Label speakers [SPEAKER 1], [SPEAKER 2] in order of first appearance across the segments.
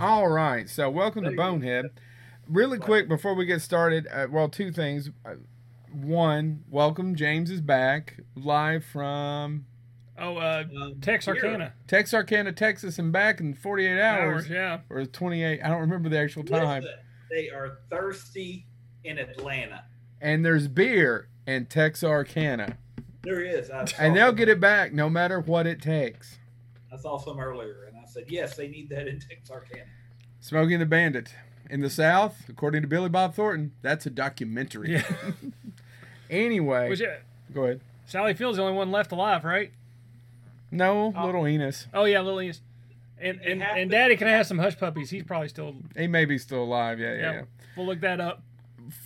[SPEAKER 1] All right. So, welcome to Bonehead. Really quick before we get started, uh, well, two things. Uh, One, welcome. James is back live from
[SPEAKER 2] Oh, uh,
[SPEAKER 3] Um,
[SPEAKER 2] Texarkana.
[SPEAKER 1] Texarkana, Texas, and back in 48 hours
[SPEAKER 2] Hours, yeah.
[SPEAKER 1] or 28. I don't remember the actual
[SPEAKER 3] here,
[SPEAKER 1] time.
[SPEAKER 3] listen, They are thirsty in Atlanta.
[SPEAKER 1] And there's beer in Texarkana,
[SPEAKER 3] There is. I saw,
[SPEAKER 1] and they'll get it back no matter what it takes.
[SPEAKER 3] I saw some earlier, and I said, yes, they need that in Texarkana.
[SPEAKER 1] Smoking the Bandit. In the South, according to Billy Bob Thornton, that's a documentary.
[SPEAKER 2] Yeah.
[SPEAKER 1] anyway,
[SPEAKER 2] Which, uh,
[SPEAKER 1] go ahead.
[SPEAKER 2] Sally Field's the only one left alive, right?
[SPEAKER 1] No,
[SPEAKER 2] Oh.
[SPEAKER 1] little Enos.
[SPEAKER 2] Oh yeah, Lillian's. And
[SPEAKER 3] They
[SPEAKER 2] and,
[SPEAKER 3] have
[SPEAKER 2] and
[SPEAKER 3] to-
[SPEAKER 2] Daddy can have some hush puppies. He's probably still.
[SPEAKER 1] He may be still alive. Yeah, yeah.
[SPEAKER 2] Yeah.
[SPEAKER 1] yeah.
[SPEAKER 2] We'll look that up.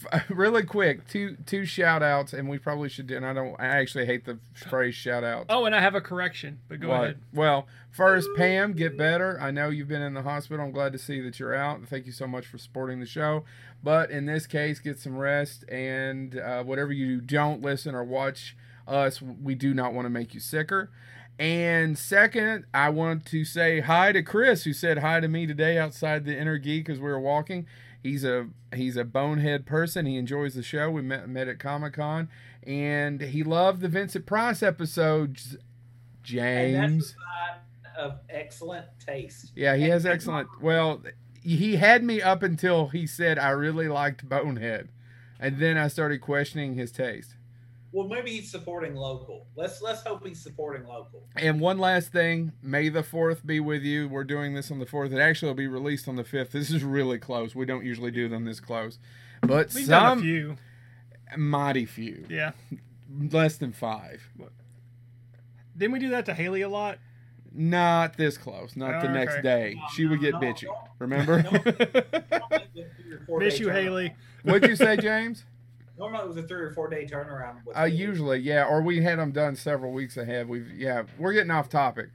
[SPEAKER 1] really quick, two two shout outs, and we probably should do. And I don't. I actually hate the phrase shout out.
[SPEAKER 2] Oh, and I have a correction, but go
[SPEAKER 1] What?
[SPEAKER 2] ahead.
[SPEAKER 1] Well, first, Pam, get better. I know you've been in the hospital. I'm glad to see that you're out. Thank you so much for supporting the show. But in this case, get some rest and uh, whatever you don't listen or watch us, we do not want to make you sicker. And second, I want to say hi to Chris, who said hi to me today outside the Inner Geek as we were walking. He's a he's a bonehead person. He enjoys the show. We met met at Comic Con, and he loved the Vincent Price episodes. James,
[SPEAKER 3] And that's a sign of excellent taste.
[SPEAKER 1] yeah, he has excellent. Well, he had me up until he said I really liked Bonehead, and then I started questioning his taste.
[SPEAKER 3] Well, maybe he's supporting local. Let's let's hope he's supporting local.
[SPEAKER 1] And one last thing, May the Fourth be with you. We're doing this on the fourth. It actually will be released on the fifth. This is really close. We don't usually do them this close, but
[SPEAKER 2] We've done a
[SPEAKER 1] some
[SPEAKER 2] few.
[SPEAKER 1] mighty few,
[SPEAKER 2] Yeah.
[SPEAKER 1] less than five.
[SPEAKER 2] Didn't we do that to Haley a lot?
[SPEAKER 1] Not this close. Not the
[SPEAKER 2] Oh,
[SPEAKER 1] next
[SPEAKER 2] okay.
[SPEAKER 1] day. She would get
[SPEAKER 3] No,
[SPEAKER 1] bitchy.
[SPEAKER 3] don't-
[SPEAKER 1] Remember?
[SPEAKER 2] Miss you, Haley.
[SPEAKER 1] What'd you say, James?
[SPEAKER 3] Normally it was a three or four day turnaround. with
[SPEAKER 1] Uh,
[SPEAKER 3] Haley.
[SPEAKER 1] usually, yeah. Or we had them done several weeks ahead. We've yeah. We're getting off topic.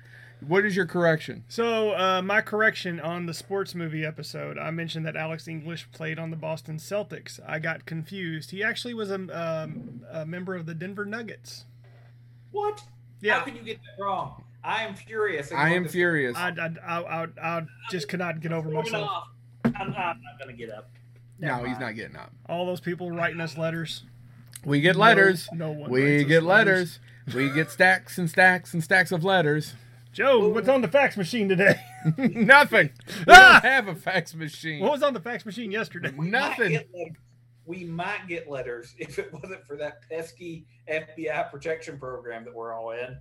[SPEAKER 1] What is your correction?
[SPEAKER 2] So uh, my correction on the sports movie episode, I mentioned that Alex English played on the Boston Celtics. I got confused. He actually was a, um, a member of the Denver Nuggets.
[SPEAKER 3] What? How
[SPEAKER 2] Yeah.
[SPEAKER 3] can you get that wrong? I am furious. at
[SPEAKER 1] I
[SPEAKER 3] going
[SPEAKER 1] am
[SPEAKER 3] to-
[SPEAKER 1] furious.
[SPEAKER 2] I, I, I, I, I just could not get over
[SPEAKER 3] Moving
[SPEAKER 2] myself.
[SPEAKER 3] off. I'm, I'm not going to get up.
[SPEAKER 1] no, he's not getting up.
[SPEAKER 2] All those people writing us letters.
[SPEAKER 1] We get letters.
[SPEAKER 2] No, no one. writes
[SPEAKER 1] We
[SPEAKER 2] us
[SPEAKER 1] get letters. We get stacks and stacks and stacks of letters.
[SPEAKER 2] Joe, what's on the fax machine today?
[SPEAKER 1] Nothing. We
[SPEAKER 2] Ah!
[SPEAKER 1] don't have a fax machine.
[SPEAKER 2] what was on the fax machine yesterday?
[SPEAKER 3] We might
[SPEAKER 1] Nothing.
[SPEAKER 3] get letters- We might get letters if it wasn't for that pesky FBI protection program that we're all in.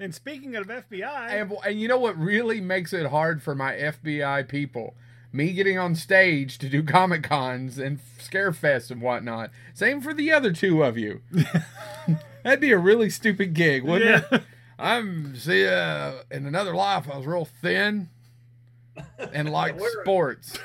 [SPEAKER 2] And speaking of FBI,
[SPEAKER 1] And, and you know what really makes it hard for my FBI people? Me getting on stage to do Comic Cons and Scare Fest and whatnot. Same for the other two of you. That'd be a really stupid gig, wouldn't it?
[SPEAKER 2] yeah.
[SPEAKER 1] I'm see uh, in another life I was real thin and liked
[SPEAKER 3] We're-
[SPEAKER 1] sports.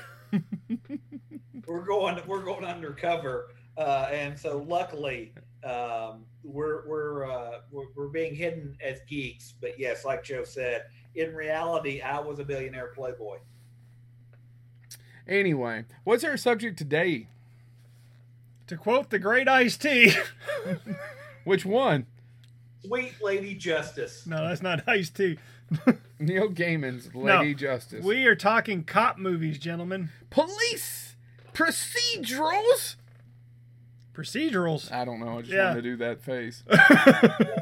[SPEAKER 3] We're going. We're going undercover, uh, and so luckily um, we're we're, uh, we're we're being hidden as geeks. But yes, like Joe said, in reality, I was a billionaire playboy.
[SPEAKER 1] Anyway, what's our subject today?
[SPEAKER 2] to quote the great Ice T.
[SPEAKER 1] Which one?
[SPEAKER 3] Sweet lady justice.
[SPEAKER 2] no, that's not Ice T.
[SPEAKER 1] Neil Gaiman's Lady Justice.
[SPEAKER 2] We are talking cop movies, gentlemen.
[SPEAKER 1] Police procedurals.
[SPEAKER 2] Procedurals.
[SPEAKER 1] I don't know. I just
[SPEAKER 2] Yeah.
[SPEAKER 1] want to do that face.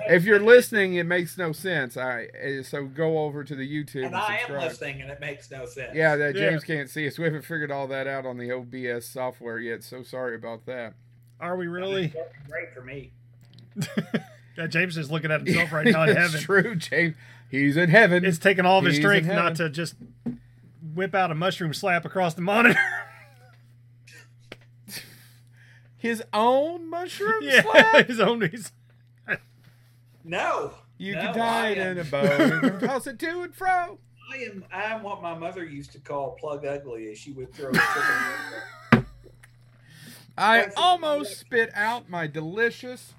[SPEAKER 1] if you're listening, it makes no sense. I uh, so go over to the YouTube and,
[SPEAKER 3] And I am
[SPEAKER 1] subscribe.
[SPEAKER 3] listening, and it makes no sense.
[SPEAKER 1] Yeah, that
[SPEAKER 2] Yeah.
[SPEAKER 1] James can't see us. We haven't figured all that out on the OBS software yet. So sorry about that.
[SPEAKER 2] Are we really?
[SPEAKER 3] great for me.
[SPEAKER 2] Yeah, James is looking at himself right now in
[SPEAKER 1] It's
[SPEAKER 2] heaven.
[SPEAKER 1] True, James. He's in heaven.
[SPEAKER 2] It's taking all of his
[SPEAKER 1] He's in
[SPEAKER 2] strength
[SPEAKER 1] heaven.
[SPEAKER 2] not to just whip out a mushroom slap across the monitor.
[SPEAKER 1] His own mushroom
[SPEAKER 2] yeah,
[SPEAKER 1] slap.
[SPEAKER 2] his own reason.
[SPEAKER 3] No,
[SPEAKER 1] You
[SPEAKER 3] No,
[SPEAKER 1] can tie
[SPEAKER 3] I
[SPEAKER 1] it
[SPEAKER 3] am-
[SPEAKER 1] in a bow and toss it to and fro.
[SPEAKER 3] I am. I am what my mother used to call plug ugly, as she would throw. a chicken
[SPEAKER 1] I
[SPEAKER 3] That's-
[SPEAKER 1] almost spit out my delicious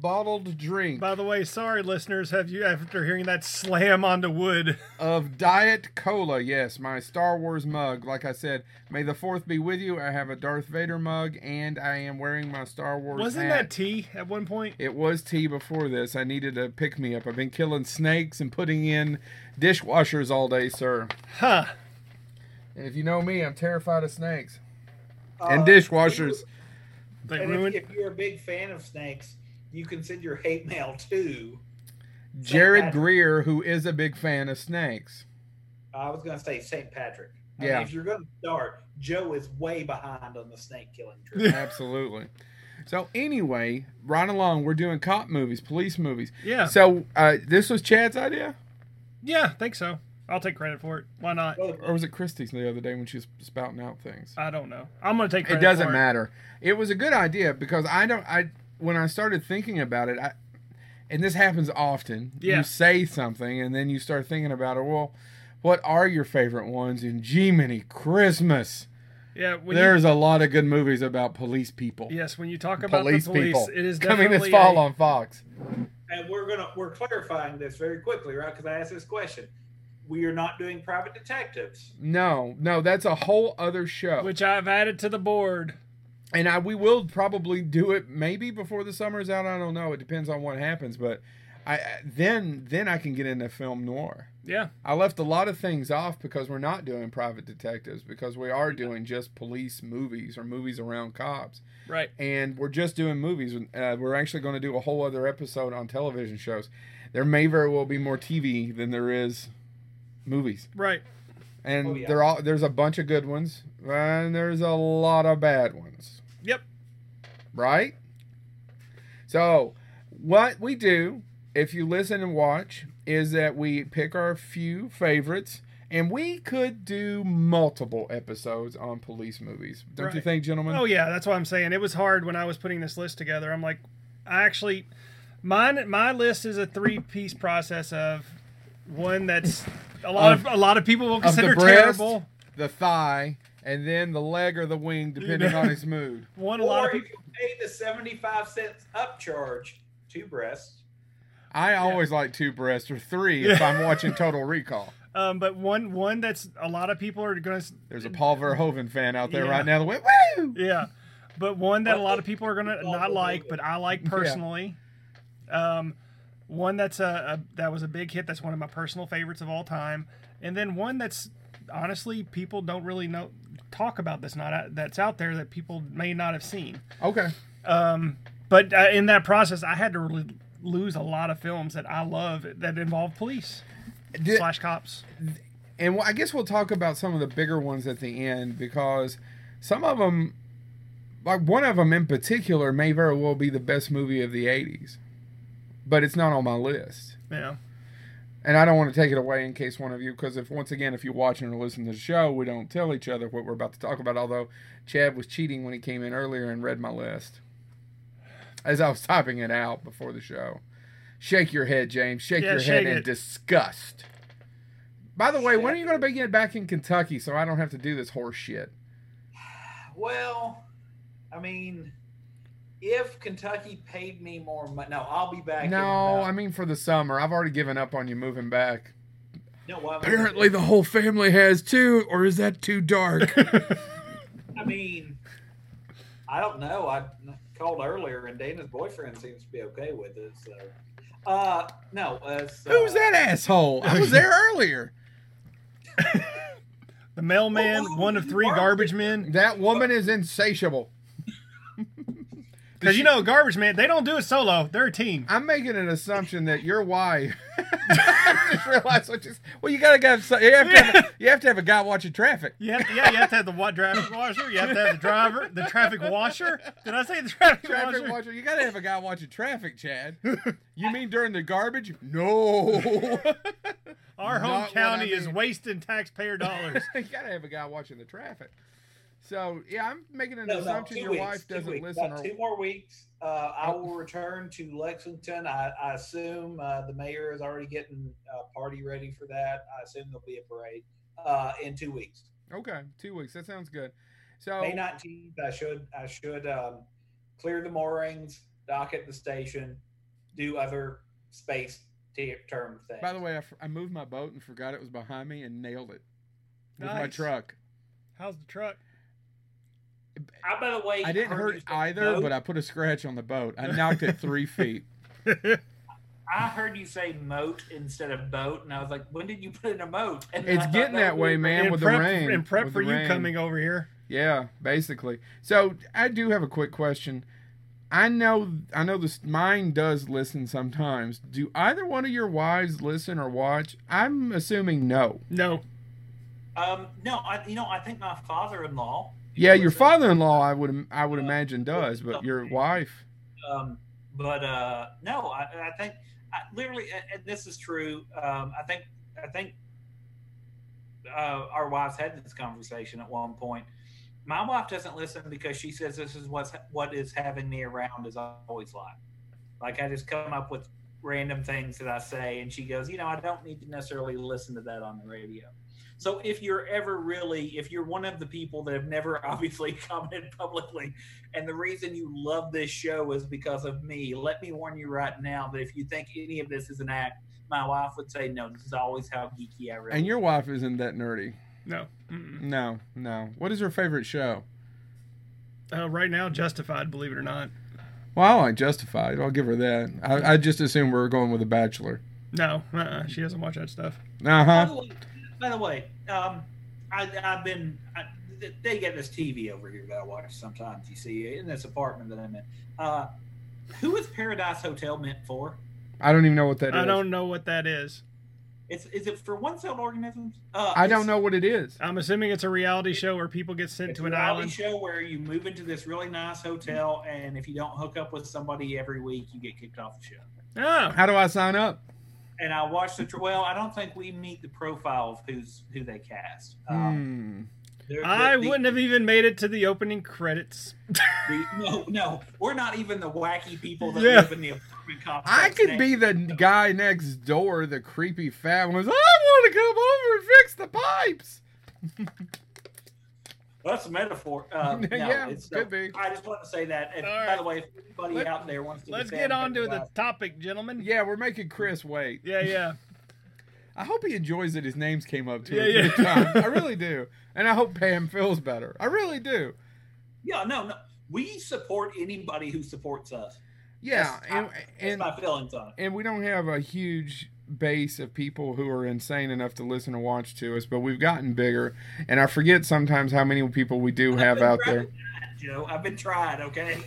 [SPEAKER 1] bottled drink
[SPEAKER 2] By the way, sorry listeners, have you after hearing that slam onto wood?
[SPEAKER 1] of Diet Cola. Yes, my Star Wars mug. Like I said, may the fourth be with you. I have a Darth Vader mug, and I am wearing my Star Wars.
[SPEAKER 2] Wasn't
[SPEAKER 1] hat.
[SPEAKER 2] that tea at one point?
[SPEAKER 1] It was tea before this. I needed a pick me up. I've been killing snakes and putting in dishwashers all day, sir.
[SPEAKER 2] Huh.
[SPEAKER 1] And if you know me, I'm terrified of snakes
[SPEAKER 3] Uh,
[SPEAKER 1] and dishwashers.
[SPEAKER 2] They
[SPEAKER 3] And
[SPEAKER 2] ruined
[SPEAKER 3] if, if you're a big fan of snakes, you can send your hate mail too.
[SPEAKER 1] Jared
[SPEAKER 3] Pat-
[SPEAKER 1] Greer, who is a big fan of snakes.
[SPEAKER 3] I was going to say St. Patrick. I mean,
[SPEAKER 1] Yeah.
[SPEAKER 3] if you're going to start, Joe is way behind on the snake killing trip.
[SPEAKER 1] Absolutely. So anyway, right along, we're doing cop movies, police movies.
[SPEAKER 2] Yeah.
[SPEAKER 1] So uh, this was Chad's idea,
[SPEAKER 2] Yeah, think so. I'll take credit for it. Why not?
[SPEAKER 3] Well,
[SPEAKER 1] or was it Christie's the other day when she was spouting out things?
[SPEAKER 2] I don't know. I'm gonna
[SPEAKER 1] It
[SPEAKER 2] take Uh, credit
[SPEAKER 1] doesn't
[SPEAKER 2] for
[SPEAKER 1] matter. It was a good idea because I don't. I when I started thinking about it, I, and this happens often.
[SPEAKER 2] Yeah.
[SPEAKER 1] You say something and then you start thinking about it. Well, what are your favorite ones? And gee, many Christmas.
[SPEAKER 2] Yeah, when you,
[SPEAKER 1] There's a lot of good movies about police people.
[SPEAKER 2] yes, when you talk about
[SPEAKER 1] police,
[SPEAKER 2] the police,
[SPEAKER 1] people
[SPEAKER 2] it is
[SPEAKER 1] coming
[SPEAKER 2] definitely
[SPEAKER 1] this fall
[SPEAKER 2] a-
[SPEAKER 1] on Fox.
[SPEAKER 3] and we're going to we're clarifying this very quickly, right? Because I asked this question. We are not doing private detectives.
[SPEAKER 1] No, no, that's a whole other show.
[SPEAKER 2] which I've added to the board.
[SPEAKER 1] and I we will probably do it maybe before the summer's out. I don't know. It depends on what happens, but I I- then then I can get into film noir.
[SPEAKER 2] Yeah,
[SPEAKER 1] I left a lot of things off because we're not doing private detectives because we are doing just police movies or movies around cops,
[SPEAKER 2] right.
[SPEAKER 1] and we're just doing movies. Uh, we're actually going to do a whole other episode on television shows. There may very well be more TV than there is movies
[SPEAKER 2] Right.
[SPEAKER 1] and
[SPEAKER 3] Oh, yeah.
[SPEAKER 1] they're all there's a bunch of good ones and there's a lot of bad ones
[SPEAKER 2] Yep.
[SPEAKER 1] right so what we do if you listen and watch is that we pick our few favorites and we could do multiple episodes on police movies don't you
[SPEAKER 2] Right.
[SPEAKER 1] think gentlemen
[SPEAKER 2] Oh yeah, that's what I'm saying. It was hard when I was putting this list together. I'm like, I actually, mine my list is a three piece process of one that's a lot of, a lot of people will
[SPEAKER 1] of the
[SPEAKER 2] consider
[SPEAKER 1] breast
[SPEAKER 2] terrible.
[SPEAKER 1] the thigh and then the leg or the wing depending
[SPEAKER 2] know.
[SPEAKER 1] on his mood
[SPEAKER 2] One a lot
[SPEAKER 3] Or
[SPEAKER 2] of
[SPEAKER 3] if you
[SPEAKER 2] people.
[SPEAKER 3] pay the 75 cents upcharge, two breasts.
[SPEAKER 1] i always like two breasts or three if i'm watching total recall
[SPEAKER 2] Um, but one one that's a lot of people are going to.
[SPEAKER 1] There's a Paul Verhoeven fan out there
[SPEAKER 2] Yeah.
[SPEAKER 1] right now that went woo.
[SPEAKER 2] Yeah, but one that a lot of people are going to not like, but I like personally. Um, one that's a, a that was a big hit. That's one of my personal favorites of all time, and then one that's honestly people don't really know talk about that's not out, that's out there that people may not have seen.
[SPEAKER 1] Okay.
[SPEAKER 2] Um, but uh, in that process, I had to really lose a lot of films that I love that involve police
[SPEAKER 1] Did-
[SPEAKER 2] slash cops.
[SPEAKER 1] and well, I guess we'll talk about some of the bigger ones at the end because some of them, like one of them in particular, may very well be the best movie of the 80s, but it's not on my list.
[SPEAKER 2] You know,
[SPEAKER 1] And I don't want to take it away in case one of you, because if once again, if you're watching or listening to the show, we don't tell each other what we're about to talk about. Although Chad was cheating when he came in earlier and read my list as I was typing it out before the show. Shake your head, James. Shake
[SPEAKER 2] Yeah,
[SPEAKER 1] your
[SPEAKER 2] shake
[SPEAKER 1] head in
[SPEAKER 2] it.
[SPEAKER 1] disgust. By the way, when are you going to be getting back in Kentucky so I don't have to do this horse shit?
[SPEAKER 3] Well, I mean, if Kentucky paid me more money, no, I'll be back. in
[SPEAKER 1] No,
[SPEAKER 3] about-
[SPEAKER 1] I mean for the summer. I've already given up on you moving back.
[SPEAKER 3] no. well, I mean,
[SPEAKER 1] Apparently, the whole family has too, or is that too dark?
[SPEAKER 3] I mean, I don't know. I called earlier, and Dana's boyfriend seems to be okay with it. So, uh, no. Uh, so,
[SPEAKER 1] Who's that asshole? I was there earlier.
[SPEAKER 2] the mailman,
[SPEAKER 3] Well,
[SPEAKER 2] one of three garbage men.
[SPEAKER 1] That woman is insatiable.
[SPEAKER 2] Because you know, garbage man, they don't do it solo. They're a team.
[SPEAKER 1] I'm making an assumption that your wife. I just realized what you. Well, you gotta have. some- You have to. Have, you have to have a guy watching traffic.
[SPEAKER 2] You have to, yeah, you have to have the wa- traffic washer. You have to have the driver, the traffic washer. Did I say the traffic,
[SPEAKER 1] Traffic
[SPEAKER 2] washer?
[SPEAKER 1] watcher. You gotta have a guy watching traffic, Chad. You mean during the garbage? No.
[SPEAKER 2] Our home
[SPEAKER 1] Not what I
[SPEAKER 2] county is
[SPEAKER 1] mean.
[SPEAKER 2] wasting taxpayer dollars.
[SPEAKER 1] you gotta have a guy watching the traffic. So yeah, I'm making an
[SPEAKER 3] No, no,
[SPEAKER 1] assumption
[SPEAKER 3] two
[SPEAKER 1] your
[SPEAKER 3] weeks,
[SPEAKER 1] wife
[SPEAKER 3] two
[SPEAKER 1] doesn't
[SPEAKER 3] weeks,
[SPEAKER 1] listen.
[SPEAKER 3] About
[SPEAKER 1] Or,
[SPEAKER 3] two more weeks. Uh, I
[SPEAKER 1] Oh.
[SPEAKER 3] will return to Lexington. I, I assume uh, the mayor is already getting a party ready for that. I assume there'll be a parade uh, in two weeks.
[SPEAKER 1] okay, two weeks. That sounds good. So
[SPEAKER 3] May nineteenth, I should I should um, clear the moorings, dock at the station, do other space t- term things.
[SPEAKER 1] By the way, I, f- I moved my boat and forgot it was behind me and nailed it with my
[SPEAKER 2] Nice.
[SPEAKER 1] truck.
[SPEAKER 2] How's the truck?
[SPEAKER 3] I, by the way,
[SPEAKER 1] I didn't
[SPEAKER 3] heard
[SPEAKER 1] hurt
[SPEAKER 3] you say
[SPEAKER 1] either,
[SPEAKER 3] boat.
[SPEAKER 1] but I put a scratch on the boat. I knocked it three feet.
[SPEAKER 3] I heard you say moat instead of boat, and I was like, when did you put in a moat? And then I
[SPEAKER 1] It's
[SPEAKER 3] thought
[SPEAKER 1] getting that way,
[SPEAKER 3] was-
[SPEAKER 1] man,
[SPEAKER 2] in
[SPEAKER 1] with
[SPEAKER 2] prep,
[SPEAKER 1] the rain.
[SPEAKER 2] in prep
[SPEAKER 1] with
[SPEAKER 2] for
[SPEAKER 1] the
[SPEAKER 2] you
[SPEAKER 1] rain.
[SPEAKER 2] coming over here.
[SPEAKER 1] Yeah, basically. So I do have a quick question. I know, I know. This mine does listen sometimes. Do either one of your wives listen or watch? I'm assuming no.
[SPEAKER 2] No,
[SPEAKER 3] Um, no, I, you know, I think my father-in-law.
[SPEAKER 1] Yeah, your
[SPEAKER 3] listens,
[SPEAKER 1] father-in-law, I would, I
[SPEAKER 3] Uh,
[SPEAKER 1] would imagine does, but your wife,
[SPEAKER 3] Um, but uh, no, I, I think I, literally, and, and this is true. Um, I think I think uh, our wives had this conversation at one point. My wife doesn't listen because she says this is what's what is having me around is always like. Like I just come up with random things that I say, and she goes, you know, I don't need to necessarily listen to that on the radio. So if you're ever really, if you're one of the people that have never obviously commented publicly, and the reason you love this show is because of me, let me warn you right now that if you think any of this is an act, my wife would say, no, this is always how geeky I really
[SPEAKER 1] and your wife isn't that nerdy.
[SPEAKER 2] no. Mm-mm.
[SPEAKER 1] No, no. What is her favorite show?
[SPEAKER 2] Uh, right now, justified. Believe it or not.
[SPEAKER 1] Well, I like Justified. I'll give her that. I, I just assumed we were going with The Bachelor.
[SPEAKER 2] No, uh-uh, she doesn't watch that stuff.
[SPEAKER 1] Uh
[SPEAKER 3] By
[SPEAKER 1] huh.
[SPEAKER 3] the way, by the way um, I, I've been. I, th- they get this TV over here that I watch sometimes. You see, in this apartment that I'm in. Uh, who is Paradise Hotel meant for?
[SPEAKER 1] I don't even know what that is.
[SPEAKER 2] I don't know what that is.
[SPEAKER 3] It's is it for one-celled organisms? Uh,
[SPEAKER 1] I don't
[SPEAKER 3] it's-
[SPEAKER 1] know what it is.
[SPEAKER 2] I'm assuming it's a reality show where people get sent
[SPEAKER 3] It's
[SPEAKER 2] to an
[SPEAKER 3] a reality
[SPEAKER 2] island.
[SPEAKER 3] show where you move into this really nice hotel, and if you don't hook up with somebody every week, you get kicked off the show.
[SPEAKER 2] Oh,
[SPEAKER 1] How do I sign up?
[SPEAKER 3] And I watched the. tr- Well, I don't think we meet the profile of who's who they cast. Um,
[SPEAKER 1] Hmm.
[SPEAKER 3] they're-
[SPEAKER 2] I
[SPEAKER 3] the- the-
[SPEAKER 2] wouldn't have even made it to the opening credits.
[SPEAKER 3] The, no, no, we're not even the wacky people that
[SPEAKER 2] Yeah.
[SPEAKER 3] live in the apartment complex.
[SPEAKER 1] Hmm. I could
[SPEAKER 3] next-
[SPEAKER 1] be the guy next door, the creepy fat one. who's, I want to come over and fix the pipes.
[SPEAKER 3] That's a metaphor. Um, no,
[SPEAKER 1] Yeah,
[SPEAKER 3] it's,
[SPEAKER 1] could be.
[SPEAKER 3] I just want to say that. And
[SPEAKER 2] All
[SPEAKER 3] by
[SPEAKER 2] right.
[SPEAKER 3] the way, if anybody
[SPEAKER 2] Let-
[SPEAKER 3] out there wants to,
[SPEAKER 2] Let's
[SPEAKER 3] defend uh,
[SPEAKER 2] get on to the
[SPEAKER 3] Paradise-
[SPEAKER 2] topic, gentlemen.
[SPEAKER 1] Yeah, we're making Chris wait.
[SPEAKER 2] yeah, yeah.
[SPEAKER 1] I hope he enjoys that his names came up to
[SPEAKER 2] Yeah,
[SPEAKER 1] him yeah,
[SPEAKER 2] yeah.
[SPEAKER 1] I really do, and I hope Pam feels better. I really do.
[SPEAKER 3] Yeah, no, no. We support anybody who supports us.
[SPEAKER 1] Yeah,
[SPEAKER 3] That's-
[SPEAKER 1] and
[SPEAKER 3] I- that's
[SPEAKER 1] and,
[SPEAKER 3] my feelings on it.
[SPEAKER 1] and we don't have a huge base of people who are insane enough to listen and watch to us, but we've gotten bigger, and I forget sometimes how many people we do have out there.
[SPEAKER 3] Joe. I've been trying. Okay.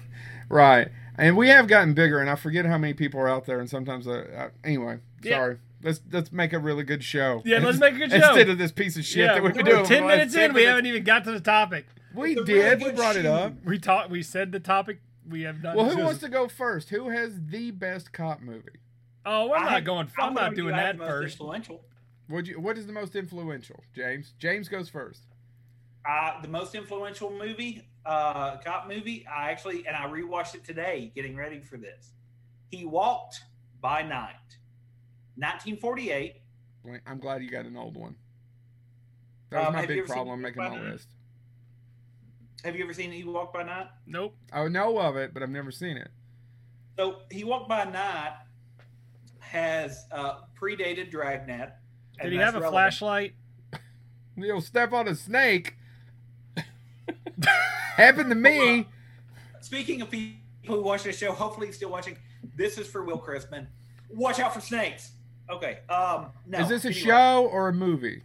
[SPEAKER 1] Right. And we have gotten bigger, and I forget how many people are out there. And sometimes, I, I, anyway,
[SPEAKER 2] Yeah.
[SPEAKER 1] sorry. Let's let's make a really good show.
[SPEAKER 2] Yeah, let's make a good show.
[SPEAKER 1] instead of this piece of shit
[SPEAKER 2] yeah,
[SPEAKER 1] that we've been
[SPEAKER 2] we're
[SPEAKER 1] doing. for
[SPEAKER 2] ten
[SPEAKER 1] the last
[SPEAKER 2] minutes
[SPEAKER 1] 10
[SPEAKER 2] in, we
[SPEAKER 1] minutes.
[SPEAKER 2] haven't even got to the topic.
[SPEAKER 1] We
[SPEAKER 3] It's a really
[SPEAKER 1] did. we
[SPEAKER 3] good
[SPEAKER 1] brought it
[SPEAKER 3] show.
[SPEAKER 1] up.
[SPEAKER 2] We talked. We said the topic. We have not.
[SPEAKER 1] Well, who
[SPEAKER 2] discussed.
[SPEAKER 1] wants to go first? Who has the best cop movie?
[SPEAKER 2] Oh, we're
[SPEAKER 3] I
[SPEAKER 2] not
[SPEAKER 3] had-
[SPEAKER 2] going.
[SPEAKER 3] I
[SPEAKER 2] I'm not
[SPEAKER 3] would argue
[SPEAKER 2] doing
[SPEAKER 3] I had
[SPEAKER 2] that
[SPEAKER 3] the most
[SPEAKER 2] first.
[SPEAKER 3] Influential.
[SPEAKER 1] Would you? What is the most influential? James. James goes first.
[SPEAKER 3] Uh, the most influential movie, uh, cop movie. I actually and I rewatched it today, getting ready for this. He walked by night, 1948.
[SPEAKER 1] Blank- I'm glad you got an old one. That was
[SPEAKER 3] Um,
[SPEAKER 1] my
[SPEAKER 3] have you
[SPEAKER 1] big
[SPEAKER 3] ever seen
[SPEAKER 1] problem making
[SPEAKER 3] Blade
[SPEAKER 1] my
[SPEAKER 3] Runner?
[SPEAKER 1] list.
[SPEAKER 3] Have you ever seen He Walked by Night?
[SPEAKER 2] Nope.
[SPEAKER 1] I know of it, but I've never seen it.
[SPEAKER 3] So He Walked by Night has uh, predated Dragnet.
[SPEAKER 2] Did
[SPEAKER 3] and
[SPEAKER 2] he
[SPEAKER 3] that's
[SPEAKER 2] have a
[SPEAKER 3] relevant.
[SPEAKER 2] flashlight?
[SPEAKER 1] You'll step on a snake. Happened to me.
[SPEAKER 3] Speaking of people who watch this show, hopefully still watching. This is for Will Crispin. Watch out for snakes. Okay. Um, no.
[SPEAKER 1] Is this a
[SPEAKER 3] anyway.
[SPEAKER 1] show or a movie?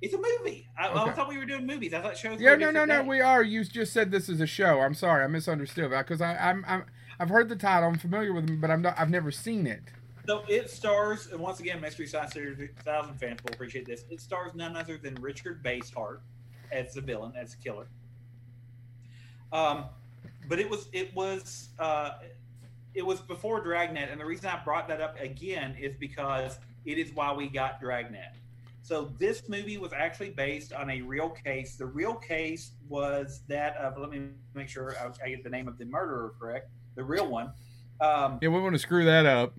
[SPEAKER 3] It's a movie. I, I
[SPEAKER 1] Okay.
[SPEAKER 3] thought we were doing movies. I thought shows.
[SPEAKER 1] Yeah,
[SPEAKER 3] were a
[SPEAKER 1] no, no,
[SPEAKER 3] different
[SPEAKER 1] no.
[SPEAKER 3] day.
[SPEAKER 1] We are. You just said this is a show. I'm sorry, I misunderstood that because I'm, I'm, I've heard the title. I'm familiar with it, but I'm not. I've never seen it.
[SPEAKER 3] So it stars, and once again, Mystery Science Theater 2000 fans will appreciate this. It stars none other than Richard Basehart as the villain, as the killer. Um, but it was it was uh, it was before Dragnet, and the reason I brought that up again is because it is why we got Dragnet. So this movie was actually based on a real case. The real case was that of let me make sure I, I get the name of the murderer correct. The real one. Um,
[SPEAKER 1] Yeah, we want to screw that up.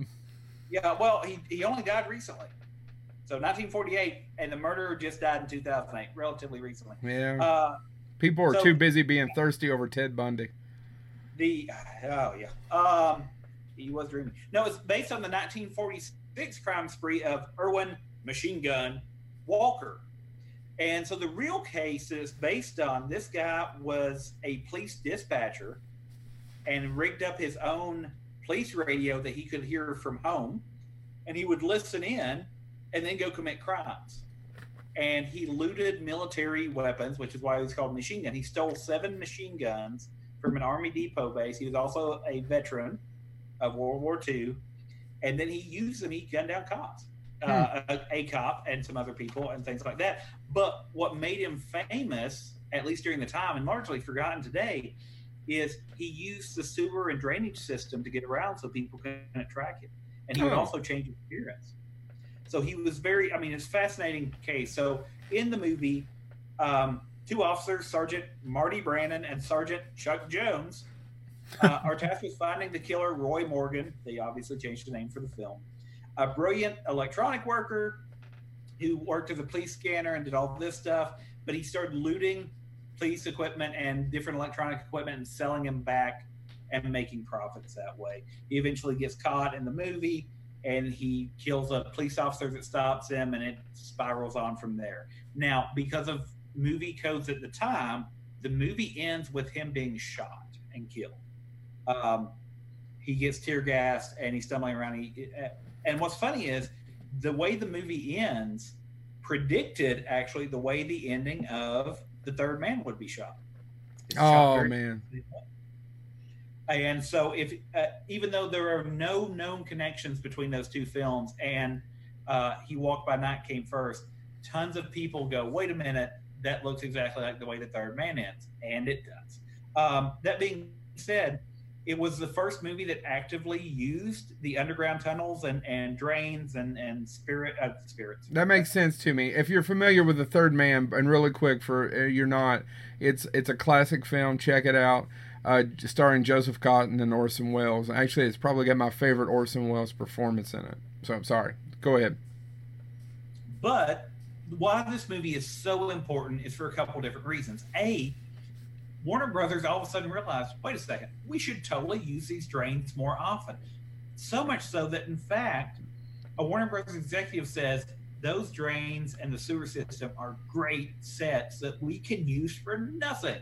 [SPEAKER 3] yeah, well, he, he only died recently. So 1948, and the murderer just died in 2008, relatively recently.
[SPEAKER 1] Yeah,
[SPEAKER 3] Uh,
[SPEAKER 1] people are
[SPEAKER 3] so-
[SPEAKER 1] too busy being thirsty over Ted Bundy.
[SPEAKER 3] the oh yeah, um, He was dreaming. No, it's based on the 1946 crime spree of Irwin Machine Gun Walker. And so the real case is based on this guy was a police dispatcher and rigged up his own police radio that he could hear from home. And he would listen in and then go commit crimes. And he looted military weapons, which is why he's called machine gun. He stole seven machine guns from an Army depot base. He was also a veteran of World War II. And then he used them, he gunned down cops. Uh, a, a, cop and some other people and things like that. But what made him famous, at least during the time and largely forgotten today, is he used the sewer and drainage system to get around so people couldn't track him. And he would oh. also change his appearance. So he was very, I mean, it's fascinating case. So in the movie, um, two officers, Sergeant Marty Brannon and Sergeant Chuck Jones, uh, are tasked with finding the killer, Roy Morgan. They obviously changed the name for the film a brilliant electronic worker who worked as a police scanner and did all this stuff, but he started looting police equipment and different electronic equipment and selling them back and making profits that way. He eventually gets caught in the movie and he kills a police officer that stops him and it spirals on from there. Now, because of movie codes at the time, the movie ends with him being shot and killed. Um, he gets tear gassed and he's stumbling around. He, uh, and what's funny is the way the movie ends predicted actually the way the ending of the third man would be shot.
[SPEAKER 1] It's oh shot man.
[SPEAKER 3] And so if uh, even though there are no known connections between those two films and uh, he walked by night came first, tons of people go, wait a minute, that looks exactly like the way the third man ends. And it does. Um, that being said, it was the first movie that actively used the underground tunnels and, and drains and, and spirit uh, spirits.
[SPEAKER 1] That makes sense to me. If you're familiar with the Third Man, and really quick for uh, you're not, it's it's a classic film. Check it out, uh, starring Joseph Cotton and Orson Welles. Actually, it's probably got my favorite Orson Welles performance in it. So I'm sorry. Go ahead.
[SPEAKER 3] But why this movie is so important is for a couple different reasons. A Warner Brothers all of a sudden realized, wait a second, we should totally use these drains more often. So much so that, in fact, a Warner Brothers executive says those drains and the sewer system are great sets that we can use for nothing.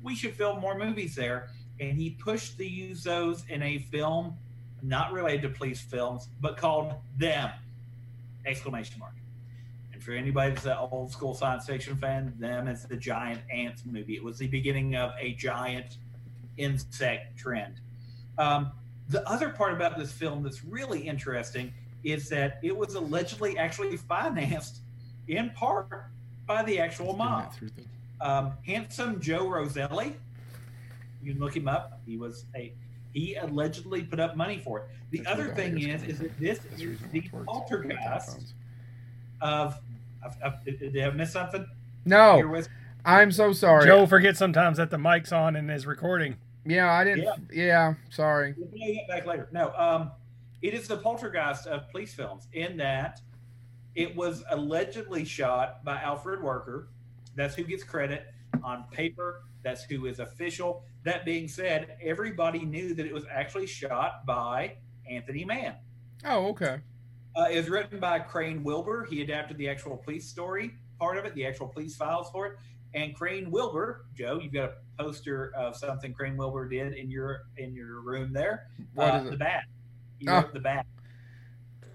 [SPEAKER 3] We should film more movies there. And he pushed to use those in a film not related to police films, but called Them! Exclamation mark for anybody that's an old school science fiction fan, them is the giant ants movie. It was the beginning of a giant insect trend. Um, the other part about this film that's really interesting is that it was allegedly actually financed in part by the actual mob. Um, handsome Joe Roselli, you can look him up. He was a he allegedly put up money for it. The that's other thing is, is that this that's is the poltergeist of I've, I've, did I miss something?
[SPEAKER 1] No. Was, I'm so sorry.
[SPEAKER 2] Joe forgets sometimes that the mic's on and is recording.
[SPEAKER 1] Yeah, I didn't. Yeah, yeah sorry.
[SPEAKER 3] We'll play that back later. No, um, it is the poltergeist of police films in that it was allegedly shot by Alfred Worker. That's who gets credit on paper. That's who is official. That being said, everybody knew that it was actually shot by Anthony Mann.
[SPEAKER 1] Oh, okay.
[SPEAKER 3] Uh, it was written by Crane Wilbur. He adapted the actual police story part of it, the actual police files for it. And Crane Wilbur, Joe, you've got a poster of something Crane Wilbur did in your in your room there. What uh, is it? The bat. He
[SPEAKER 1] Ah.
[SPEAKER 3] oh. wrote the bat.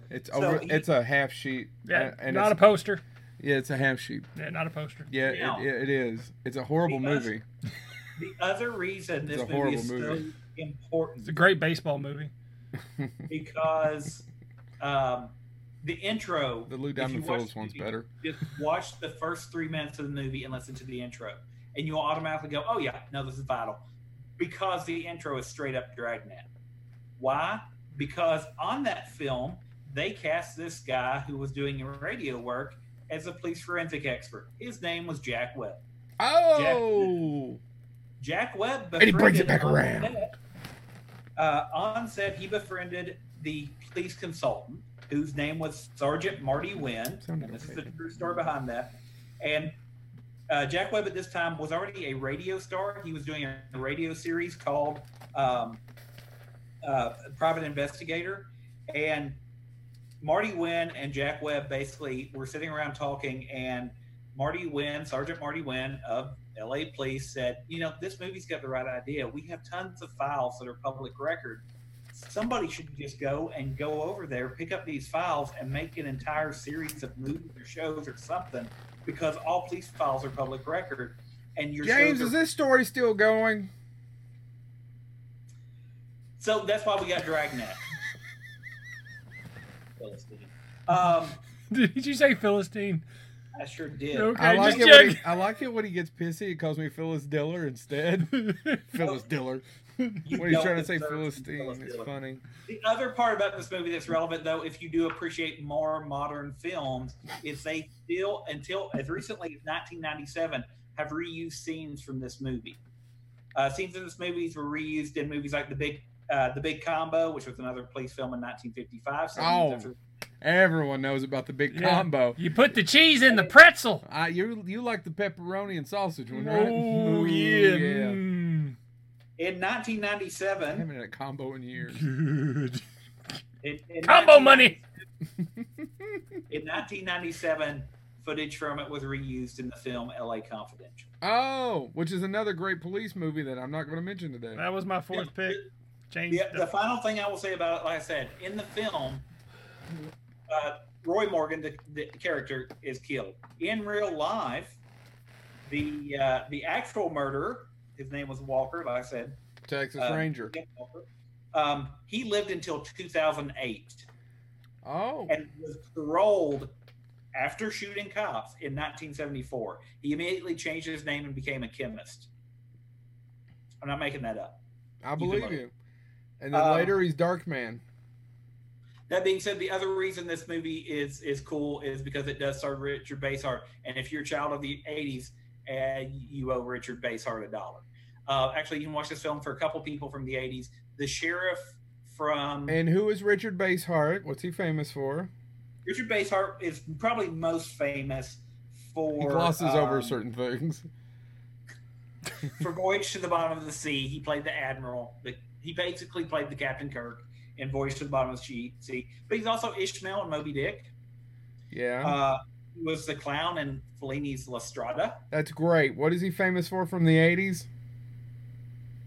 [SPEAKER 1] It's so over. He, it's a half sheet.
[SPEAKER 2] Yeah, and not a poster.
[SPEAKER 1] Yeah, it's a half sheet.
[SPEAKER 2] Yeah, not a poster.
[SPEAKER 1] Yeah, now, it, it is. It's a horrible the movie.
[SPEAKER 3] Other, the other reason this movie is movie. so important.
[SPEAKER 2] It's a great baseball movie.
[SPEAKER 3] Because. Um, the intro.
[SPEAKER 1] The Lou Diamond Phillips one's better.
[SPEAKER 3] Just watch the first three minutes of the movie and listen to the intro, and you'll automatically go, "Oh yeah, no, this is vital," because the intro is straight up Dragnet. Why? Because on that film, they cast this guy who was doing radio work as a police forensic expert. His name was Jack Webb.
[SPEAKER 1] Oh.
[SPEAKER 3] Jack, Jack Webb.
[SPEAKER 1] And he brings it back around.
[SPEAKER 3] Set, uh, on set, he befriended the police consultant, whose name was Sergeant Marty Wynn. And this is the true story behind that. And uh, Jack Webb at this time was already a radio star. He was doing a radio series called um, uh, private investigator, and Marty Wynn and Jack Webb basically were sitting around talking, and Marty Wynn, Sergeant Marty Wynn of L.A. Police, said, "You know, this movie's got the right idea. We have tons of files that are public record. Somebody should just go and go over there, pick up these files, and make an entire series of movies or shows or something, because all police files are public record." And your
[SPEAKER 1] James,
[SPEAKER 3] shows
[SPEAKER 1] is
[SPEAKER 3] are-
[SPEAKER 1] this story still going?
[SPEAKER 3] So that's why we got Dragnet. um,
[SPEAKER 2] Did you say Philistine?
[SPEAKER 3] I sure did.
[SPEAKER 2] Okay,
[SPEAKER 1] I like
[SPEAKER 2] just
[SPEAKER 1] it. When
[SPEAKER 2] check.
[SPEAKER 1] he, I like it when he gets pissy. He calls me Phyllis Diller instead. Phyllis Diller.
[SPEAKER 3] You
[SPEAKER 1] When he's
[SPEAKER 3] don't
[SPEAKER 1] trying to say
[SPEAKER 3] deserve
[SPEAKER 1] Philistine,
[SPEAKER 3] Phyllis
[SPEAKER 1] it's
[SPEAKER 3] Diller.
[SPEAKER 1] funny.
[SPEAKER 3] The other part about this movie that's relevant, though, if you do appreciate more modern films, is they still, until as recently as 1997, have reused scenes from this movie. Uh, scenes in this movie were reused in movies like The Big uh, The Big Combo, which was another police film in 1955. So
[SPEAKER 1] Oh. Everyone knows about the big
[SPEAKER 2] Yeah.
[SPEAKER 1] combo.
[SPEAKER 2] You put the cheese in the pretzel.
[SPEAKER 1] I, you you like the pepperoni and sausage one, right?
[SPEAKER 2] Oh
[SPEAKER 1] Ooh,
[SPEAKER 2] yeah.
[SPEAKER 1] yeah.
[SPEAKER 2] mm.
[SPEAKER 3] In 1997,
[SPEAKER 1] I haven't had a combo in years.
[SPEAKER 2] Good.
[SPEAKER 3] In, in
[SPEAKER 2] Combo money.
[SPEAKER 3] In 1997, footage from it was reused in the film L.A. Confidential.
[SPEAKER 1] Oh, which is another great police movie that I'm not going to mention today.
[SPEAKER 2] That was my fourth pick. James.
[SPEAKER 3] The, the final thing I will say about it, like I said, in the film, uh, Roy Morgan, the, the character, is killed. In real life, the uh, the actual murderer, his name was Walker, like I said,
[SPEAKER 1] Texas
[SPEAKER 3] uh,
[SPEAKER 1] Ranger.
[SPEAKER 3] Dick Walker, um, he lived until 2008.
[SPEAKER 1] Oh,
[SPEAKER 3] and was paroled after shooting cops in 1974. He immediately changed his name and became a chemist. I'm not making that up.
[SPEAKER 1] I
[SPEAKER 3] can
[SPEAKER 1] believe
[SPEAKER 3] look.
[SPEAKER 1] you. And then
[SPEAKER 3] Uh,
[SPEAKER 1] later he's Dark Man.
[SPEAKER 3] That being said, the other reason this movie is is cool is because it does serve Richard Basehart, and if you're a child of the 80s, uh, you owe Richard Basehart a dollar. Uh, actually, you can watch this film for a couple people from the 80s. The sheriff from
[SPEAKER 1] And who is Richard Basehart? What's he famous for?
[SPEAKER 3] Richard Basehart is probably most famous for
[SPEAKER 1] He glosses over
[SPEAKER 3] um,
[SPEAKER 1] certain things.
[SPEAKER 3] for Voyage to the Bottom of the Sea, he played the admiral. The, he basically played the Captain Kirk in Voyage to the Bottom of the Sea- Sea. But he's also Ishmael in Moby Dick.
[SPEAKER 1] Yeah,
[SPEAKER 3] Uh, he was the clown in Fellini's La Strada.
[SPEAKER 1] that's great. What is he famous for from the '80s?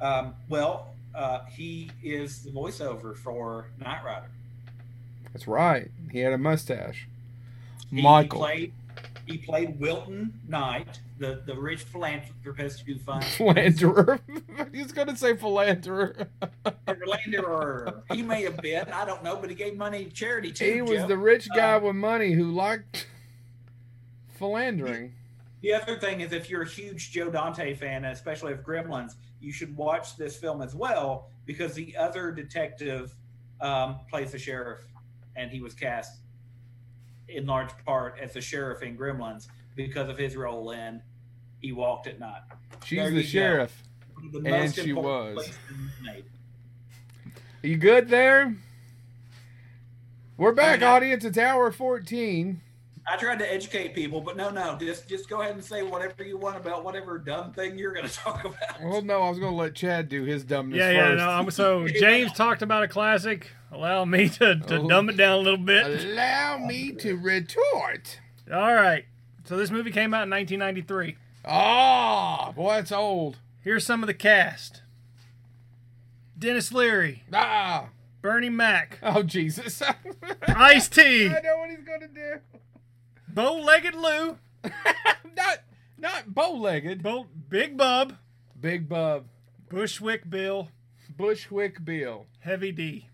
[SPEAKER 3] Um, well, uh, he is the voiceover for Knight Rider.
[SPEAKER 1] That's right. He had a mustache.
[SPEAKER 3] He
[SPEAKER 1] Michael.
[SPEAKER 3] Played, he played Wilton Knight, the, the rich philanthropist who funds
[SPEAKER 1] Philanderer. He's gonna say philanderer.
[SPEAKER 3] philanderer. He may have been, I don't know, but he gave money to charity too.
[SPEAKER 1] He was
[SPEAKER 3] Jeff.
[SPEAKER 1] the rich guy
[SPEAKER 3] Um,
[SPEAKER 1] with money who liked philandering.
[SPEAKER 3] The other thing is, if you're a huge Joe Dante fan, and especially of Gremlins, you should watch this film as well because the other detective um, plays the sheriff, and he was cast in large part as the sheriff in Gremlins because of his role in He Walked at Night.
[SPEAKER 1] She's
[SPEAKER 3] there
[SPEAKER 1] the
[SPEAKER 3] you go.
[SPEAKER 1] sheriff.
[SPEAKER 3] One of the
[SPEAKER 1] And
[SPEAKER 3] most
[SPEAKER 1] she
[SPEAKER 3] important
[SPEAKER 1] was.
[SPEAKER 3] places in the night.
[SPEAKER 1] Are you good there? We're back,
[SPEAKER 3] I-
[SPEAKER 1] audience. It's hour 14.
[SPEAKER 3] I tried to educate people, but no, no, just just go ahead and say whatever you want about whatever dumb thing you're going to talk about.
[SPEAKER 1] Well, no, I was going to let Chad do his dumbness
[SPEAKER 2] yeah, yeah.
[SPEAKER 1] first.
[SPEAKER 2] No, I'm, so James talked about a classic. Allow me to, to
[SPEAKER 1] Oh.
[SPEAKER 2] dumb it down a little bit.
[SPEAKER 1] Allow me to retort.
[SPEAKER 2] All right. So this movie came out in 1993.
[SPEAKER 1] Ah, boy, that's old.
[SPEAKER 2] Here's some of the cast: Dennis Leary,
[SPEAKER 1] Ah,
[SPEAKER 2] Bernie Mac,
[SPEAKER 1] oh, Jesus. I
[SPEAKER 2] Ice T,
[SPEAKER 1] know what he's going to do.
[SPEAKER 2] Bow-legged Lou,
[SPEAKER 1] not not bow-legged.
[SPEAKER 2] Bo- Big Bub,
[SPEAKER 1] Big Bub,
[SPEAKER 2] Bushwick Bill,
[SPEAKER 1] Bushwick Bill,
[SPEAKER 2] Heavy D.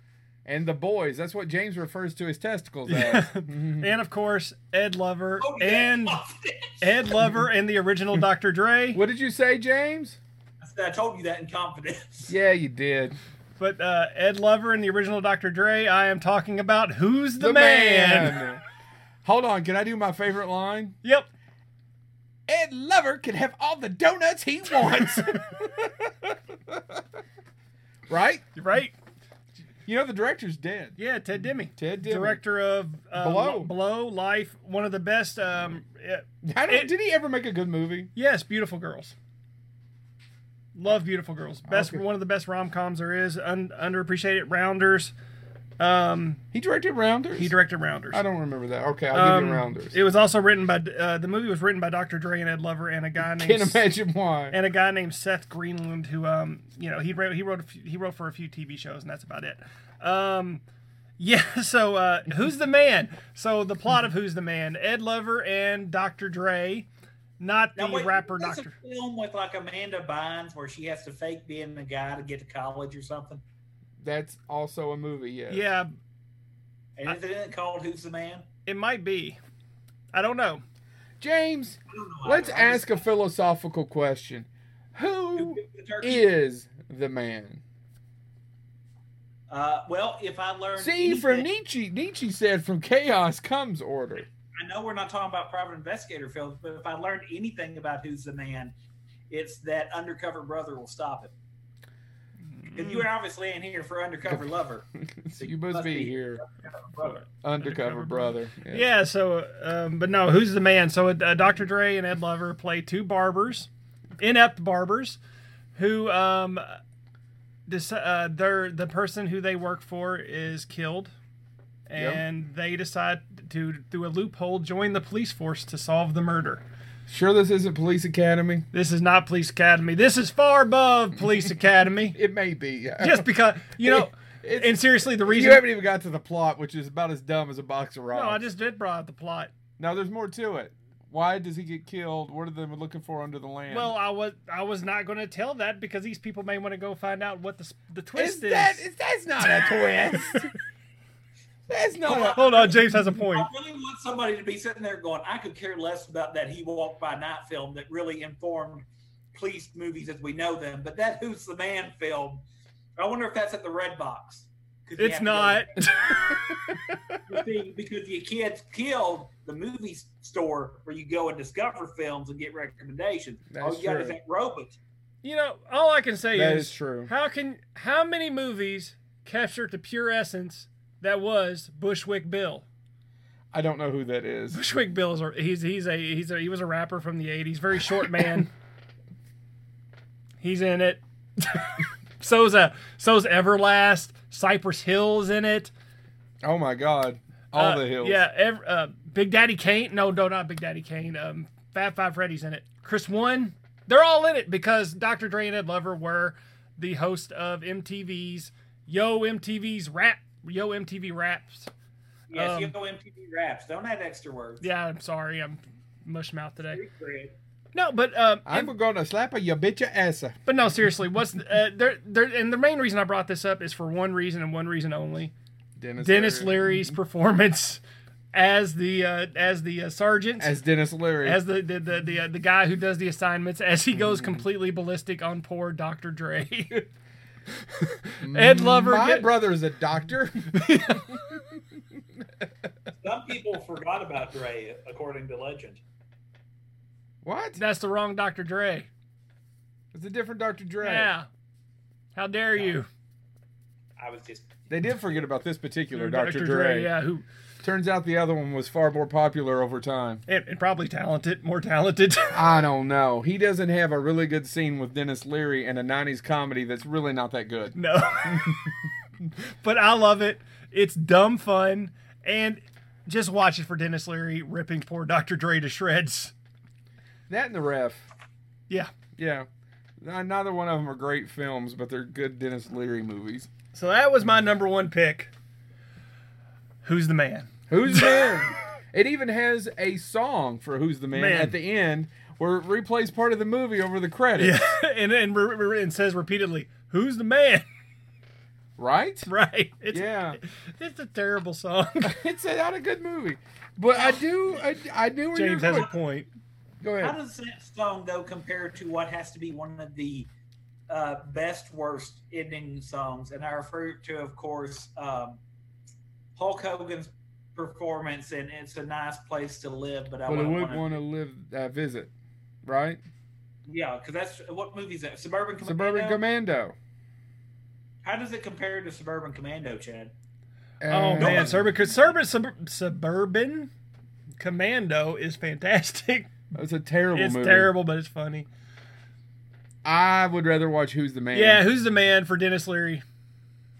[SPEAKER 1] and the boys. That's what James refers to his testicles as.
[SPEAKER 2] and of course Ed Lover
[SPEAKER 3] Oh, yeah.
[SPEAKER 2] and Ed Lover and the original Dr. Dre.
[SPEAKER 1] what did you say, James?
[SPEAKER 3] I told you that in confidence.
[SPEAKER 1] Yeah, you did.
[SPEAKER 2] But uh, Ed Lover and the original Dr. Dre, I am talking about who's the, man.
[SPEAKER 1] Hold on, can I do my favorite line?
[SPEAKER 2] Yep.
[SPEAKER 1] Ed Lover can have all the donuts he wants. right?
[SPEAKER 2] You're right.
[SPEAKER 1] You know the director's dead.
[SPEAKER 2] Yeah, Ted Demme.
[SPEAKER 1] Ted Demme.
[SPEAKER 2] Director of uh,
[SPEAKER 1] Blow.
[SPEAKER 2] Lo- Blow, Life, one of the best. Um, eh,
[SPEAKER 1] I don't,
[SPEAKER 2] It-
[SPEAKER 1] did he ever make a good movie?
[SPEAKER 2] yes, Beautiful Girls. Love Beautiful Girls. Best
[SPEAKER 1] Okay.
[SPEAKER 2] one of the best rom coms there is. Un, underappreciated Rounders. Um,
[SPEAKER 1] He directed Rounders.
[SPEAKER 2] he directed Rounders.
[SPEAKER 1] I don't remember that. Okay, I'll give
[SPEAKER 2] Um,
[SPEAKER 1] you Rounders.
[SPEAKER 2] It was also written by uh, the movie was written by Dr. Dre and Ed Lover and a guy named
[SPEAKER 1] Can't imagine why.
[SPEAKER 2] and a guy named Seth Greenland, who um, you know, he wrote he wrote a few, he wrote for a few TV shows, and that's about it. Um, yeah. So uh, who's the man? So the plot of Who's the Man? Ed Lover and Dr. Dre, not the
[SPEAKER 3] Now, wait,
[SPEAKER 2] rapper
[SPEAKER 3] there's
[SPEAKER 2] Dr.
[SPEAKER 3] a film with like Amanda Bynes where she has to fake being a guy to get to college or something.
[SPEAKER 1] That's also a movie. Yeah.
[SPEAKER 2] Yeah,
[SPEAKER 3] And
[SPEAKER 2] I-
[SPEAKER 3] isn't it called Who's the Man?
[SPEAKER 2] it might be. I don't know.
[SPEAKER 1] James,
[SPEAKER 3] I don't know. I-
[SPEAKER 1] let's
[SPEAKER 3] I just-
[SPEAKER 1] ask a philosophical question.
[SPEAKER 3] Who
[SPEAKER 1] Who
[SPEAKER 3] cooked the turkey?
[SPEAKER 1] is the man?
[SPEAKER 3] Uh, well, if I learned
[SPEAKER 1] See, from
[SPEAKER 3] anything-
[SPEAKER 1] Nietzsche, Nietzsche said, "From chaos comes order."
[SPEAKER 3] I know we're not talking about private investigator films, but if I learned anything about Who's the Man, it's that undercover brother will stop him. Because you were obviously in here for undercover lover.
[SPEAKER 1] So you must be here,
[SPEAKER 3] Brother.
[SPEAKER 1] undercover
[SPEAKER 2] Undercover
[SPEAKER 1] brother.
[SPEAKER 2] Yeah. so, um, but no, who's the man? So, uh, Dr. Dre and Ed Lover play two barbers, inept barbers, who um, dec- uh, they're the person who they work for is killed,
[SPEAKER 1] Yeah.
[SPEAKER 2] and they decide to through a loophole join the police force to solve the murder.
[SPEAKER 1] Sure, this isn't police academy.
[SPEAKER 2] This is not police academy. This is far above police academy.
[SPEAKER 1] It may be. yeah.
[SPEAKER 2] Just because you know,
[SPEAKER 1] It's-
[SPEAKER 2] and seriously, the
[SPEAKER 1] you
[SPEAKER 2] reason.
[SPEAKER 1] haven't even got to the plot, which is about as dumb as a box of
[SPEAKER 2] no,
[SPEAKER 1] rocks.
[SPEAKER 2] I just did brought out the plot.
[SPEAKER 1] Now there's more to it. Why does he get killed? What are they looking for under the land?
[SPEAKER 2] Well, I was I was not going to tell that because these people may want to go find out what the s- the twist
[SPEAKER 1] is
[SPEAKER 2] is.
[SPEAKER 1] that is that's not a twist. that's not.
[SPEAKER 2] Hold on, James has a point.
[SPEAKER 3] I really want somebody to be sitting there going, I could care less about that He Walked by Night film that really informed police movies as we know them. But that Who's the Man film, I wonder if that's at the Red Box. 'Cause you
[SPEAKER 2] It's
[SPEAKER 3] have to go-
[SPEAKER 2] not.
[SPEAKER 3] You see, because your kids killed the movie store where you go and discover films and get recommendations.
[SPEAKER 1] That's
[SPEAKER 3] All you got is
[SPEAKER 1] true.
[SPEAKER 3] that robot.
[SPEAKER 2] you know, all I can
[SPEAKER 1] A,
[SPEAKER 2] say
[SPEAKER 1] that
[SPEAKER 2] is
[SPEAKER 1] is true.
[SPEAKER 2] how can how many movies capture the pure essence that was Bushwick Bill.
[SPEAKER 1] I don't know who that is.
[SPEAKER 2] Bushwick Bill is a- he's he's a he's a he was a rapper from the '80s, very short man. he's in it. so's a so's Everlast. Cypress Hills in it.
[SPEAKER 1] Oh my God! All
[SPEAKER 2] Uh,
[SPEAKER 1] the hills.
[SPEAKER 2] Yeah, ev uh, Big Daddy Kane. No, no, not Big Daddy Kane. Um, Fat Five Freddy's in it. Chris One. They're all in it because Dr. Dre and Ed Lover were the host of MTV's Yo MTV's Rap Yo MTV Raps.
[SPEAKER 3] Yes, E you
[SPEAKER 2] Um,
[SPEAKER 3] go MTV raps. Don't add extra words.
[SPEAKER 2] Yeah, I'm sorry, I'm mush mouth today.
[SPEAKER 3] Regret.
[SPEAKER 2] No, but um,
[SPEAKER 1] I'm gonna slap a ya bitch a ass.
[SPEAKER 2] but no, seriously, what's the- uh, there? There and the main reason I brought this up is for one reason and one reason only.
[SPEAKER 1] Dennis.
[SPEAKER 2] Dennis Leary's performance as the uh, as the uh, sergeant
[SPEAKER 1] As Dennis Leary.
[SPEAKER 2] as the the the the, uh, the guy who does the assignments as he goes completely ballistic on poor Dr. Dre. Ed Lover
[SPEAKER 1] My
[SPEAKER 2] get-
[SPEAKER 1] brother is a doctor.
[SPEAKER 3] Some people forgot about Dre, according to legend.
[SPEAKER 1] what?
[SPEAKER 2] That's the wrong Dr. Dre.
[SPEAKER 1] It's a different Dr. Dre.
[SPEAKER 2] Yeah. How dare you,
[SPEAKER 3] I was just
[SPEAKER 1] They did forget about this particular
[SPEAKER 2] Dr.
[SPEAKER 1] Dr. Dre.
[SPEAKER 2] Yeah, who
[SPEAKER 1] Turns out the other one was far more popular over time.
[SPEAKER 2] and, and probably talented, more talented.
[SPEAKER 1] I don't know. He doesn't have a really good scene with Dennis Leary and a 90s comedy that's really not that good.
[SPEAKER 2] no, but I love it. It's dumb fun, and just watch it for Dennis Leary ripping poor Dr. Dre to shreds.
[SPEAKER 1] That and The Ref.
[SPEAKER 2] Yeah.
[SPEAKER 1] Yeah. Neither one of them are great films, but they're good Dennis Leary movies.
[SPEAKER 2] So that was my number one pick. Who's the man?
[SPEAKER 1] Who's the man? it even has a song for Who's the man,
[SPEAKER 2] Man.
[SPEAKER 1] at the end where it replays part of the movie over the credits.
[SPEAKER 2] Yeah, and and, re- re- and says repeatedly, "Who's the man?"
[SPEAKER 1] Right?
[SPEAKER 2] Right? It's,
[SPEAKER 1] Yeah.
[SPEAKER 2] it's a terrible song.
[SPEAKER 1] It's a, not a good movie. But I do, I, I do. where
[SPEAKER 2] James
[SPEAKER 1] you're
[SPEAKER 2] has a
[SPEAKER 1] going.
[SPEAKER 2] point.
[SPEAKER 1] Go
[SPEAKER 3] How
[SPEAKER 1] ahead.
[SPEAKER 3] does that song though compare to what has to be one of the uh, best worst ending songs? And I refer to, of course, um, Hulk Hogan's performance in "It's a Nice Place to Live," but I
[SPEAKER 1] But I
[SPEAKER 3] wouldn't
[SPEAKER 1] would
[SPEAKER 3] wanna-
[SPEAKER 1] want to live that visit, right?
[SPEAKER 3] Yeah, because that's what movie is that? Suburban Commando.
[SPEAKER 1] Suburban Commando.
[SPEAKER 3] How does it compare to Suburban Commando, Chad?
[SPEAKER 2] oh
[SPEAKER 1] Uh,
[SPEAKER 2] man, suburban, suburban, Sub- suburban commando is fantastic.
[SPEAKER 1] It's a terrible
[SPEAKER 2] it's
[SPEAKER 1] movie.
[SPEAKER 2] terrible, but it's funny.
[SPEAKER 1] I would rather watch Who's the Man.
[SPEAKER 2] Yeah, who's the man for Dennis Leary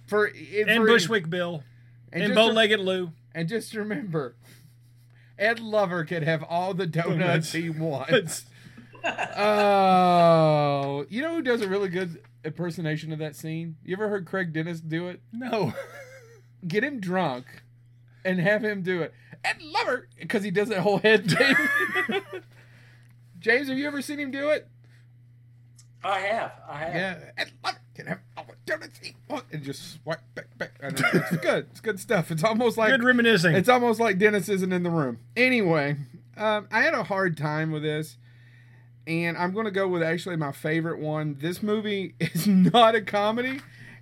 [SPEAKER 1] for and,
[SPEAKER 2] and
[SPEAKER 1] for-
[SPEAKER 2] Bushwick Bill
[SPEAKER 1] and
[SPEAKER 2] and
[SPEAKER 1] just-
[SPEAKER 2] Bow Legged Lou?
[SPEAKER 1] And just remember, Ed Lover can have all the donuts
[SPEAKER 2] Donuts.
[SPEAKER 1] he wants.
[SPEAKER 2] It's-
[SPEAKER 1] Oh, you know who does a really good impersonation of that scene? You ever heard Craig Dennis do it?
[SPEAKER 2] no,
[SPEAKER 1] Get him drunk and have him do it. Ed Lover, because he does that whole head thing. James, have you ever seen him do it?
[SPEAKER 3] I have. I have.
[SPEAKER 1] Yeah, Ed Lover can have all the donuts he wants, and just swipe back, back. I know, it's good. It's good stuff. It's almost like
[SPEAKER 2] good reminiscing.
[SPEAKER 1] It's almost like Dennis isn't in the room. Anyway, um, I had a hard time with this, and I'm going to go with actually my favorite one. This movie is not a comedy,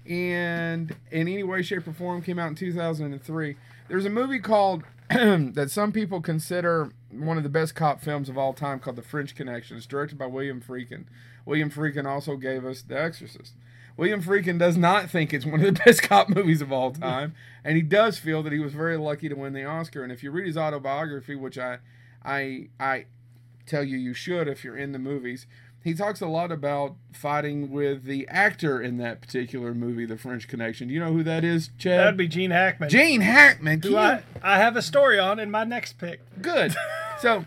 [SPEAKER 1] and in any way, shape, or form, came out in 2003. There's a movie called that some people consider one of the best cop films of all time called The French Connection. It's directed by William Freakin. William Freakin also gave us The Exorcist. William Freakin does not think it's one of the best cop movies of all time, and he does feel that he was very lucky to win the Oscar. And if you read his autobiography, which I, I, I tell you you should if you're in the movies, he talks a lot about fighting with the actor in that particular movie, The French Connection. Do you know who that is, Chad?
[SPEAKER 2] That'd be Gene Hackman.
[SPEAKER 1] Gene Hackman. Can
[SPEAKER 2] who
[SPEAKER 1] you-
[SPEAKER 2] I, I have a story on in my next pick.
[SPEAKER 1] good. So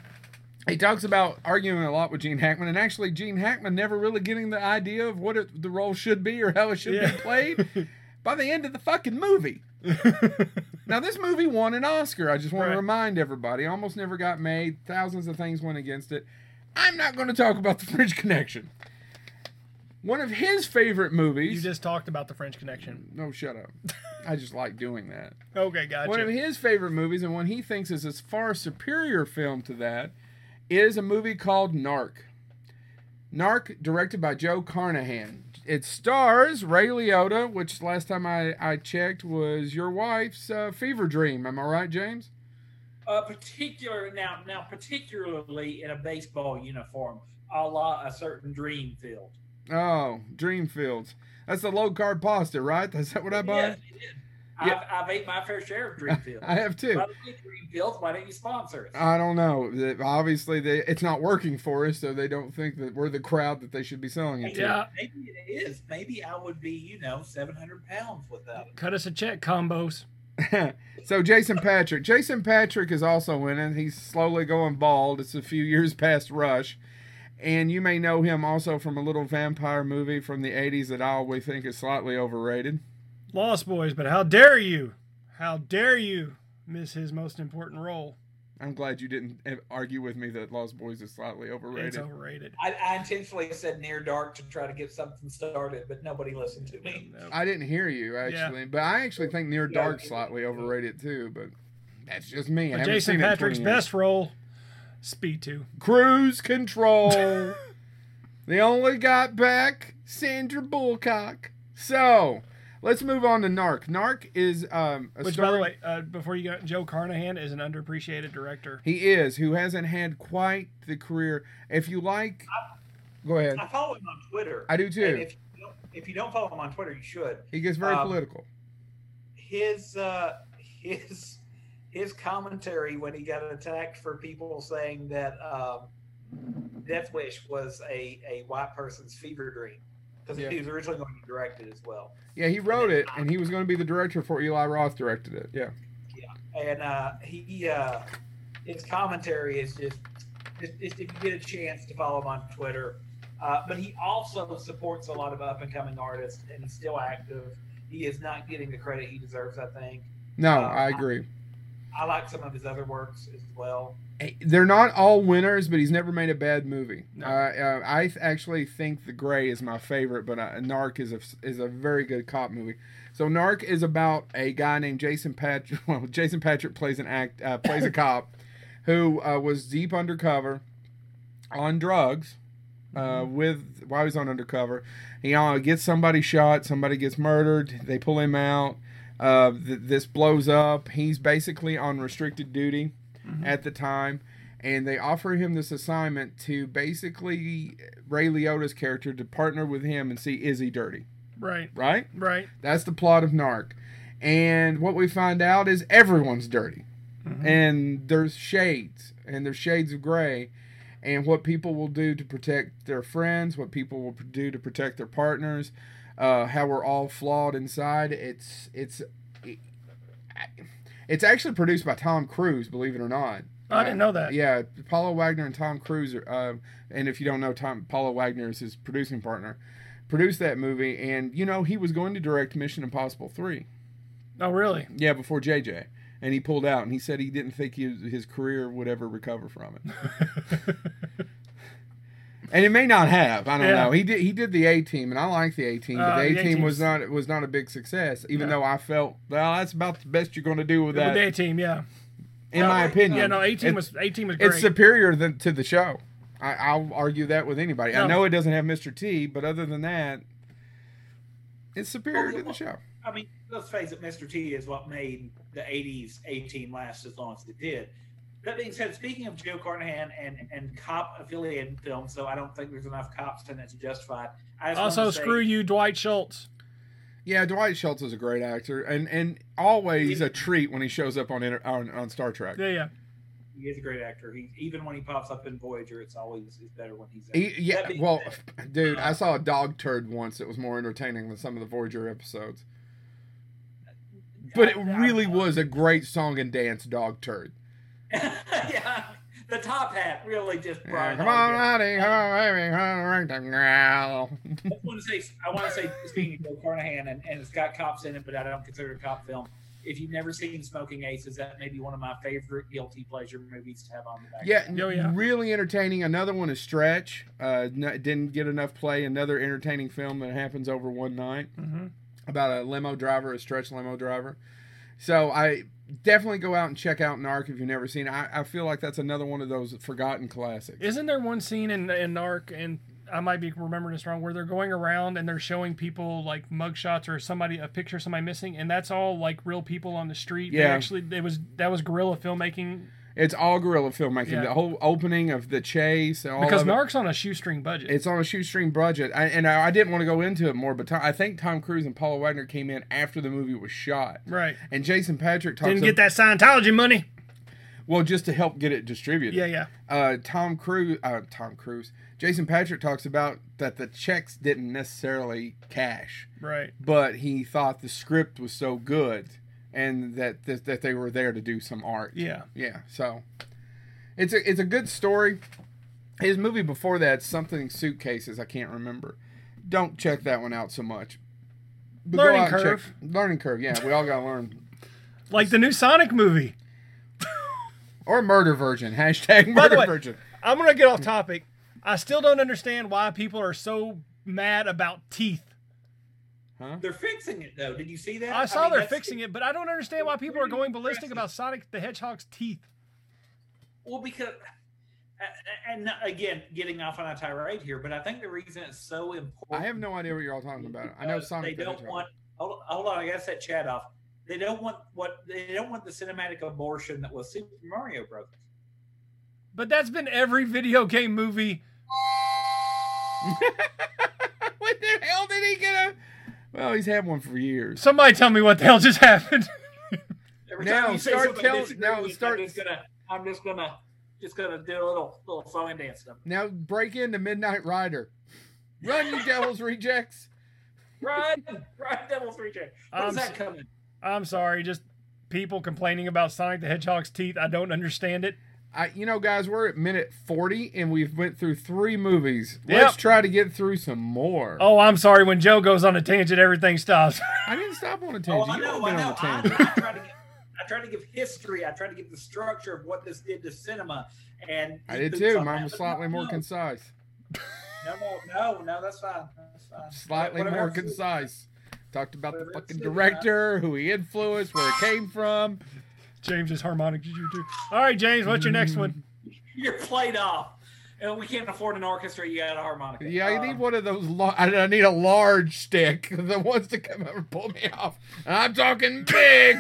[SPEAKER 1] he talks about arguing a lot with Gene Hackman, and actually Gene Hackman never really getting the idea of what it, the role should be or how it should
[SPEAKER 2] Yeah.
[SPEAKER 1] be played by the end of the fucking movie. now this movie won an Oscar. I just want
[SPEAKER 2] Right.
[SPEAKER 1] to remind everybody. Almost never got made. Thousands of things went against it. I'm not going to talk about the French Connection. One of his favorite
[SPEAKER 2] You
[SPEAKER 1] movies.
[SPEAKER 2] just talked about the French Connection.
[SPEAKER 1] no, shut up. I just like doing that.
[SPEAKER 2] Okay, gotcha.
[SPEAKER 1] One of his favorite movies, and one he thinks is his far superior film to that, is a movie called Narc. Narc, directed by Joe Carnahan. It stars Ray Liotta, which last time I, I checked was your wife's uh, fever dream. Am I right, James?
[SPEAKER 3] Uh, particular now, now particularly in a baseball uniform, a la a certain dream field.
[SPEAKER 1] Oh, Dreamfields. That's the low carb pasta, right? Is that what I bought?
[SPEAKER 3] Yes, it is.
[SPEAKER 1] Yeah.
[SPEAKER 3] I've, I've ate my fair share of dream fields.
[SPEAKER 1] I have two.
[SPEAKER 3] Why don't you dream fields? Why don't you sponsor us?
[SPEAKER 1] I don't know. The- Obviously, they, it's not working for us, so they don't think that we're the crowd that they should be selling it to.
[SPEAKER 2] Yeah.
[SPEAKER 3] Maybe it is. Maybe I would be, you know, seven hundred pounds without it.
[SPEAKER 2] Cut us a check, combos.
[SPEAKER 1] so Jason Patrick. Jason Patrick is also in it. He's slowly going bald. It's a few years past Rush. And you may know him also from a little vampire movie from the 80s that I always think is slightly overrated.
[SPEAKER 2] Lost Boys, but how dare you? How dare you miss his most important role?
[SPEAKER 1] I'm glad you didn't eh, argue with me that Lost Boys is slightly
[SPEAKER 2] It's
[SPEAKER 1] overrated.
[SPEAKER 2] overrated.
[SPEAKER 3] I, I intentionally said near dark to try to get something started, but nobody listened to me.
[SPEAKER 2] No.
[SPEAKER 1] I didn't hear you actually, but I actually think Near
[SPEAKER 3] Yeah.
[SPEAKER 1] Dark's slightly overrated too, but that's just me. I
[SPEAKER 2] But
[SPEAKER 1] haven't
[SPEAKER 2] Jason
[SPEAKER 1] seen it in
[SPEAKER 2] Patrick's
[SPEAKER 1] 20 years.
[SPEAKER 2] best role, Speed 2.
[SPEAKER 1] Cruise Control. they only got back Sandra Bullock. So let's move on to Narc. Narc is um, a
[SPEAKER 2] Which,
[SPEAKER 1] story-
[SPEAKER 2] by the way, uh, before you go, Joe Carnahan is an underappreciated director.
[SPEAKER 1] he is who hasn't had quite the career. If you like, go ahead.
[SPEAKER 3] I follow him on Twitter.
[SPEAKER 1] I do
[SPEAKER 3] And
[SPEAKER 1] too.
[SPEAKER 3] if, you don't, if you don't follow him on Twitter, you should.
[SPEAKER 1] He gets very
[SPEAKER 3] um,
[SPEAKER 1] political.
[SPEAKER 3] His uh, his his commentary when he got attacked for people saying that um, Death Wish was a, a white person's fever dream because
[SPEAKER 1] Yeah.
[SPEAKER 3] he was originally going to direct it as well.
[SPEAKER 1] Yeah, he wrote it, and he was going to be the director for Eli Roth directed it. Yeah.
[SPEAKER 3] and uh, he uh, his commentary is just, just, just if you get a chance to follow him on Twitter. Uh, but he also supports a lot of up and coming artists, and he's still active. He is not getting the credit he deserves. I think
[SPEAKER 1] No,
[SPEAKER 3] Uh,
[SPEAKER 1] I agree.
[SPEAKER 3] I like some of his other works as well.
[SPEAKER 1] Eh, They're not all winners, but he's never made a bad movie.
[SPEAKER 2] No.
[SPEAKER 1] Uh, uh, I th- actually think The Gray is my favorite, but uh, Narc is a is a very good cop movie. So Narc is about a guy named Jason Patrick. Well, Jason Patrick plays an act uh, plays a cop who uh, was deep undercover on drugs uh, with while he's on undercover. He uh, gets somebody shot, somebody gets murdered. They pull him out. Uh, th- this blows up. He's basically on restricted duty at the time, and they offer him this assignment to basically Ray Liotta's character to partner with him and see is he dirty,
[SPEAKER 2] Right,
[SPEAKER 1] right?
[SPEAKER 2] right.
[SPEAKER 1] That's the plot of Narc. And what we find out is everyone's dirty.
[SPEAKER 2] Mhm.
[SPEAKER 1] And there's shades, and there's shades of gray. and what people will do to protect their friends, what people will do to protect their partners, uh, how we're all flawed inside. It's it's it, it's actually produced by Tom Cruise, believe it or not.
[SPEAKER 2] I didn't know that.
[SPEAKER 1] yeah, Paula Wagner and Tom Cruise are, uh, and if you don't know, Tom Paula Wagner is his producing partner. Produced that movie, and you know he was going to direct Mission Impossible three.
[SPEAKER 2] Oh, really?
[SPEAKER 1] Yeah, before JJ, and he pulled out, and he said he didn't think he, his career would ever recover from it. and it may not have. I don't
[SPEAKER 2] Yeah.
[SPEAKER 1] know. He did. He did the A Team, and I like the A Team, but
[SPEAKER 2] Uh,
[SPEAKER 1] the
[SPEAKER 2] the
[SPEAKER 1] A Team was
[SPEAKER 2] A-Team's-
[SPEAKER 1] not was not a big success. Even
[SPEAKER 2] No.
[SPEAKER 1] though I felt, well, that's about the best you're going to do with
[SPEAKER 2] With
[SPEAKER 1] that,
[SPEAKER 2] the A team, yeah.
[SPEAKER 1] in my
[SPEAKER 3] Yeah,
[SPEAKER 1] opinion.
[SPEAKER 2] Yeah, no, A
[SPEAKER 1] It-
[SPEAKER 2] team was A team was great.
[SPEAKER 1] it's superior than to the show. I, I'll argue that with anybody. I
[SPEAKER 2] No.
[SPEAKER 1] know it doesn't have Mr. T, but other than that, it's superior to the show.
[SPEAKER 3] I mean, let's face it, Mr. T is what made the 80s A team last as long as it did. That being said, speaking of Joe Carnahan and, and cop affiliated films, so I don't think there's enough cops in it to justify it. I just
[SPEAKER 2] also,
[SPEAKER 3] wanted to say-
[SPEAKER 2] screw you, Dwight Schultz.
[SPEAKER 1] Yeah, Dwight Schultz is a great actor, and and always a treat when he shows up on inter, on, on Star Trek.
[SPEAKER 2] Yeah, yeah.
[SPEAKER 3] He is a great actor. He even when he pops up in Voyager, it's always it's better when he's. in
[SPEAKER 1] He-
[SPEAKER 3] it.
[SPEAKER 1] yeah,
[SPEAKER 3] That being
[SPEAKER 1] well,
[SPEAKER 3] said,
[SPEAKER 1] dude, I saw a dog turd once that was more entertaining than some of the Voyager episodes. But it
[SPEAKER 3] I- I-
[SPEAKER 1] really was a great song and dance dog turd.
[SPEAKER 3] yeah, the top hat really just brought.
[SPEAKER 1] Yeah,
[SPEAKER 3] it
[SPEAKER 1] come
[SPEAKER 3] all
[SPEAKER 1] on,
[SPEAKER 3] together.
[SPEAKER 1] honey, come on, baby, come on, right now.
[SPEAKER 3] I want to say, I want to say, speaking of Bill Carnahan, and, and it's got cops in it, but I don't consider it a cop film. If you've never seen Smoking Aces, that may be one of my favorite guilty pleasure movies to have on the back.
[SPEAKER 1] Yeah,
[SPEAKER 2] Oh, yeah.
[SPEAKER 1] really entertaining. Another one is Stretch. Uh, n- didn't get enough play. Another entertaining film that happens over one night
[SPEAKER 2] hmm
[SPEAKER 1] about a limo driver, a stretch limo driver. So I definitely go out and check out Narc if you've never seen. it. I, I feel like that's another one of those forgotten classics.
[SPEAKER 2] Isn't there one scene in in Narc, and I might be remembering this wrong, where they're going around and they're showing people like mugshots or somebody a picture of somebody missing, and that's all like real people on the street. They
[SPEAKER 1] Yeah.
[SPEAKER 2] actually, it was that was guerrilla filmmaking
[SPEAKER 1] It's all guerrilla filmmaking.
[SPEAKER 2] Yeah.
[SPEAKER 1] The whole opening of the chase. and All
[SPEAKER 2] because
[SPEAKER 1] of it.
[SPEAKER 2] Narc's on a shoestring budget.
[SPEAKER 1] It's on a shoestring budget, I, and I, I didn't want to go into it more, but Tom, I think Tom Cruise and Paula Wagner came in after the movie was shot,
[SPEAKER 2] right.
[SPEAKER 1] and Jason Patrick talks
[SPEAKER 2] Didn't get that Scientology money.
[SPEAKER 1] well just to help get it distributed.
[SPEAKER 2] Yeah, yeah.
[SPEAKER 1] uh, Tom Cruise, uh, Tom Cruise, Jason Patrick talks about that the checks didn't necessarily cash,
[SPEAKER 2] Right.
[SPEAKER 1] but he thought the script was so good and that that, that they were there to do some art.
[SPEAKER 2] Yeah.
[SPEAKER 1] Yeah, so it's a it's a good story. His movie before that, something suitcases, I can't remember. Don't check that one out so much. But
[SPEAKER 2] Learning
[SPEAKER 1] and
[SPEAKER 2] curve.
[SPEAKER 1] check- learning curve. Yeah, we all gotta learn.
[SPEAKER 2] Like the new Sonic movie.
[SPEAKER 1] Or murder virgin. Hashtag
[SPEAKER 2] By the
[SPEAKER 1] murder
[SPEAKER 2] way-
[SPEAKER 1] virgin.
[SPEAKER 2] I'm gonna get off topic. I still don't understand why people are so mad about teeth.
[SPEAKER 1] Huh?
[SPEAKER 3] they're fixing it though. Did you see that?
[SPEAKER 2] I saw they're fixing it, but I don't understand why people are going ballistic about Sonic the Hedgehog's teeth.
[SPEAKER 3] Well, because and again, getting off on a tirade here, but I think the reason it's so
[SPEAKER 1] I
[SPEAKER 3] important.
[SPEAKER 1] have no idea what you're all talking about. I know
[SPEAKER 3] because
[SPEAKER 1] Sonic
[SPEAKER 3] Uh, They
[SPEAKER 1] the
[SPEAKER 3] don't
[SPEAKER 1] Hedgehog.
[SPEAKER 3] want. Hold, hold on, I gotta set Chad off. They don't want what they don't want the cinematic abortion that was Super Mario Brothers.
[SPEAKER 2] But that's been every video game movie.
[SPEAKER 1] what the hell did he get a? Well, he's had one for years.
[SPEAKER 2] Somebody tell me what the hell just happened.
[SPEAKER 3] Every
[SPEAKER 1] Now
[SPEAKER 3] time you say
[SPEAKER 1] start
[SPEAKER 3] something
[SPEAKER 1] tell-
[SPEAKER 3] disagrees,
[SPEAKER 1] now
[SPEAKER 3] I'm
[SPEAKER 1] start-
[SPEAKER 3] just gonna, I'm just gonna, just gonna do a little, little song and dance number.
[SPEAKER 1] Now break into Midnight Rider. Run, you devil's rejects.
[SPEAKER 3] Run, run, Devil's Reject.
[SPEAKER 2] Um,
[SPEAKER 3] When's that
[SPEAKER 2] s-
[SPEAKER 3] coming?
[SPEAKER 2] I'm sorry, just people complaining about Sonic the Hedgehog's teeth. I don't understand it.
[SPEAKER 1] I, you know, guys, we're at minute forty, and we've went through three movies.
[SPEAKER 2] Yep.
[SPEAKER 1] Let's try to get through some more.
[SPEAKER 2] Oh, I'm sorry. When Joe goes on a tangent, everything stops.
[SPEAKER 1] I didn't stop on a
[SPEAKER 3] Oh,
[SPEAKER 1] tangent.
[SPEAKER 3] I
[SPEAKER 1] you all
[SPEAKER 3] know,
[SPEAKER 1] been
[SPEAKER 3] I
[SPEAKER 1] on
[SPEAKER 3] know.
[SPEAKER 1] a
[SPEAKER 3] I,
[SPEAKER 1] tangent.
[SPEAKER 3] I try to give, I try to give history. I try to give the structure of what this did to cinema. And
[SPEAKER 1] I did
[SPEAKER 3] the-
[SPEAKER 1] too.
[SPEAKER 3] somehow-
[SPEAKER 1] Mine was slightly more
[SPEAKER 3] no,
[SPEAKER 1] concise.
[SPEAKER 3] No, no, no, no. That's fine. That's fine.
[SPEAKER 1] Slightly
[SPEAKER 3] Whatever
[SPEAKER 1] more
[SPEAKER 3] else is-
[SPEAKER 1] concise. Talked about the
[SPEAKER 3] Whatever
[SPEAKER 1] fucking
[SPEAKER 3] it said,
[SPEAKER 1] director, who he influenced, where it came from.
[SPEAKER 2] James is harmonic. as You do. All right, James. What's your next one?
[SPEAKER 3] You're played off, and we can't afford an orchestra. You got a harmonica.
[SPEAKER 1] Yeah, I
[SPEAKER 3] Um,
[SPEAKER 1] need one of those. lar- I I need a large stick that wants to come over and pull me off. And I'm talking big.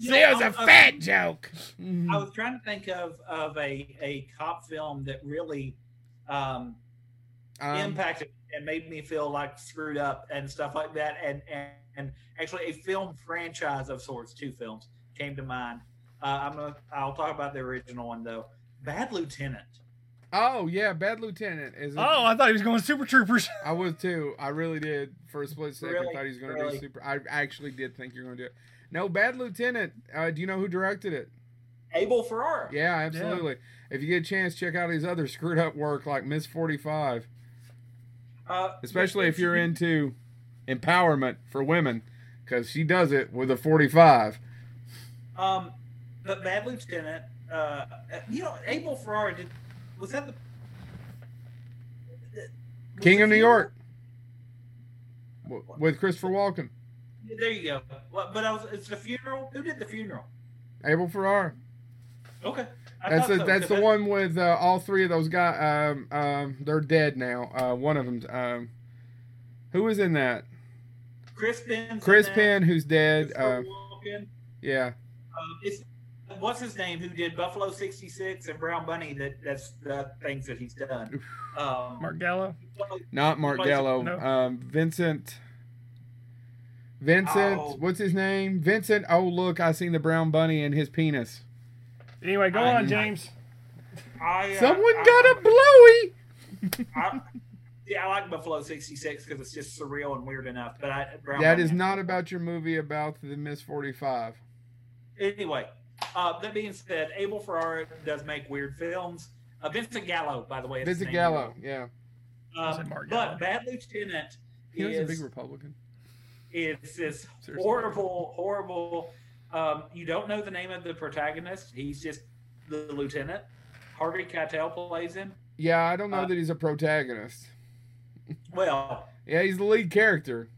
[SPEAKER 1] See, it was a
[SPEAKER 3] I'm- Mm-hmm. I'm-
[SPEAKER 1] fat joke. Um,
[SPEAKER 3] I was trying to think of of a a cop film that really um,
[SPEAKER 1] Um,
[SPEAKER 3] impacted and made me feel like screwed up and stuff like that. And and, and actually, a film franchise of sorts, two films came to mind. Uh, I'm gonna I'll talk about the original one though. Bad Lieutenant.
[SPEAKER 1] Oh yeah, Bad Lieutenant is.
[SPEAKER 2] Oh, I thought he was going Super Troopers.
[SPEAKER 1] I was too. I really did for a split second.
[SPEAKER 3] Really?
[SPEAKER 1] I thought he was going to do
[SPEAKER 3] Really?
[SPEAKER 1] Super. I actually did think you're going to do it. No, Bad Lieutenant. Uh, do you know who directed it?
[SPEAKER 3] Abel Ferrara.
[SPEAKER 1] Yeah, absolutely. If you get a chance, check out his other screwed up work like Miss Forty Five,
[SPEAKER 3] Uh,
[SPEAKER 1] especially if you're into empowerment for women, because she does it with a forty five.
[SPEAKER 3] Um, but Bad Lieutenant, uh, you know, Abel Ferrara did. Was that the was
[SPEAKER 1] King
[SPEAKER 3] it
[SPEAKER 1] of New
[SPEAKER 3] him?
[SPEAKER 1] York w- with Christopher Walken,
[SPEAKER 3] There you go. Well, But I was, it's the funeral. Who did the funeral?
[SPEAKER 1] Abel Ferrara.
[SPEAKER 3] Okay. I
[SPEAKER 1] That's
[SPEAKER 3] thought
[SPEAKER 1] the,
[SPEAKER 3] so,
[SPEAKER 1] that's
[SPEAKER 3] 'cause
[SPEAKER 1] the one with uh, all three of those guys. Um, um, they're dead now. Uh, one of them. Um, who was in that?
[SPEAKER 3] Chris Penn's
[SPEAKER 1] Chris
[SPEAKER 3] in that,
[SPEAKER 1] Penn, who's dead. Uh,
[SPEAKER 3] Christopher Walken.
[SPEAKER 1] yeah,
[SPEAKER 3] Um, it's what's his name who did Buffalo '66 and Brown Bunny. That that's the things that he's done. Um,
[SPEAKER 2] Mark Gallo.
[SPEAKER 1] not Mark
[SPEAKER 3] Plays-
[SPEAKER 1] Gallo.
[SPEAKER 2] no.
[SPEAKER 1] Um, Vincent. Vincent,
[SPEAKER 3] Oh.
[SPEAKER 1] what's his name? Vincent. Oh look, I seen the brown bunny and his penis.
[SPEAKER 2] Anyway, go
[SPEAKER 3] I-
[SPEAKER 2] on, James.
[SPEAKER 3] I, uh,
[SPEAKER 1] Someone
[SPEAKER 3] I-
[SPEAKER 1] got a blowy.
[SPEAKER 3] I, yeah, I like Buffalo '66 because it's just surreal and weird enough. But I Brown
[SPEAKER 1] That
[SPEAKER 3] Bunny-
[SPEAKER 1] is not about your movie about the Miss Forty Five.
[SPEAKER 3] anyway. Uh, that being said, Abel Ferrara does make weird films. Uh, Vincent Gallo, by the way, is his
[SPEAKER 1] Vincent
[SPEAKER 3] name.
[SPEAKER 1] Gallo. Yeah,
[SPEAKER 2] Is it
[SPEAKER 3] Um,
[SPEAKER 2] Mark Gallo?
[SPEAKER 3] but Bad Lieutenant
[SPEAKER 1] he was a big
[SPEAKER 3] is
[SPEAKER 1] Republican.
[SPEAKER 3] it's this
[SPEAKER 1] Seriously.
[SPEAKER 3] horrible, horrible. Um, you don't know the name of the protagonist. He's just the lieutenant. Harvey Keitel plays him.
[SPEAKER 1] Yeah, I don't know
[SPEAKER 3] Uh,
[SPEAKER 1] that he's a protagonist.
[SPEAKER 3] Well,
[SPEAKER 1] Yeah, he's the lead character.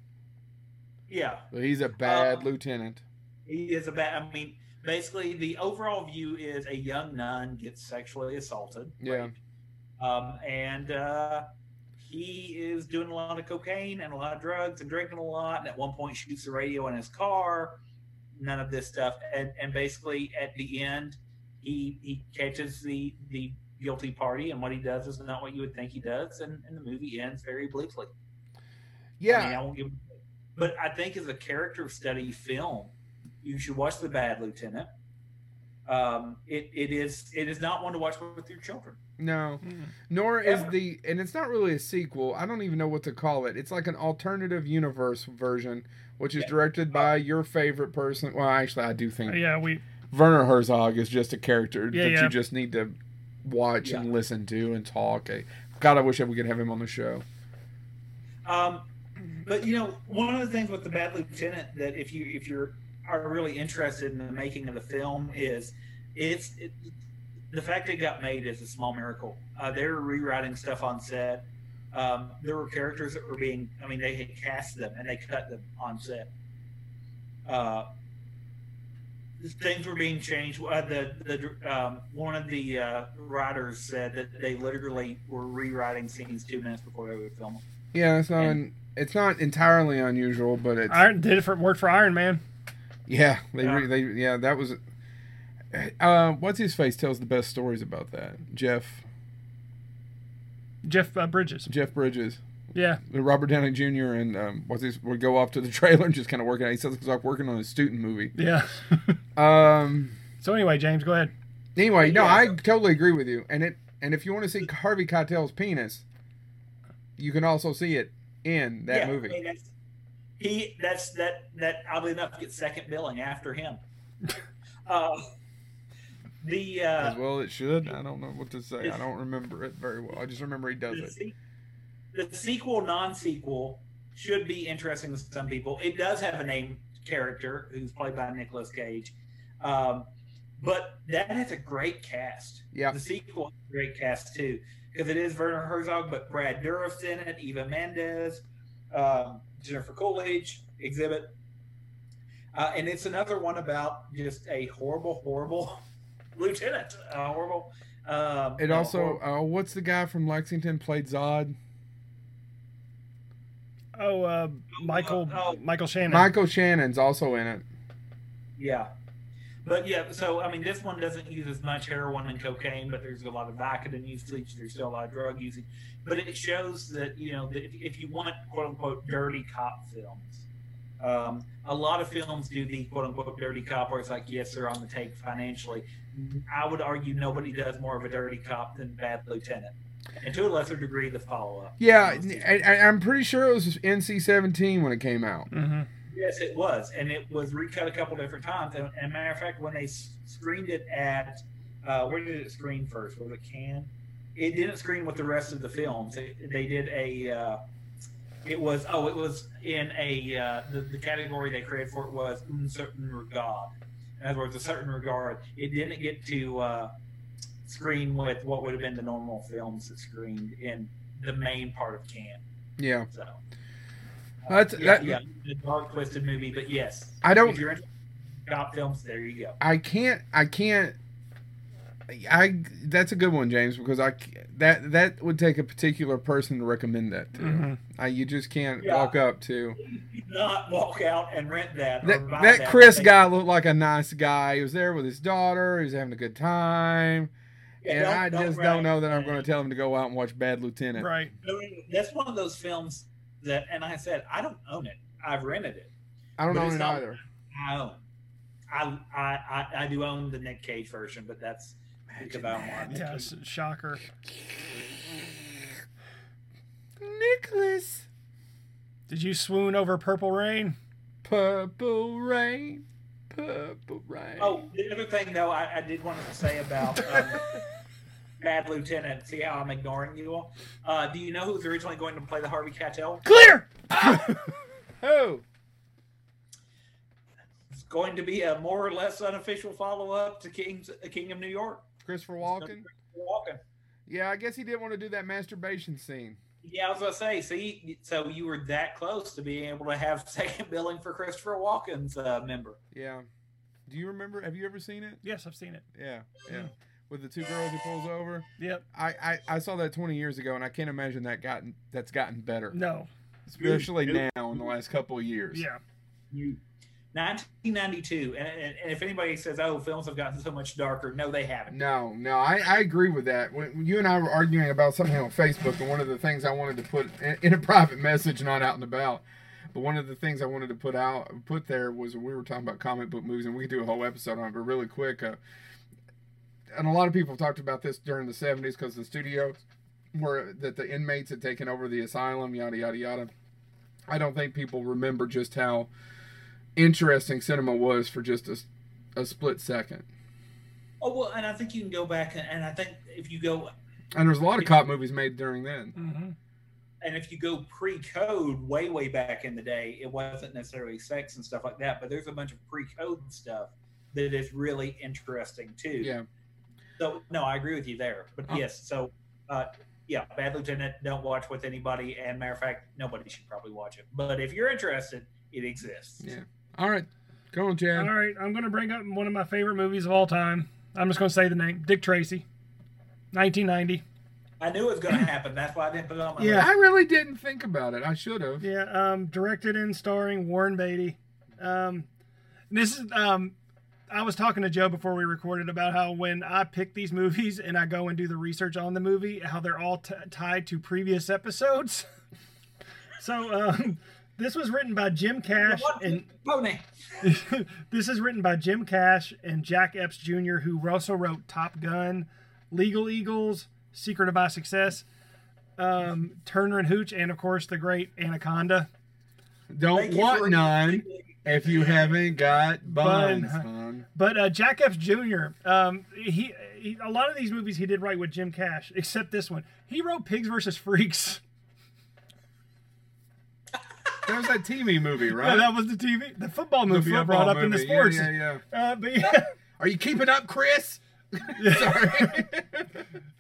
[SPEAKER 3] yeah,
[SPEAKER 1] But he's a bad
[SPEAKER 3] Um,
[SPEAKER 1] lieutenant.
[SPEAKER 3] he is a bad. I mean, basically, the overall view is a young nun gets sexually assaulted.
[SPEAKER 1] Yeah.
[SPEAKER 3] Um, and uh, he is doing a lot of cocaine and a lot of drugs and drinking a lot. And at one point, shoots the radio in his car. None of this stuff. And and basically, at the end, he he catches the the guilty party, and what he does is not what you would think he does. And, and the movie ends very bleakly. I, mean,
[SPEAKER 1] Yeah.
[SPEAKER 3] I won't give, but I think as a character study film, you should watch The Bad Lieutenant. Um, it, it is it is not one to watch with your children.
[SPEAKER 1] No. Nor is
[SPEAKER 3] Ever.
[SPEAKER 1] the and it's not really a sequel. I don't even know what to call it. It's like an alternative universe version, which is
[SPEAKER 3] Yeah.
[SPEAKER 1] directed by your favorite person. Well, actually I do think
[SPEAKER 2] Yeah, we.
[SPEAKER 1] Werner Herzog is just a character
[SPEAKER 2] Yeah,
[SPEAKER 1] that
[SPEAKER 2] yeah.
[SPEAKER 1] you just need to watch and
[SPEAKER 3] Yeah.
[SPEAKER 1] listen to and talk. Eh, God, I wish that we could have him on the show.
[SPEAKER 3] Um, but you know, one of the things with the Bad Lieutenant that if you if you're are really interested in the making of the film is it's it, the fact it got made is a small miracle. Uh, they were rewriting stuff on set. Um, there were characters that were being I mean they had cast them and they cut them on set. Uh, things were being changed. Uh, the the um, one of the uh, writers said that they literally were rewriting scenes two minutes before they would film them.
[SPEAKER 1] Yeah, it's not
[SPEAKER 3] And-
[SPEAKER 1] an, it's not entirely unusual, but it's
[SPEAKER 2] Iron did it for work for Iron Man.
[SPEAKER 1] Yeah, they
[SPEAKER 3] Yeah.
[SPEAKER 1] Re, they yeah that was. Uh, what's his face tells the best stories about that. Jeff
[SPEAKER 2] Jeff uh, Bridges.
[SPEAKER 1] Jeff Bridges,
[SPEAKER 2] Yeah,
[SPEAKER 1] Robert Downey Jr. and um, what's his would go off to the trailer and just kind of working. out. He sounds like working on a student movie.
[SPEAKER 2] yeah.
[SPEAKER 1] Um.
[SPEAKER 2] so anyway, James, go ahead.
[SPEAKER 1] Anyway, no,
[SPEAKER 3] Yeah.
[SPEAKER 1] I totally agree with you. And it and if you want to see Harvey Keitel's penis, you can also see it in that
[SPEAKER 3] Yeah, I
[SPEAKER 1] movie.
[SPEAKER 3] mean, that's- he that's that that oddly enough gets second billing after him. uh, the uh,
[SPEAKER 1] As well, it should. I don't know what to say. I
[SPEAKER 3] it's-
[SPEAKER 1] don't remember it very well. I just remember he does
[SPEAKER 3] the,
[SPEAKER 1] it.
[SPEAKER 3] se- the sequel non-sequel should be interesting to some people. It does have a named character who's played by Nicolas Cage, um, but that has a great cast.
[SPEAKER 1] Yeah.
[SPEAKER 3] The sequel has a great cast too because it is Werner Herzog, but Brad Dourif's in it, Eva Mendes, um, Jennifer Coolidge, Exhibit. Uh, and it's another one about just a horrible, horrible lieutenant. Uh, horrible. Um,
[SPEAKER 1] It
[SPEAKER 3] uh,
[SPEAKER 1] also
[SPEAKER 3] horrible-
[SPEAKER 1] uh, what's the guy from Lexington played Zod?
[SPEAKER 2] Oh, uh, Michael
[SPEAKER 3] Oh.
[SPEAKER 2] Michael Shannon.
[SPEAKER 1] Michael Shannon's also in it.
[SPEAKER 3] Yeah. But yeah, so I mean, this one doesn't use as much heroin and cocaine, but there's a lot of Vicodin usage. There's still a lot of drug usage, but it shows that you know that if, if you want quote unquote dirty cop films, Um, a lot of films do the quote unquote dirty cop where it's like, yes, they're on the take financially. I would argue nobody does more of a dirty cop than Bad Lieutenant. And to a lesser degree, the follow up.
[SPEAKER 1] Yeah, I, I'm pretty sure it was NC 17 when it came out.
[SPEAKER 2] Mm-hmm.
[SPEAKER 3] Yes, it was. And it was recut a couple different times. And, and matter of fact, when they screened it at, uh, where did it screen first? Was it Cannes? It didn't screen with the rest of the films. It, they did a. Uh, it was oh, it was in a uh, the, the category they created for it was un certain regard. In other words, a certain regard. It didn't get to uh, screen with what would have been the normal films that screened in the main part of Cannes.
[SPEAKER 1] Yeah.
[SPEAKER 3] So uh,
[SPEAKER 1] That's,
[SPEAKER 3] yeah,
[SPEAKER 1] that,
[SPEAKER 3] yeah, the dark twisted movie, but yes,
[SPEAKER 1] I
[SPEAKER 3] if
[SPEAKER 1] don't.
[SPEAKER 3] you're into cop films, there you go.
[SPEAKER 1] I can't. I can't. I. That's a good one, James, because I. c- That that would take a particular person to recommend that to.
[SPEAKER 2] Mhm.
[SPEAKER 1] I, you just can't
[SPEAKER 3] Yeah.
[SPEAKER 1] walk up to.
[SPEAKER 3] Do Not walk out and rent that. or
[SPEAKER 1] That,
[SPEAKER 3] buy
[SPEAKER 1] that Chris
[SPEAKER 3] They-
[SPEAKER 1] guy looked like a nice guy. He was there with his daughter. He was having a good time.
[SPEAKER 3] Yeah,
[SPEAKER 1] and I just
[SPEAKER 3] rent
[SPEAKER 1] don't know that I'm
[SPEAKER 3] that.
[SPEAKER 1] going to tell him to go out and watch Bad Lieutenant.
[SPEAKER 2] Right.
[SPEAKER 3] That's one of those films that, and I said I don't own it. I've rented it.
[SPEAKER 1] I don't
[SPEAKER 3] But
[SPEAKER 1] know
[SPEAKER 3] it's
[SPEAKER 1] it
[SPEAKER 3] not-
[SPEAKER 1] either.
[SPEAKER 3] I own. I I I, I do own the Nick Cage version, but that's because I don't want
[SPEAKER 2] Yeah. it's a shocker.
[SPEAKER 1] Nicholas,
[SPEAKER 2] Did you swoon over Purple Rain?
[SPEAKER 1] purple rain, purple rain.
[SPEAKER 3] Oh, the other thing though, I, I did want to say about um, Bad Lieutenant. See how I'm ignoring you all. Uh, do you know who's originally going to play the Harvey Keitel?
[SPEAKER 2] Clear.
[SPEAKER 1] oh,
[SPEAKER 3] It's going to be a more or less unofficial follow-up to King's uh, King of New York.
[SPEAKER 1] Christopher Walken.
[SPEAKER 3] Walking.
[SPEAKER 1] Yeah, I guess he didn't want to do that masturbation scene.
[SPEAKER 3] Yeah, I was gonna say. See, so you were that close to being able to have second billing for Christopher Walken's uh, member.
[SPEAKER 1] Yeah. Do you remember? Have you ever seen it?
[SPEAKER 2] Yes, I've seen it.
[SPEAKER 1] Yeah,
[SPEAKER 2] Mm-hmm.
[SPEAKER 1] yeah. With the two girls he pulls over.
[SPEAKER 2] Yep.
[SPEAKER 1] I, I, I saw that 20 years ago, and I can't imagine that gotten that's gotten better,
[SPEAKER 2] No.
[SPEAKER 1] especially now in the last couple of years.
[SPEAKER 2] Yeah.
[SPEAKER 3] You- 1992, and, and, and if anybody says, "Oh, films have gotten so much darker," no, they haven't.
[SPEAKER 1] No, no, I, I agree with that. When when you and I were arguing about something on Facebook, and one of the things I wanted to put in, in a private message, not out and about, but one of the things I wanted to put out, put there was we were talking about comic book movies, and we could do a whole episode on it, but really quick. Uh, and a lot of people talked about this during the 70s because the studio where that the inmates had taken over the asylum, yada, yada, yada. I don't think people remember just how interesting cinema was for just a, s- a split second.
[SPEAKER 3] Oh well, and I think you can go back, and, and I think if you go
[SPEAKER 1] And there's a lot of cop movies made during then.
[SPEAKER 2] hmm
[SPEAKER 3] and if you go pre-code way way back in the day it wasn't necessarily sex and stuff like that but there's a bunch of pre-code stuff that is really interesting too
[SPEAKER 1] Yeah.
[SPEAKER 3] so no i agree with you there but
[SPEAKER 1] Oh.
[SPEAKER 3] yes so uh, yeah bad lieutenant don't watch with anybody and matter of fact nobody should probably watch it but if you're interested it exists
[SPEAKER 1] Yeah. All right. Go on,
[SPEAKER 2] All
[SPEAKER 1] Chad.
[SPEAKER 2] right. I'm going to bring up one of my favorite movies of all time. I'm just going to say the name Dick Tracy, 1990.
[SPEAKER 3] i knew it was going to happen that's why i didn't put it on my
[SPEAKER 2] Yeah.
[SPEAKER 3] list.
[SPEAKER 1] I really didn't think about it. I should have.
[SPEAKER 2] Yeah, um, directed and starring Warren Beatty. Um, this is um, I was talking to Joe before we recorded about how when I pick these movies and I go and do the research on the movie, how they're all t- tied to previous episodes. so um, this was written by Jim Cash
[SPEAKER 3] What?
[SPEAKER 2] and
[SPEAKER 3] Pony.
[SPEAKER 2] this is written by Jim Cash and Jack Epps Jr., who also wrote Top Gun, Legal Eagles, Secret of My Success, um, Turner and Hooch, and of course the great Anaconda.
[SPEAKER 1] Don't
[SPEAKER 3] Thank you for-
[SPEAKER 1] want none if you haven't got
[SPEAKER 2] Bun.
[SPEAKER 1] buns. Bun.
[SPEAKER 2] But uh, Jack Epps Jr. Um, he, he a lot of these movies he did write with Jim Cash, except this one. He wrote Pigs versus Freaks.
[SPEAKER 1] There was that TV movie, right?
[SPEAKER 2] that was the TV, the football
[SPEAKER 1] The
[SPEAKER 2] movie I
[SPEAKER 1] football
[SPEAKER 2] brought up in the
[SPEAKER 1] movie.
[SPEAKER 2] sports.
[SPEAKER 1] Yeah, yeah, yeah.
[SPEAKER 2] Uh, but yeah,
[SPEAKER 1] Are you keeping up, Chris? Sorry.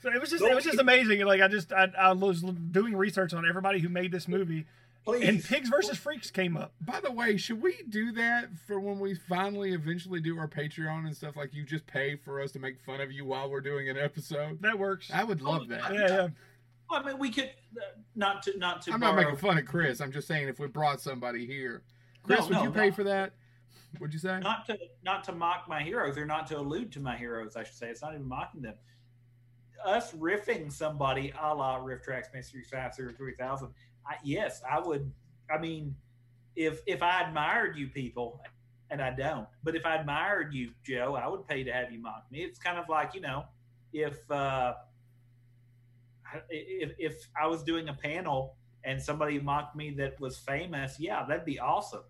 [SPEAKER 2] so it was just it was just amazing. Like I just I, I was doing research on everybody who made this movie, and
[SPEAKER 3] please
[SPEAKER 2] Pigs versus Freaks came up.
[SPEAKER 1] By the way, should we do that for when we finally eventually do our Patreon and stuff? Like you just pay for us to make fun of you while we're doing an episode?
[SPEAKER 2] That works.
[SPEAKER 1] I would love that.
[SPEAKER 2] yeah, yeah.
[SPEAKER 3] i mean we could uh, not to not to
[SPEAKER 1] I'm not
[SPEAKER 3] borrow-
[SPEAKER 1] making fun of Chris. I'm just saying if we brought somebody here, Chris,
[SPEAKER 3] No,
[SPEAKER 1] would
[SPEAKER 3] no,
[SPEAKER 1] you pay
[SPEAKER 3] no.
[SPEAKER 1] for that? Would you say?
[SPEAKER 3] not to not to mock my heroes or not to allude to my heroes i should say it's not even mocking them us riffing somebody a la riff tracks mystery Science Theater 3000 I, yes i would i mean if if I admired you people, and I don't, but if I admired you, Joe, I would pay to have you mock me. It's kind of like you know, if uh, if if I was doing a panel and somebody mocked me that was famous, yeah, that'd be awesome.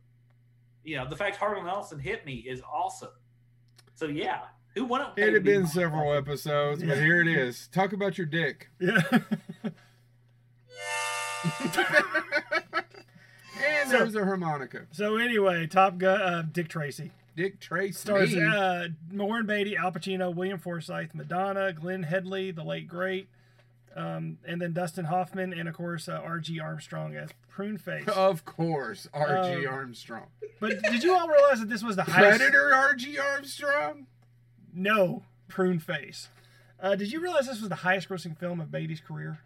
[SPEAKER 3] You know, the fact Harlan Ellison hit me is awesome. So yeah, who wouldn't?
[SPEAKER 1] It had been several me? episodes, but here it is. Talk about your dick.
[SPEAKER 2] Yeah.
[SPEAKER 1] And so, there's a harmonica.
[SPEAKER 2] So anyway, Top Gun, uh, Dick Tracy.
[SPEAKER 1] Dick Tracy
[SPEAKER 2] stars uh, Warren Beatty, Al Pacino, William Forsythe, Madonna, Glenn Headley, the late great, um, and then Dustin Hoffman, and of course uh, R.G. Armstrong as Pruneface.
[SPEAKER 1] Of course, R.G. Um, Armstrong.
[SPEAKER 2] But did you all realize that this was the highest...
[SPEAKER 1] Predator R.G. Armstrong?
[SPEAKER 2] No, Pruneface. Uh, did you realize this was the highest-grossing film of Beatty's career?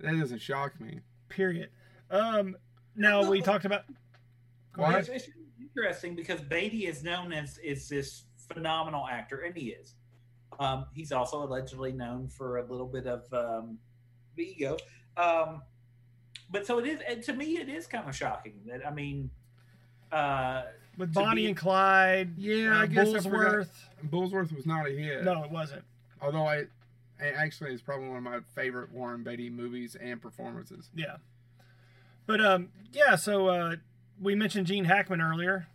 [SPEAKER 1] That doesn't shock me.
[SPEAKER 2] Period. Um, now we talked about.
[SPEAKER 3] Well, it's, it's, interesting because Beatty is known as is this phenomenal actor, and he is. Um, he's also allegedly known for a little bit of um, ego, um, but so it is. And to me, it is kind of shocking that I mean, uh,
[SPEAKER 2] with Bonnie be, and Clyde,
[SPEAKER 1] yeah, uh, I guess
[SPEAKER 2] Bullsworth.
[SPEAKER 1] Bullsworth was not a hit.
[SPEAKER 2] No, it wasn't.
[SPEAKER 1] Although I, actually, it's probably one of my favorite Warren Beatty movies and performances.
[SPEAKER 2] Yeah. But um, yeah. So uh, we mentioned Gene Hackman earlier.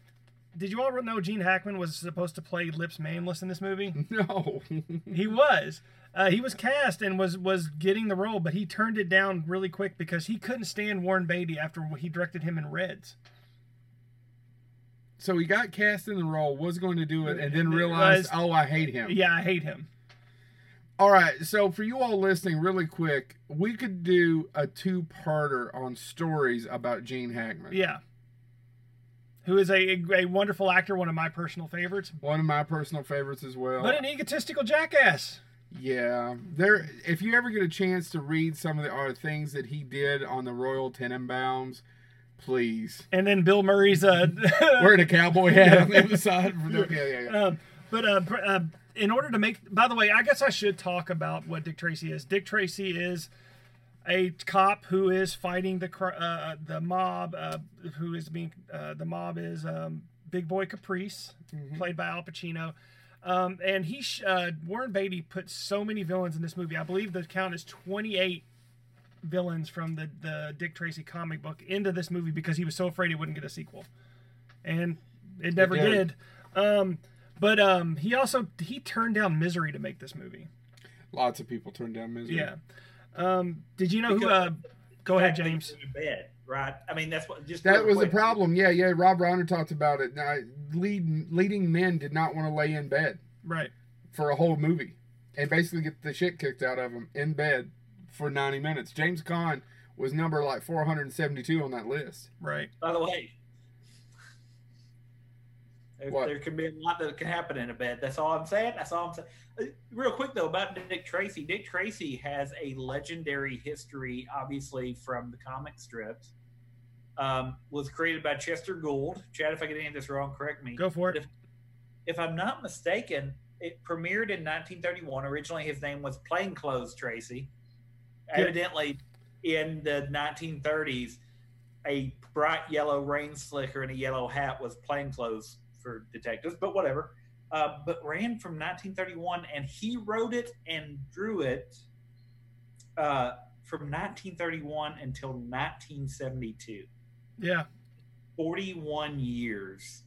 [SPEAKER 2] Did you all know Gene Hackman was supposed to play Lips Manless in this movie?
[SPEAKER 1] Mm-hmm. No,
[SPEAKER 2] he was. Uh, he was cast and was was getting the role, but he turned it down really quick because he couldn't stand Warren Beatty after he directed him in Reds.
[SPEAKER 1] So he got cast in the role, was going to do it, and then realized, oh, I hate him.
[SPEAKER 2] Yeah, I hate him.
[SPEAKER 1] All right, so for you all listening, really quick, we could do a two-parter on stories about Gene Hackman.
[SPEAKER 2] Yeah, who is a, a wonderful actor, one of my personal favorites.
[SPEAKER 1] One of my personal favorites as well.
[SPEAKER 2] But an egotistical jackass.
[SPEAKER 1] Yeah, there. If you ever get a chance to read some of the uh, things that he did on the Royal Tenenbaums, please.
[SPEAKER 2] And then Bill Murray's uh,
[SPEAKER 1] wearing a cowboy hat on the other side. The, yeah, yeah, yeah.
[SPEAKER 2] Um, but uh, uh in order to make by the way i guess i should talk about what dick tracy is dick tracy is a cop who is fighting the uh, the mob uh, who is being uh, the mob is um, big boy caprice mm-hmm. played by al pacino um, and he warren beatty put so many villains in this movie i believe the count is 28 villains from the, the dick tracy comic book into this movie because he was so afraid he wouldn't get a sequel and it never it did, did. Um, but um, he also he turned down Misery to make this movie.
[SPEAKER 1] Lots of people turned down Misery.
[SPEAKER 2] Yeah. Um, did you know because who? Uh, go ahead, James.
[SPEAKER 3] Bed, right. I mean, that's what just
[SPEAKER 1] that was the problem. Yeah, yeah. Rob Reiner talked about it. Now, lead, leading men did not want to lay in bed.
[SPEAKER 2] Right.
[SPEAKER 1] For a whole movie, and basically get the shit kicked out of them in bed for ninety minutes. James Caan was number like four hundred and seventy-two on that list.
[SPEAKER 2] Right.
[SPEAKER 3] By the way, what? There can be a lot that can happen in a bed. That's all I'm saying. That's all I'm saying. Real quick though about Dick Tracy. Dick Tracy has a legendary history, obviously from the comic strips. Um, was created by Chester Gould. Chad, if I get any of this wrong, correct me.
[SPEAKER 2] Go for it.
[SPEAKER 3] If, if, I'm not mistaken, it premiered in 1931. Originally, his name was Plainclothes Tracy. Yeah. Evidently, in the 1930s, a bright yellow rain slicker and a yellow hat was plainclothes for detectives, but whatever. Uh, but ran from 1931, and he wrote it and drew it uh, from 1931 until 1972.
[SPEAKER 2] Yeah,
[SPEAKER 3] 41 years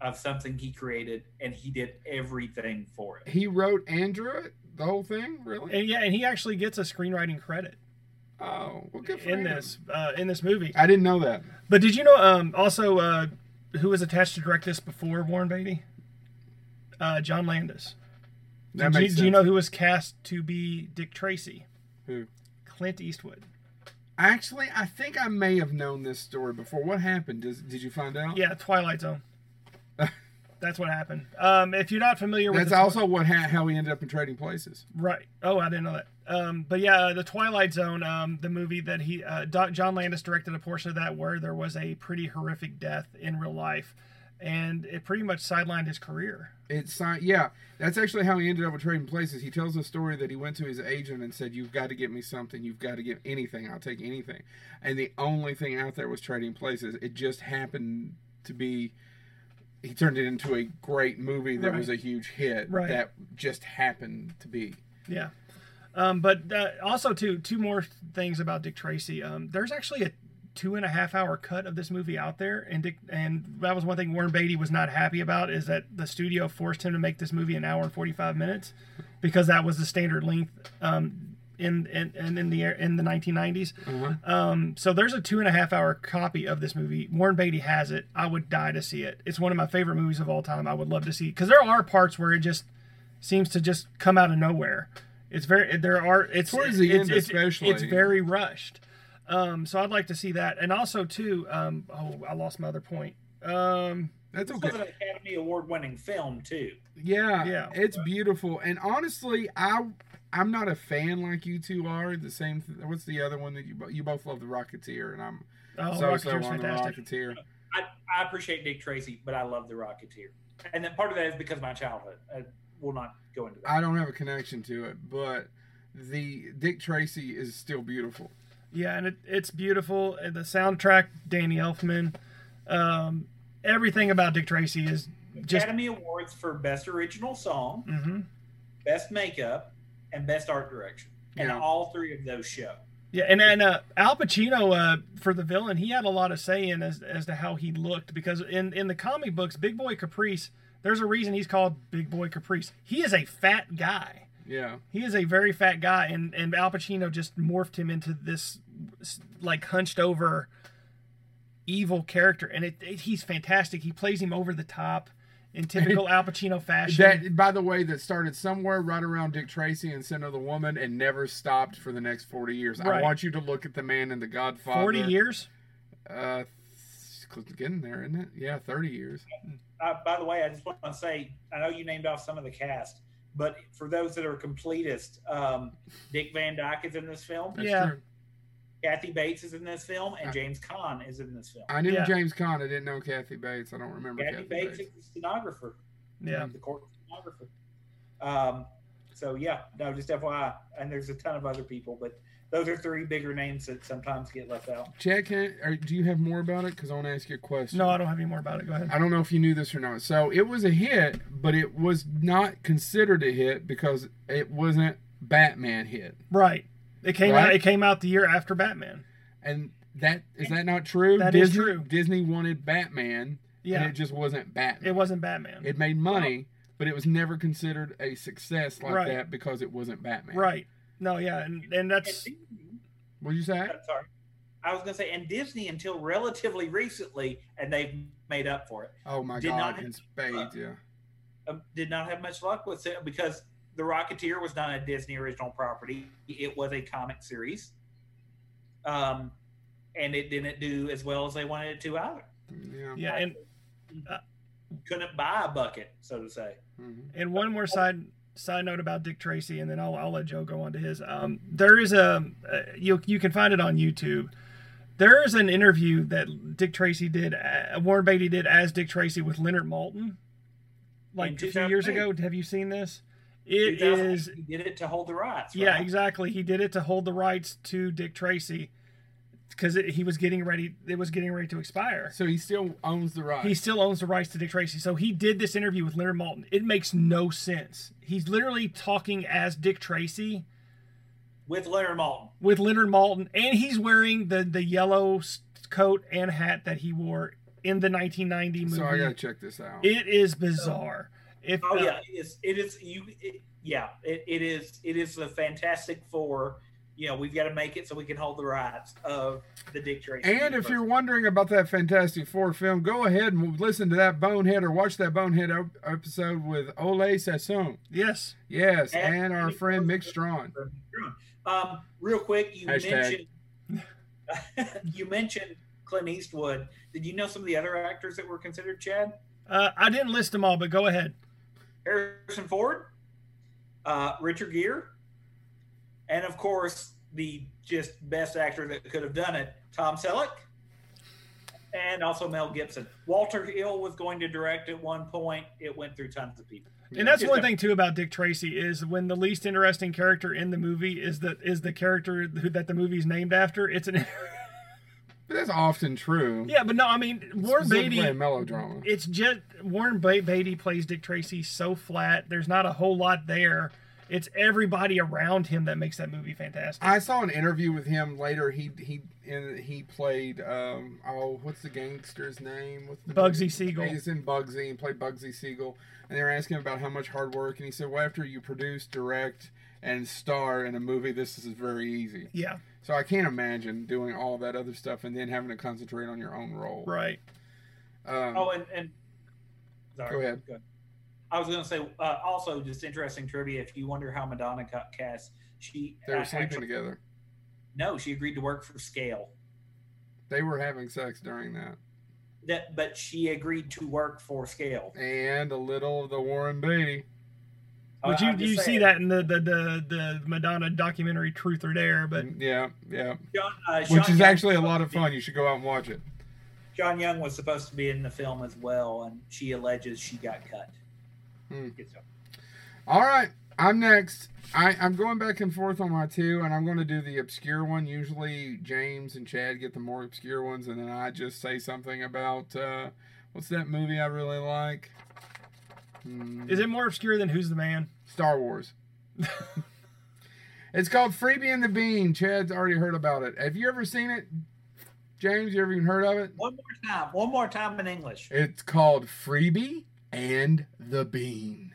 [SPEAKER 3] of something he created, and he did everything for it.
[SPEAKER 1] He wrote and drew it, the whole thing, really.
[SPEAKER 2] And yeah, and he actually gets a screenwriting credit.
[SPEAKER 1] Oh, well, good for
[SPEAKER 2] in
[SPEAKER 1] him.
[SPEAKER 2] this uh, in this movie.
[SPEAKER 1] I didn't know that.
[SPEAKER 2] But did you know? Um, also who was attached to direct this before Warren Beatty? Uh, John Landis.
[SPEAKER 1] That
[SPEAKER 2] do,
[SPEAKER 1] makes
[SPEAKER 2] do,
[SPEAKER 1] sense.
[SPEAKER 2] you know who was cast to be Dick Tracy?
[SPEAKER 1] Who?
[SPEAKER 2] Clint Eastwood.
[SPEAKER 1] Actually, I think I may have known this story before. What happened? Did, did you find out?
[SPEAKER 2] Yeah, Twilight Zone. That's what happened. Um, if you're not familiar with
[SPEAKER 1] That's twi- also what ha- how he ended up in Trading Places.
[SPEAKER 2] Right. Oh, I didn't know that. Um, but yeah, the Twilight Zone, um, the movie that he uh, John Landis directed a portion of that where there was a pretty horrific death in real life, and it pretty much sidelined his career.
[SPEAKER 1] It's not, yeah. That's actually how he ended up with Trading Places. He tells the story that he went to his agent and said, "You've got to get me something. You've got to get anything. I'll take anything." And the only thing out there was Trading Places. It just happened to be. He turned it into a great movie that
[SPEAKER 2] Right.
[SPEAKER 1] was a huge hit.
[SPEAKER 2] Right.
[SPEAKER 1] That just happened to be.
[SPEAKER 2] Yeah. Um, but uh, also too, two more things about Dick Tracy. Um, there's actually a two and a half hour cut of this movie out there, and Dick, and that was one thing Warren Beatty was not happy about is that the studio forced him to make this movie an hour and forty five minutes because that was the standard length um, in in and in the in the 1990s. Um, so there's a two and a half hour copy of this movie. Warren Beatty has it. I would die to see it. It's one of my favorite movies of all time. I would love to see because there are parts where it just seems to just come out of nowhere. It's very there are it's
[SPEAKER 1] Towards the
[SPEAKER 2] it's-
[SPEAKER 1] end
[SPEAKER 2] it's-
[SPEAKER 1] especially.
[SPEAKER 2] it's very rushed. Um, so I'd like to see that, and also too. Um, oh, I lost my other point. Um,
[SPEAKER 1] That's
[SPEAKER 3] This
[SPEAKER 1] okay.
[SPEAKER 3] was an Academy Award winning film too.
[SPEAKER 1] Yeah,
[SPEAKER 2] Yeah.
[SPEAKER 1] it's beautiful. And honestly, I I'm not a fan like you two are. The same. Th- what's the other one that you bo- you both love, The Rocketeer, and I'm
[SPEAKER 2] oh,
[SPEAKER 1] so so on
[SPEAKER 2] Rocketeer's fantastic.
[SPEAKER 1] the Rocketeer.
[SPEAKER 3] I appreciate Dick Tracy, but I love The Rocketeer, and then part of that is because of my childhood. I will not go into that.
[SPEAKER 1] I don't have a connection to it, but the Dick Tracy is still beautiful.
[SPEAKER 2] Yeah, and it, it's beautiful. And the soundtrack, Danny Elfman, um, everything about Dick Tracy is just.
[SPEAKER 3] Academy Awards for Best Original Song,
[SPEAKER 2] hmm
[SPEAKER 3] Best Makeup, and Best Art Direction, and
[SPEAKER 1] Yeah.
[SPEAKER 3] all three of those show.
[SPEAKER 2] Yeah, and and uh, Al Pacino uh, for the villain, he had a lot of say in as as to how he looked because in in the comic books, Big Boy Caprice, there's a reason he's called Big Boy Caprice. He is a fat guy.
[SPEAKER 1] Yeah,
[SPEAKER 2] He is a very fat guy, and and Al Pacino just morphed him into this like hunched over evil character, and it, it- he's fantastic. He plays him over the top in typical Al Pacino fashion.
[SPEAKER 1] that by the way, that started somewhere right around Dick Tracy and Sin of the Woman, and never stopped for the next forty years. I
[SPEAKER 2] Right.
[SPEAKER 1] want you to look at the man in The Godfather.
[SPEAKER 2] Forty years.
[SPEAKER 1] Uh, th- getting there, isn't it? Yeah, thirty years.
[SPEAKER 3] Uh, by the way, I just want to say I know you named off some of the cast, but for those that are completest, um, Dick Van Dyke is in this film,
[SPEAKER 1] That's
[SPEAKER 2] Yeah.
[SPEAKER 1] true.
[SPEAKER 3] Kathy Bates is in this film, and James Caan is in this film.
[SPEAKER 1] I knew
[SPEAKER 2] Yeah.
[SPEAKER 1] James Conn. I didn't know Kathy Bates. I don't remember
[SPEAKER 3] Kathy,
[SPEAKER 1] Kathy,
[SPEAKER 3] Bates,
[SPEAKER 1] Bates.
[SPEAKER 3] is the stenographer.
[SPEAKER 1] Mm-hmm.
[SPEAKER 2] Yeah.
[SPEAKER 3] The court stenographer. Um, so yeah, no, just FYI. And there's a ton of other people, but those are three bigger names that sometimes get left out.
[SPEAKER 1] Jack, can- or do you have more about it? Because I want to ask you a question.
[SPEAKER 2] No, I don't have any more about it. Go ahead.
[SPEAKER 1] I don't know if you knew this or not. So it was a hit, but it was not considered a hit because it wasn't Batman hit.
[SPEAKER 2] Right. It came out.
[SPEAKER 1] Right?
[SPEAKER 2] It came out the year after Batman.
[SPEAKER 1] And that is that not true?
[SPEAKER 2] That is
[SPEAKER 1] Disney,
[SPEAKER 2] true.
[SPEAKER 1] Disney wanted Batman, and
[SPEAKER 2] Yeah.
[SPEAKER 1] it just wasn't Batman.
[SPEAKER 2] It wasn't Batman.
[SPEAKER 1] It made money, but it was never considered a success like
[SPEAKER 2] Right.
[SPEAKER 1] that because it wasn't Batman.
[SPEAKER 2] right. No. Yeah. And and that's
[SPEAKER 1] What did you say?
[SPEAKER 3] I'm sorry. I was gonna say, and Disney until relatively recently, and they've made up for it.
[SPEAKER 1] Oh my
[SPEAKER 3] Did
[SPEAKER 1] God!
[SPEAKER 3] not-
[SPEAKER 1] In spades, yeah.
[SPEAKER 3] um, did not have much luck with it because the Rocketeer was not a Disney original property. It was a comic series, um, and it didn't do as well as they wanted it to either.
[SPEAKER 1] Yeah.
[SPEAKER 2] yeah. And
[SPEAKER 3] Couldn't buy a bucket, so to say.
[SPEAKER 1] Mhm.
[SPEAKER 2] and one more side side note about Dick Tracy, and then I'll I'll let Joe go on to his. Um, there is a uh, you you can find it on YouTube. There is an interview that Dick Tracy did, uh, Warren Beatty did as Dick Tracy with Leonard Malton, like a few years ago. Have you seen this? It
[SPEAKER 3] 2008,
[SPEAKER 2] is
[SPEAKER 3] he did it to hold the rights.
[SPEAKER 2] Yeah,
[SPEAKER 3] right?
[SPEAKER 2] exactly. He did it to hold the rights to Dick Tracy because he was getting ready. It was getting ready to expire.
[SPEAKER 1] So he still owns the rights.
[SPEAKER 2] He still owns the rights to Dick Tracy, so he did this interview with Leonard Malton. It makes no sense. He's literally talking as Dick Tracy
[SPEAKER 3] with Leonard Malton.
[SPEAKER 2] with Leonard Malton, and he's wearing the the yellow s- coat and hat that he wore in the 1990 movie.
[SPEAKER 1] So I gotta check this out.
[SPEAKER 2] it is bizarre. If uh,
[SPEAKER 3] Oh yeah, it is. It is you. It, yeah, it, it is. It is the Fantastic Four. You know, we've got to make it so we can hold the rights of the Dick Tracy.
[SPEAKER 1] and if
[SPEAKER 3] universe.
[SPEAKER 1] you're wondering about that Fantastic Four film, go ahead and listen to that Bonehead or watch that Bonehead ep- episode with Ole Sassoon.
[SPEAKER 2] yes,
[SPEAKER 1] Yes,
[SPEAKER 3] And-
[SPEAKER 1] and our friend Mick Strawn.
[SPEAKER 3] Um, real quick, you
[SPEAKER 1] Hashtag.
[SPEAKER 3] mentioned you mentioned Clint Eastwood. Did you know some of the other actors that were considered Chad?
[SPEAKER 2] uh, I didn't list them all, but go ahead.
[SPEAKER 3] Harrison Ford, uh, Richard Gere, and of course the just best actor that could have done it, Tom Selleck, and also Mel Gibson. Walter Hill was going to direct at one point. It went through tons of people.
[SPEAKER 2] And that's one thing too about Dick Tracy is when the least interesting character in the movie is the is the character who, that the movie's named after. It's an
[SPEAKER 1] But that's often true.
[SPEAKER 2] yeah, but no, I mean Warren
[SPEAKER 1] Specifically
[SPEAKER 2] Beatty.
[SPEAKER 1] a melodrama.
[SPEAKER 2] It's just Warren ba- Beatty plays Dick Tracy so flat. There's not a whole lot there. It's everybody around him that makes that movie fantastic.
[SPEAKER 1] I saw an interview with him later. He he and he played um oh what's the gangster's name? What's the
[SPEAKER 2] Bugsy Siegel.
[SPEAKER 1] He's in Bugsy and played Bugsy Siegel. And they were asking him about how much hard work, and he said, "Well, after you produce, direct, and star in a movie, this is very easy."
[SPEAKER 2] Yeah,
[SPEAKER 1] So I can't imagine doing all that other stuff and then having to concentrate on your own role.
[SPEAKER 2] right.
[SPEAKER 1] Um,
[SPEAKER 3] Oh, and and sorry,
[SPEAKER 1] Go ahead.
[SPEAKER 3] I was going to say uh, also just interesting trivia. If you wonder how Madonna got cast, she
[SPEAKER 1] they were
[SPEAKER 3] uh,
[SPEAKER 1] sleeping
[SPEAKER 3] actually-
[SPEAKER 1] together.
[SPEAKER 3] No, she agreed to work for Scale.
[SPEAKER 1] They were having sex during that,
[SPEAKER 3] That, but she agreed to work for Scale.
[SPEAKER 1] and a little of the Warren Beatty.
[SPEAKER 3] I-
[SPEAKER 2] But you
[SPEAKER 3] Uh, I'm just
[SPEAKER 2] you see
[SPEAKER 3] saying.
[SPEAKER 2] that in the, the the the Madonna documentary Truth or Dare, but
[SPEAKER 1] Mm, yeah, yeah,
[SPEAKER 3] John, uh,
[SPEAKER 1] which
[SPEAKER 3] Sean
[SPEAKER 1] is
[SPEAKER 3] Young-
[SPEAKER 1] actually a lot of fun. You should go out and watch it.
[SPEAKER 3] John Young was supposed to be in the film as well, and she alleges she got cut.
[SPEAKER 1] Hmm.
[SPEAKER 3] Good stuff.
[SPEAKER 1] All right, I'm next. I, I'm going back and forth on my two, and I'm going to do the obscure one. Usually, James and Chad get the more obscure ones, and then I just say something about uh, what's that movie I really like? Hmm,
[SPEAKER 2] is it more obscure than Who's the Man?
[SPEAKER 1] Star Wars? it's called Freebie and the Bean. Chad's already heard about it. Have you ever seen it, James? You ever even heard of it?
[SPEAKER 3] One more time. One more time in English.
[SPEAKER 1] It's called Freebie and the Bean.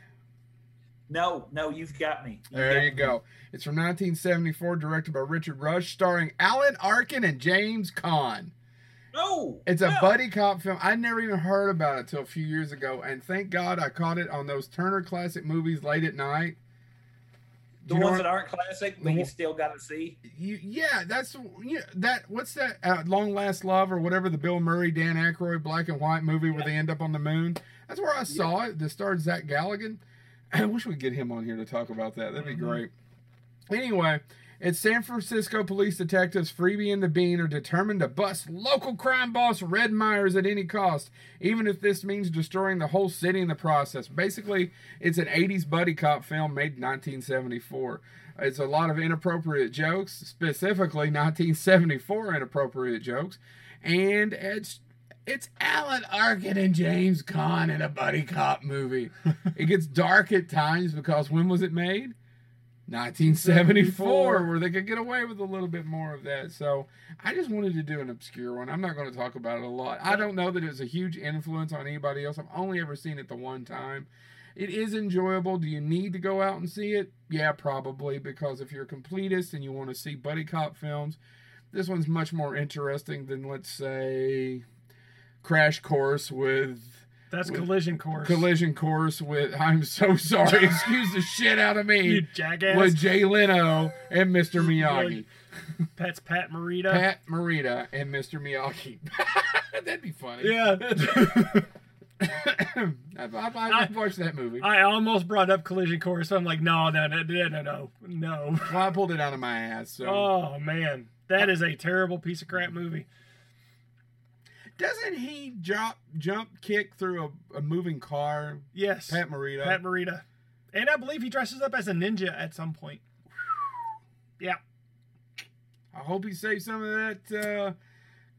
[SPEAKER 3] No, no, you've got me. You've
[SPEAKER 1] There
[SPEAKER 3] got
[SPEAKER 1] you
[SPEAKER 3] me.
[SPEAKER 1] go. It's from 1974, directed by Richard Rush, starring Alan Arkin and James Caan.
[SPEAKER 3] No,
[SPEAKER 1] It's a
[SPEAKER 3] no.
[SPEAKER 1] buddy cop film. I never even heard about it till a few years ago, and thank God I caught it on those Turner Classic movies late at night. Do
[SPEAKER 3] The
[SPEAKER 1] you know
[SPEAKER 3] ones
[SPEAKER 1] what-
[SPEAKER 3] that aren't classic,
[SPEAKER 1] The
[SPEAKER 3] but you
[SPEAKER 1] one-
[SPEAKER 3] still got to see.
[SPEAKER 1] you, yeah, that's yeah, that. What's that? Uh, Long Last Love or whatever the Bill Murray, Dan Aykroyd, black and white movie where they end up on the moon. That's where I saw it. That starred Zach Galligan. I wish we'd get him on here to talk about that. That'd be
[SPEAKER 2] Mhm.
[SPEAKER 1] great. Anyway, it's San Francisco police detectives Freebie and the Bean are determined to bust local crime boss Red Myers at any cost, even if this means destroying the whole city in the process. Basically, it's an 80s buddy cop film made in 1974. It's a lot of inappropriate jokes, specifically 1974 inappropriate jokes, and it's it's Alan Arkin and James Caan in a buddy cop movie. it gets dark at times because when was it made? 1974, where they could get away with a little bit more of that. So I just wanted to do an obscure one. I'm not going to talk about it a lot. I don't know that it was a huge influence on anybody else. I've only ever seen it the one time. It is enjoyable. Do you need to go out and see it? Yeah, probably, because if you're a completist and you want to see buddy cop films, this one's much more interesting than, let's say, Crash Course with
[SPEAKER 2] That's
[SPEAKER 1] With-
[SPEAKER 2] Collision Course.
[SPEAKER 1] collision course with I'm so sorry, excuse the shit out of
[SPEAKER 2] You
[SPEAKER 1] me
[SPEAKER 2] jackass.
[SPEAKER 1] with Jay Leno and Mr. Miyagi.
[SPEAKER 2] Really? That's Pat Morita.
[SPEAKER 1] Pat Morita and Mr. Miyagi. That'd be funny.
[SPEAKER 2] Yeah.
[SPEAKER 1] I've, I've, I've watched that movie.
[SPEAKER 2] I almost brought up Collision Course. So I'm like, no, no, no, no, no, no, no.
[SPEAKER 1] well, I pulled it out of my ass. So
[SPEAKER 2] Oh man, that is a terrible piece of crap movie.
[SPEAKER 1] doesn't he jump jump kick through a, a moving car?
[SPEAKER 2] Yes,
[SPEAKER 1] Pat Morita.
[SPEAKER 2] Pat Morita, and I believe he dresses up as a ninja at some point. Yeah,
[SPEAKER 1] I hope he saved some of that uh,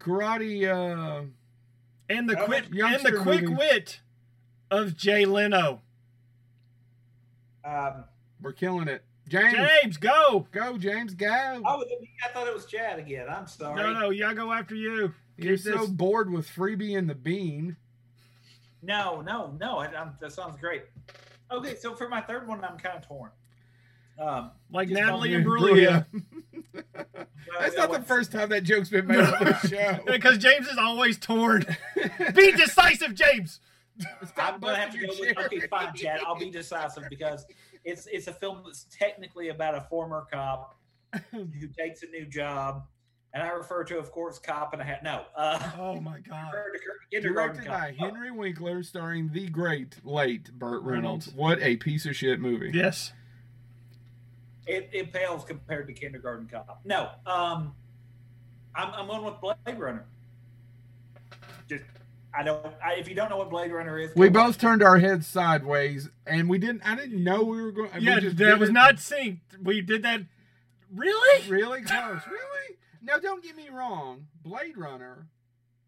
[SPEAKER 1] karate. Uh,
[SPEAKER 2] and the
[SPEAKER 3] That
[SPEAKER 1] was a
[SPEAKER 2] quick and the
[SPEAKER 1] youngster
[SPEAKER 2] quick
[SPEAKER 1] movie.
[SPEAKER 2] wit of Jay Leno.
[SPEAKER 3] Um,
[SPEAKER 1] we're killing it, James.
[SPEAKER 2] James, go!
[SPEAKER 1] Go, James. Go.
[SPEAKER 3] oh, I thought it was Chad again. I'm sorry.
[SPEAKER 2] No,
[SPEAKER 3] No,
[SPEAKER 2] no, y'all go after you.
[SPEAKER 1] You're
[SPEAKER 2] Keep
[SPEAKER 1] so
[SPEAKER 2] this-
[SPEAKER 1] bored with freebie and the bean.
[SPEAKER 3] no, no. I, I'm, that sounds great. Okay, so for my third one, I'm kind of torn. Um,
[SPEAKER 2] Like
[SPEAKER 3] Just
[SPEAKER 2] Natalie
[SPEAKER 1] don't-
[SPEAKER 2] and Brulia.
[SPEAKER 1] That's not the first time that joke's been made on the show.
[SPEAKER 2] Because James is always torn. Be decisive, James.
[SPEAKER 1] Stop
[SPEAKER 3] I'm gonna have to
[SPEAKER 1] busting
[SPEAKER 3] go
[SPEAKER 1] your
[SPEAKER 3] with
[SPEAKER 1] chair.
[SPEAKER 3] okay, fine, Chad. I'll be decisive because it's it's a film that's technically about a former cop who takes a new job, and I refer to, of course, cop and a hat. No, uh,
[SPEAKER 2] Oh my God.
[SPEAKER 3] refer to kindergarten
[SPEAKER 1] Directed
[SPEAKER 3] cop.
[SPEAKER 1] by Henry Winkler, starring the great late Burt Reynolds.
[SPEAKER 2] Reynolds.
[SPEAKER 1] What a piece of shit movie.
[SPEAKER 2] Yes.
[SPEAKER 3] It, it pales compared to kindergarten cop. No, um, I'm I'm on with Blade Runner. just I don't. I, if you don't know what Blade Runner is,
[SPEAKER 1] we both turned our heads sideways, and we didn't. I didn't know we were going.
[SPEAKER 2] Yeah,
[SPEAKER 1] we
[SPEAKER 2] that
[SPEAKER 1] did
[SPEAKER 2] was
[SPEAKER 1] it
[SPEAKER 2] not synced. We did that. Really?
[SPEAKER 1] really close. really? Now, don't get me wrong. Blade Runner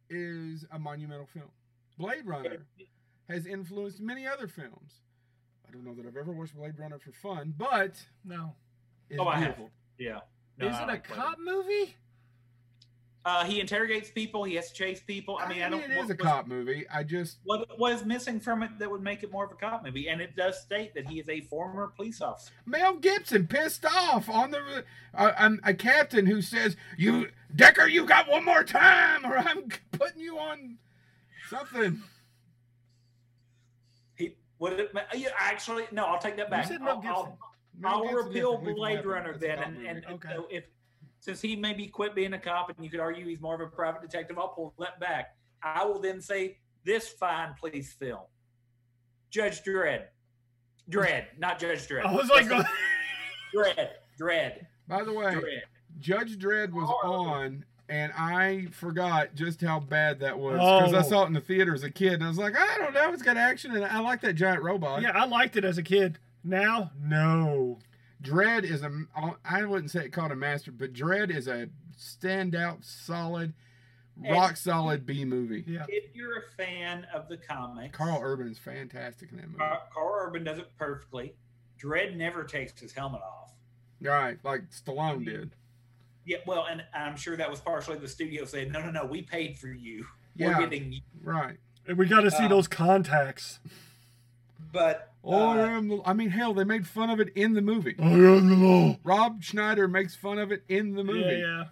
[SPEAKER 1] is a monumental film. Blade Runner has influenced many other films. I don't know that I've ever watched Blade Runner for fun, but
[SPEAKER 2] No.
[SPEAKER 1] it's
[SPEAKER 3] Oh, I have.
[SPEAKER 1] beautiful.
[SPEAKER 3] yeah.
[SPEAKER 2] Is it a
[SPEAKER 3] like Blade
[SPEAKER 2] cop movie?
[SPEAKER 3] Uh, he interrogates people. He has to chase people. I mean, I, don't.
[SPEAKER 1] it is
[SPEAKER 3] what-
[SPEAKER 1] a cop movie. I just
[SPEAKER 3] What was missing from it that would make it more of a cop movie? And it does state that he is a former police officer.
[SPEAKER 1] Mel Gibson pissed off on the uh, um, a captain who says, "You Decker, you got one more time, or I'm putting you on something."
[SPEAKER 3] He would it, ma- yeah, actually no. I'll take that back.
[SPEAKER 2] said Mel
[SPEAKER 1] Oh,
[SPEAKER 3] I'll- I'll-
[SPEAKER 2] Gibson.
[SPEAKER 1] Mel
[SPEAKER 3] I'll
[SPEAKER 1] Gibson
[SPEAKER 3] repeal
[SPEAKER 1] definitely
[SPEAKER 3] Blade
[SPEAKER 1] happened.
[SPEAKER 3] Runner
[SPEAKER 1] That's a
[SPEAKER 3] then,
[SPEAKER 1] cop
[SPEAKER 3] and,
[SPEAKER 1] movie.
[SPEAKER 3] and
[SPEAKER 2] Okay.
[SPEAKER 3] so if since he maybe quit being a cop, and you could argue he's more of a private detective, I'll pull that back. I will then say this fine police film, Judge Dredd, Dredd, not Judge Dredd.
[SPEAKER 1] Oh.
[SPEAKER 2] I was like,
[SPEAKER 3] Dredd, Dredd, Dredd,
[SPEAKER 1] by the way,
[SPEAKER 3] Dredd.
[SPEAKER 1] Judge Dredd was
[SPEAKER 3] Horrible.
[SPEAKER 1] on, and I forgot just how bad that was because I
[SPEAKER 2] Oh.
[SPEAKER 1] saw it in the theater as a kid, and I was like, I don't know, it's got action, and I like that giant robot.
[SPEAKER 2] yeah, I liked it as a kid. Now, no.
[SPEAKER 1] Dread is a I wouldn't say it called a master, but Dread is a standout, solid, rock solid B movie.
[SPEAKER 2] Yeah.
[SPEAKER 3] If you're a fan of the comics,
[SPEAKER 1] Carl Urban is fantastic in that movie.
[SPEAKER 3] Car- Carl Urban does it perfectly. Dredd never takes his helmet off.
[SPEAKER 1] right, like Stallone did.
[SPEAKER 3] Yeah, well, and I'm sure that was partially the studio saying, "No, no, no, we paid for you.
[SPEAKER 1] Yeah.
[SPEAKER 3] We're getting you."
[SPEAKER 1] Right.
[SPEAKER 2] And we got to see
[SPEAKER 3] Uh,
[SPEAKER 2] those contacts.
[SPEAKER 3] But uh,
[SPEAKER 1] Or um, I mean, hell, they made fun of it in the movie.
[SPEAKER 2] I am the law.
[SPEAKER 1] Rob Schneider makes fun of it in the movie.
[SPEAKER 2] Yeah, yeah.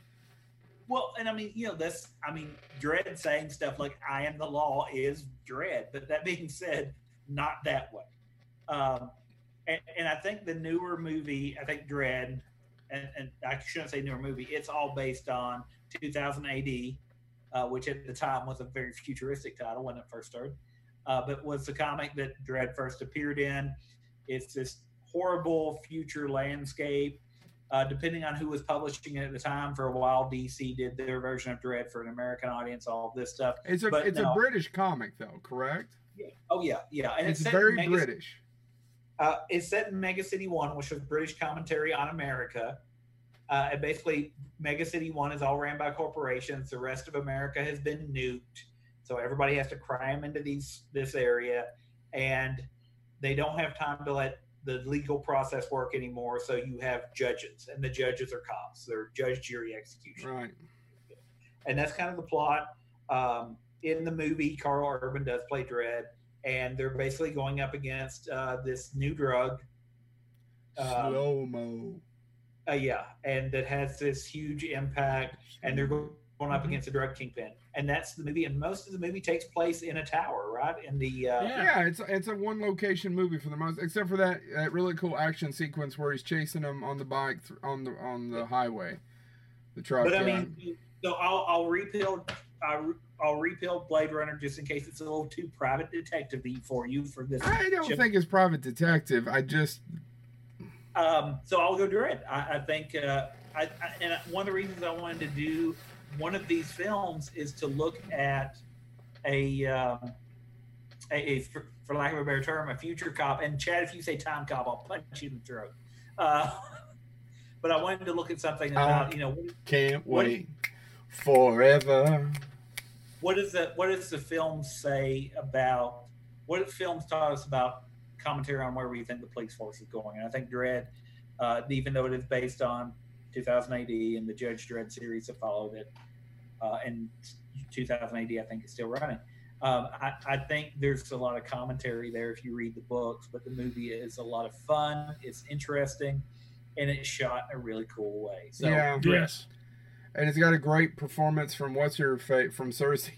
[SPEAKER 3] well, and I mean, you know, that's I mean, Dread saying stuff like "I am the law" is Dread. But that being said, not that way. Um, and, and I think the newer movie, I think Dread, and, and I shouldn't say newer movie. It's all based on 2000 AD, uh, which at the time was a very futuristic title when it first started, uh, but was the comic that Dread first appeared in. It's this horrible future landscape. Uh, depending on who was publishing it at the time, for a while DC did their version of Dread for an American audience. All this stuff.
[SPEAKER 1] It's a
[SPEAKER 3] But
[SPEAKER 1] it's
[SPEAKER 3] no.
[SPEAKER 1] a British comic though, correct?
[SPEAKER 3] Oh yeah, yeah, and
[SPEAKER 1] It's
[SPEAKER 3] set in
[SPEAKER 1] very
[SPEAKER 3] Vegas.
[SPEAKER 1] British.
[SPEAKER 3] Uh, it's set in Mega City One, which was British commentary on America. Uh, and basically, Mega City One is all ran by corporations. The rest of America has been nuked, so everybody has to cram into these this area, and they don't have time to let the legal process work anymore. So you have judges, and the judges are cops. They're judge, jury, execution
[SPEAKER 1] Right.
[SPEAKER 3] and that's kind of the plot. Um, in the movie, Carl Urban does play Dread, and they're basically going up against uh, this new drug. Um,
[SPEAKER 1] Slow mo.
[SPEAKER 3] uh, yeah, and that has this huge impact, and they're go- going up
[SPEAKER 2] Mhm.
[SPEAKER 3] against a drug kingpin, and that's the movie. And most of the movie takes place in a tower, right? In the uh,
[SPEAKER 2] Yeah.
[SPEAKER 1] Yeah, it's it's a one location movie for the most, except for that, that really cool action sequence where he's chasing him on the bike th- on the on the highway, the truck.
[SPEAKER 3] But I
[SPEAKER 1] yeah.
[SPEAKER 3] mean, so I'll I'll repeal I'll, I'll repeal Blade Runner just in case it's a little too private detective for you for this.
[SPEAKER 1] I don't
[SPEAKER 3] Chip-
[SPEAKER 1] think it's private detective. I just
[SPEAKER 3] Um, so I'll go Dread. I, I think, uh, I, I, and one of the reasons I wanted to do one of these films is to look at a, um, a, a for, for lack of a better term, a future cop. And Chad, if you say time cop, I'll punch you in the throat. Uh, but I wanted to look at something about,
[SPEAKER 1] Uh,
[SPEAKER 3] you know, what,
[SPEAKER 1] can't
[SPEAKER 3] What-
[SPEAKER 1] wait forever.
[SPEAKER 3] what is the what does the film say about what the films taught us about commentary on where we think the police force is going? And I think Dread, uh, even though it is based on 2000 AD and the Judge Dredd series that followed it, uh, and 2000 AD I think is still running. Um, I, I think there's a lot of commentary there if you read the books, but the movie is a lot of fun. It's interesting, and it's shot in a really cool way. So
[SPEAKER 1] yeah,
[SPEAKER 2] Yes.
[SPEAKER 1] and it's got a great performance from what's her fate from Cersei.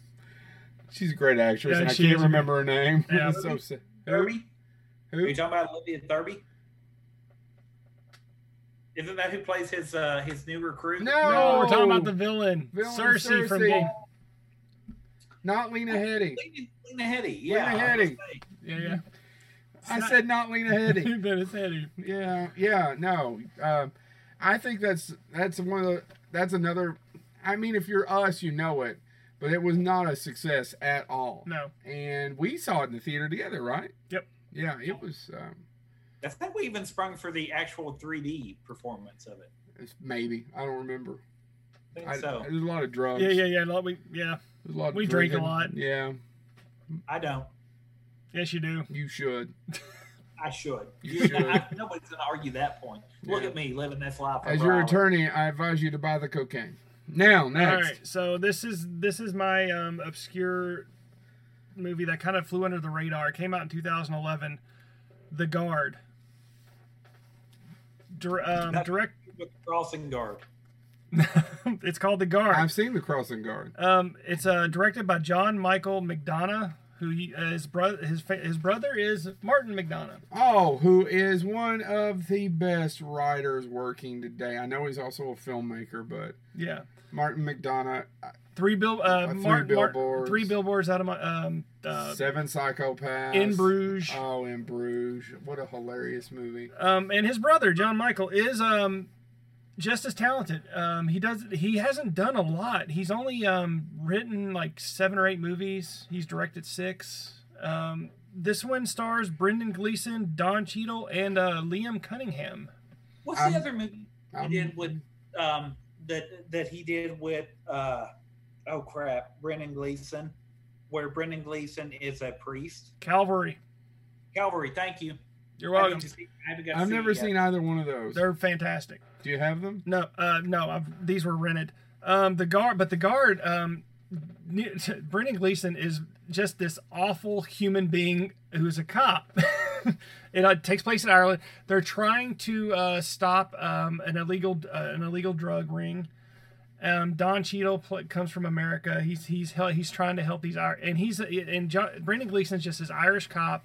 [SPEAKER 1] She's a great actress,
[SPEAKER 2] Yeah,
[SPEAKER 1] and I
[SPEAKER 2] she
[SPEAKER 1] can't
[SPEAKER 2] is.
[SPEAKER 1] remember her name.
[SPEAKER 2] Yeah.
[SPEAKER 1] It's so sad. Who?
[SPEAKER 3] Derby, Are
[SPEAKER 1] Who?
[SPEAKER 3] you talking about Olivia Thirby? Isn't that who plays his uh, his new recruit?
[SPEAKER 1] No.
[SPEAKER 2] No, we're talking about the villain,
[SPEAKER 1] Villain
[SPEAKER 2] Cersei, from
[SPEAKER 1] Cersei.
[SPEAKER 2] Game.
[SPEAKER 1] Not Lena Headey.
[SPEAKER 3] Lena, Lena Headey. Yeah,
[SPEAKER 1] Lena
[SPEAKER 3] I was
[SPEAKER 1] Headey.
[SPEAKER 3] gonna say.
[SPEAKER 2] Yeah, yeah.
[SPEAKER 1] I
[SPEAKER 2] not-
[SPEAKER 1] said not Lena Headey.
[SPEAKER 2] That is Eddie.
[SPEAKER 1] Yeah, yeah, no. Um, I think that's that's one of the, that's another. I mean, if you're us, you know it. but it was not a success at all.
[SPEAKER 2] No.
[SPEAKER 1] And we saw it in the theater together, right?
[SPEAKER 2] Yep.
[SPEAKER 1] Yeah, it was. Um,
[SPEAKER 3] I think we even sprung for the actual 3D performance of it.
[SPEAKER 1] it's- maybe I don't remember.
[SPEAKER 3] I think
[SPEAKER 1] I,
[SPEAKER 3] so.
[SPEAKER 1] There's a lot of drugs.
[SPEAKER 2] Yeah, yeah, yeah. no, We, yeah.
[SPEAKER 1] There's a lot of
[SPEAKER 2] We drink a
[SPEAKER 1] drinking.
[SPEAKER 2] lot.
[SPEAKER 1] Yeah,
[SPEAKER 3] I don't.
[SPEAKER 2] Yes, you do.
[SPEAKER 1] you should.
[SPEAKER 3] I should.
[SPEAKER 1] You
[SPEAKER 3] You're
[SPEAKER 1] should.
[SPEAKER 3] not- nobody's going to argue that point. Look
[SPEAKER 1] Yeah.
[SPEAKER 3] at me living this life.
[SPEAKER 1] As
[SPEAKER 3] over
[SPEAKER 1] your
[SPEAKER 3] all of it.
[SPEAKER 1] attorney, I advise you to buy the cocaine now. Next.
[SPEAKER 2] All right. So this is this is my um, obscure movie that kind of flew under the radar. It came out in 2011. The Guard. Dir- um, direct.
[SPEAKER 3] With the crossing guard.
[SPEAKER 2] it's called The Guard.
[SPEAKER 1] I've seen the crossing guard.
[SPEAKER 2] Um, it's uh, directed by John Michael McDonough, who he- uh, his brother his fa- his brother is Martin McDonough.
[SPEAKER 1] Oh, who is one of the best writers working today? I know he's also a filmmaker, but
[SPEAKER 2] Yeah,
[SPEAKER 1] Martin McDonough,
[SPEAKER 2] three bill
[SPEAKER 1] Uh,
[SPEAKER 2] uh,
[SPEAKER 1] three
[SPEAKER 2] Mar- Mar-
[SPEAKER 1] billboards.
[SPEAKER 2] three billboards out of my um uh,
[SPEAKER 1] Seven Psychopaths,
[SPEAKER 2] in Bruges.
[SPEAKER 1] Oh, in Bruges! What a hilarious movie.
[SPEAKER 2] um, and his brother John Michael is um just as talented. Um, he does he hasn't done a lot. He's only um written like seven or eight movies. He's directed six. Um, this one stars Brendan Gleeson, Don Cheadle, and uh, Liam Cunningham.
[SPEAKER 3] What's
[SPEAKER 1] I'm-
[SPEAKER 3] the other movie he
[SPEAKER 1] I'm-
[SPEAKER 3] did with um, that that he did with uh, oh crap, Brendan Gleeson, where Brendan Gleeson is a priest.
[SPEAKER 2] Calvary.
[SPEAKER 3] Calvary, thank you.
[SPEAKER 2] You're
[SPEAKER 3] I
[SPEAKER 2] welcome.
[SPEAKER 3] need to see- I haven't got to
[SPEAKER 1] I've
[SPEAKER 3] see it
[SPEAKER 1] never
[SPEAKER 3] yet.
[SPEAKER 1] seen either one of those.
[SPEAKER 2] They're fantastic.
[SPEAKER 1] Do you have them?
[SPEAKER 2] No, uh, no, I've, these were rented. Um, the guard, but the guard, um, ne- Brendan Gleeson is just this awful human being who's a cop. it uh, takes place in Ireland. They're trying to uh, stop um, an illegal uh, an illegal drug ring. Um, Don Cheadle pl- comes from America. He's he's hel- he's trying to help these Ir and he's and John, Brendan Gleeson's just this Irish cop,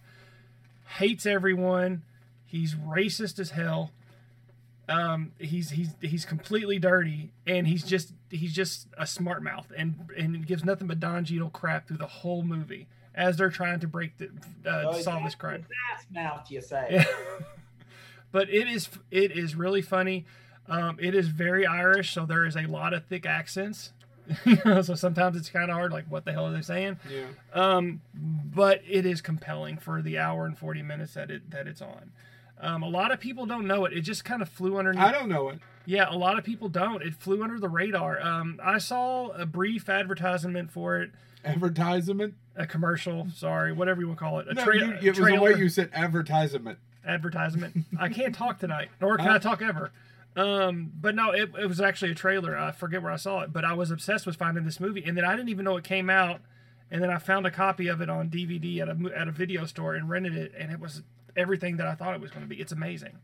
[SPEAKER 2] hates everyone. He's racist as hell um, he's he's he's completely dirty, and he's just he's just a smart mouth, and and gives nothing but Don Cheadle crap through the whole movie as they're trying to break the uh,
[SPEAKER 3] Oh, he's
[SPEAKER 2] solve this
[SPEAKER 3] got
[SPEAKER 2] crime.
[SPEAKER 3] Ass mouth, you say.
[SPEAKER 2] Yeah. but it is it is really funny. Um, it is very Irish, so there is a lot of thick accents. You know, so sometimes it's kind of hard, like what the hell are they saying?
[SPEAKER 1] Yeah.
[SPEAKER 2] Um, but it is compelling for the hour and forty minutes that it that it's on. Um, a lot of people don't know it. It just kind of flew underneath.
[SPEAKER 1] I don't know it.
[SPEAKER 2] Yeah, a lot of people don't. It flew under the radar. Um, I saw a brief advertisement for it,
[SPEAKER 1] Advertisement?
[SPEAKER 2] a commercial, sorry, whatever you want to call it, a
[SPEAKER 1] No,
[SPEAKER 2] tra-
[SPEAKER 1] you, it was the
[SPEAKER 2] trailer
[SPEAKER 1] way you said advertisement.
[SPEAKER 2] advertisement. I can't talk tonight, nor can
[SPEAKER 1] Huh?
[SPEAKER 2] I talk ever. Um, but no, it, it was actually a trailer. I forget where I saw it, but I was obsessed with finding this movie, and then I didn't even know it came out. And then I found a copy of it on DVD at a mo- at a video store and rented it, and it was everything that I thought it was going to be. It's amazing.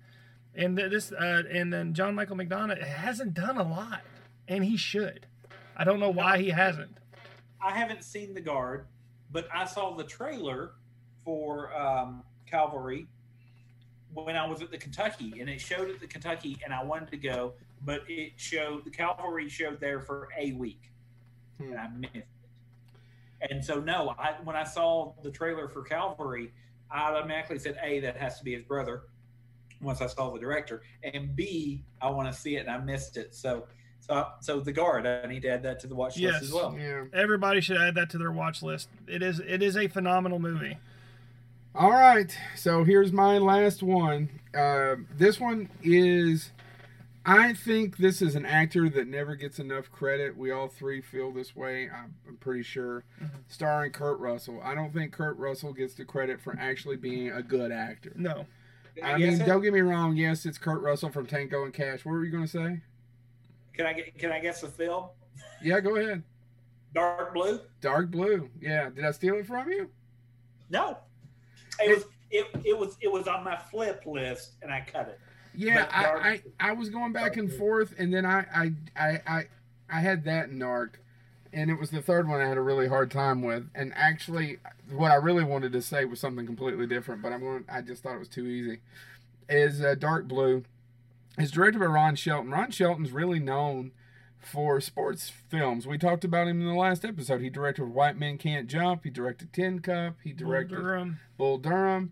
[SPEAKER 2] And th- this, uh, and then John Michael McDonough hasn't done a lot, and he should. I don't know why he hasn't.
[SPEAKER 3] I haven't seen The Guard, but I saw the trailer for um, Calvary when I was at the Kentucky, and it showed at the Kentucky, and I wanted to go, but it showed the Calvary showed there for a week,
[SPEAKER 1] Hmm.
[SPEAKER 3] and I missed it. And so, no, I when I saw the trailer for Calvary, I automatically said, A, that has to be his brother. Once I saw the director, and B, I want to see it, and I missed it. So, so, so the guard. I need to add that to the watch
[SPEAKER 2] Yes.
[SPEAKER 3] list as well.
[SPEAKER 1] Yeah.
[SPEAKER 2] Everybody should add that to their watch list. It is it is a phenomenal movie.
[SPEAKER 1] All right. So here's my last one. Uh, this one is. I think this is an actor that never gets enough credit. We all three feel this way, I'm I'm pretty sure. Starring Kurt Russell. I don't think Kurt Russell gets the credit for actually being a good actor.
[SPEAKER 2] No,
[SPEAKER 1] I
[SPEAKER 3] Yes,
[SPEAKER 1] mean,
[SPEAKER 3] it-
[SPEAKER 1] don't get me wrong. Yes, it's Kurt Russell from Tango and Cash. What were you going to say?
[SPEAKER 3] Can I get? Can I guess the film?
[SPEAKER 1] Yeah, go ahead.
[SPEAKER 3] Dark blue?
[SPEAKER 1] Dark Blue. Yeah. Did I steal it from you?
[SPEAKER 3] No. It was. It, it was. It was on my flip list, and I cut it.
[SPEAKER 1] Yeah,
[SPEAKER 3] But Dark-
[SPEAKER 1] I, I I was going back
[SPEAKER 3] Dark
[SPEAKER 1] and
[SPEAKER 3] Blue.
[SPEAKER 1] forth, and then I I I I, I had that narc, and it was the third one I had a really hard time with. And actually, what I really wanted to say was something completely different, but I'm going. I just thought it was too easy. Is uh, Dark Blue? It's directed by Ron Shelton. Ron Shelton's really known for sports films. We talked about him in the last episode. He directed White Men Can't Jump. He directed Tin Cup. He directed
[SPEAKER 2] Durham.
[SPEAKER 1] Bull Durham,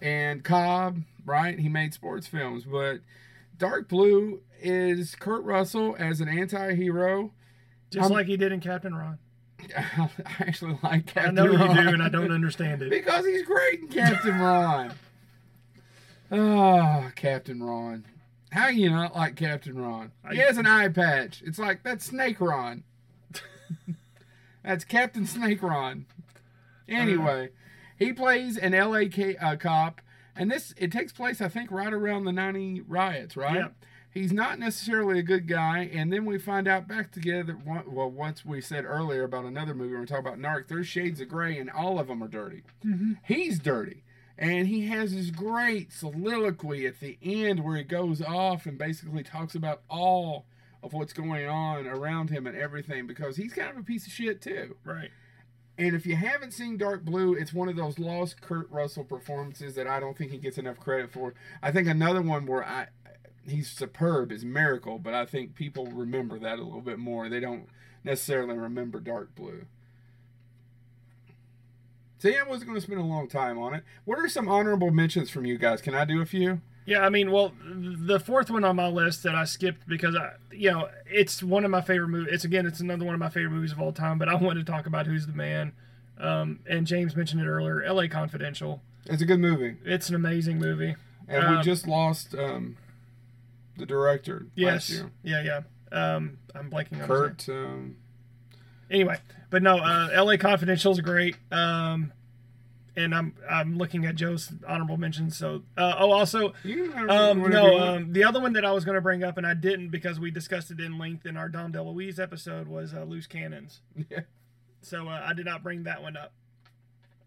[SPEAKER 1] and Cobb, right? He made sports films, but Dark Blue is Kurt Russell as an anti hero.
[SPEAKER 2] Just
[SPEAKER 1] Um,
[SPEAKER 2] like he did in Captain Ron.
[SPEAKER 1] I actually like Captain
[SPEAKER 2] I know you
[SPEAKER 1] Ron.
[SPEAKER 2] do, and I don't understand it.
[SPEAKER 1] because he's great in Captain Ron. Oh, Captain Ron. How you not like Captain Ron? He
[SPEAKER 2] I-
[SPEAKER 1] has an eye patch. It's like that's Snake Ron. that's Captain Snake Ron. Anyway, he plays an LA ca- uh, cop, and this it takes place I think right around the '90 riots, right?
[SPEAKER 2] Yep.
[SPEAKER 1] He's not necessarily a good guy, and then we find out back together. one- Well, once we said earlier about another movie, we're talking about Narc. There's shades of gray, and all of them are dirty. He's dirty, and he has this great soliloquy at the end where he goes off and basically talks about all of what's going on around him and everything because he's kind of a piece of shit too.
[SPEAKER 2] Right.
[SPEAKER 1] And if you haven't seen Dark Blue, it's one of those lost Kurt Russell performances that I don't think he gets enough credit for. I think another one where I he's superb is Miracle, but I think people remember that a little bit more. They don't necessarily remember Dark Blue. See, I was going to spend a long time on it. What are some honorable mentions from you guys? Can I do a few?
[SPEAKER 2] Yeah, I mean, well, the fourth one on my list that I skipped because I, you know, it's one of my favorite movies. It's again, it's another one of my favorite movies of all time. But I wanted to talk about Who's the Man, um, and James mentioned it earlier. L.A. Confidential.
[SPEAKER 1] It's a good movie,
[SPEAKER 2] It's an amazing movie.
[SPEAKER 1] and we
[SPEAKER 2] Um,
[SPEAKER 1] just lost um, the director last
[SPEAKER 2] Yes.
[SPEAKER 1] year,
[SPEAKER 2] Yeah, yeah. Um, I'm blanking on his name.
[SPEAKER 1] Kurt. Um,
[SPEAKER 2] anyway, but no, uh, L.A. Confidential is great. Um, and I'm I'm looking at Joe's honorable mentions. So, uh, oh, also,
[SPEAKER 1] you can remember
[SPEAKER 2] um,
[SPEAKER 1] whatever you
[SPEAKER 2] no,
[SPEAKER 1] want.
[SPEAKER 2] um, the other one that I was going to bring up and I didn't because we discussed it in length in our Dom DeLuise episode was uh, Loose Cannons.
[SPEAKER 1] Yeah.
[SPEAKER 2] So uh, I did not bring that one up.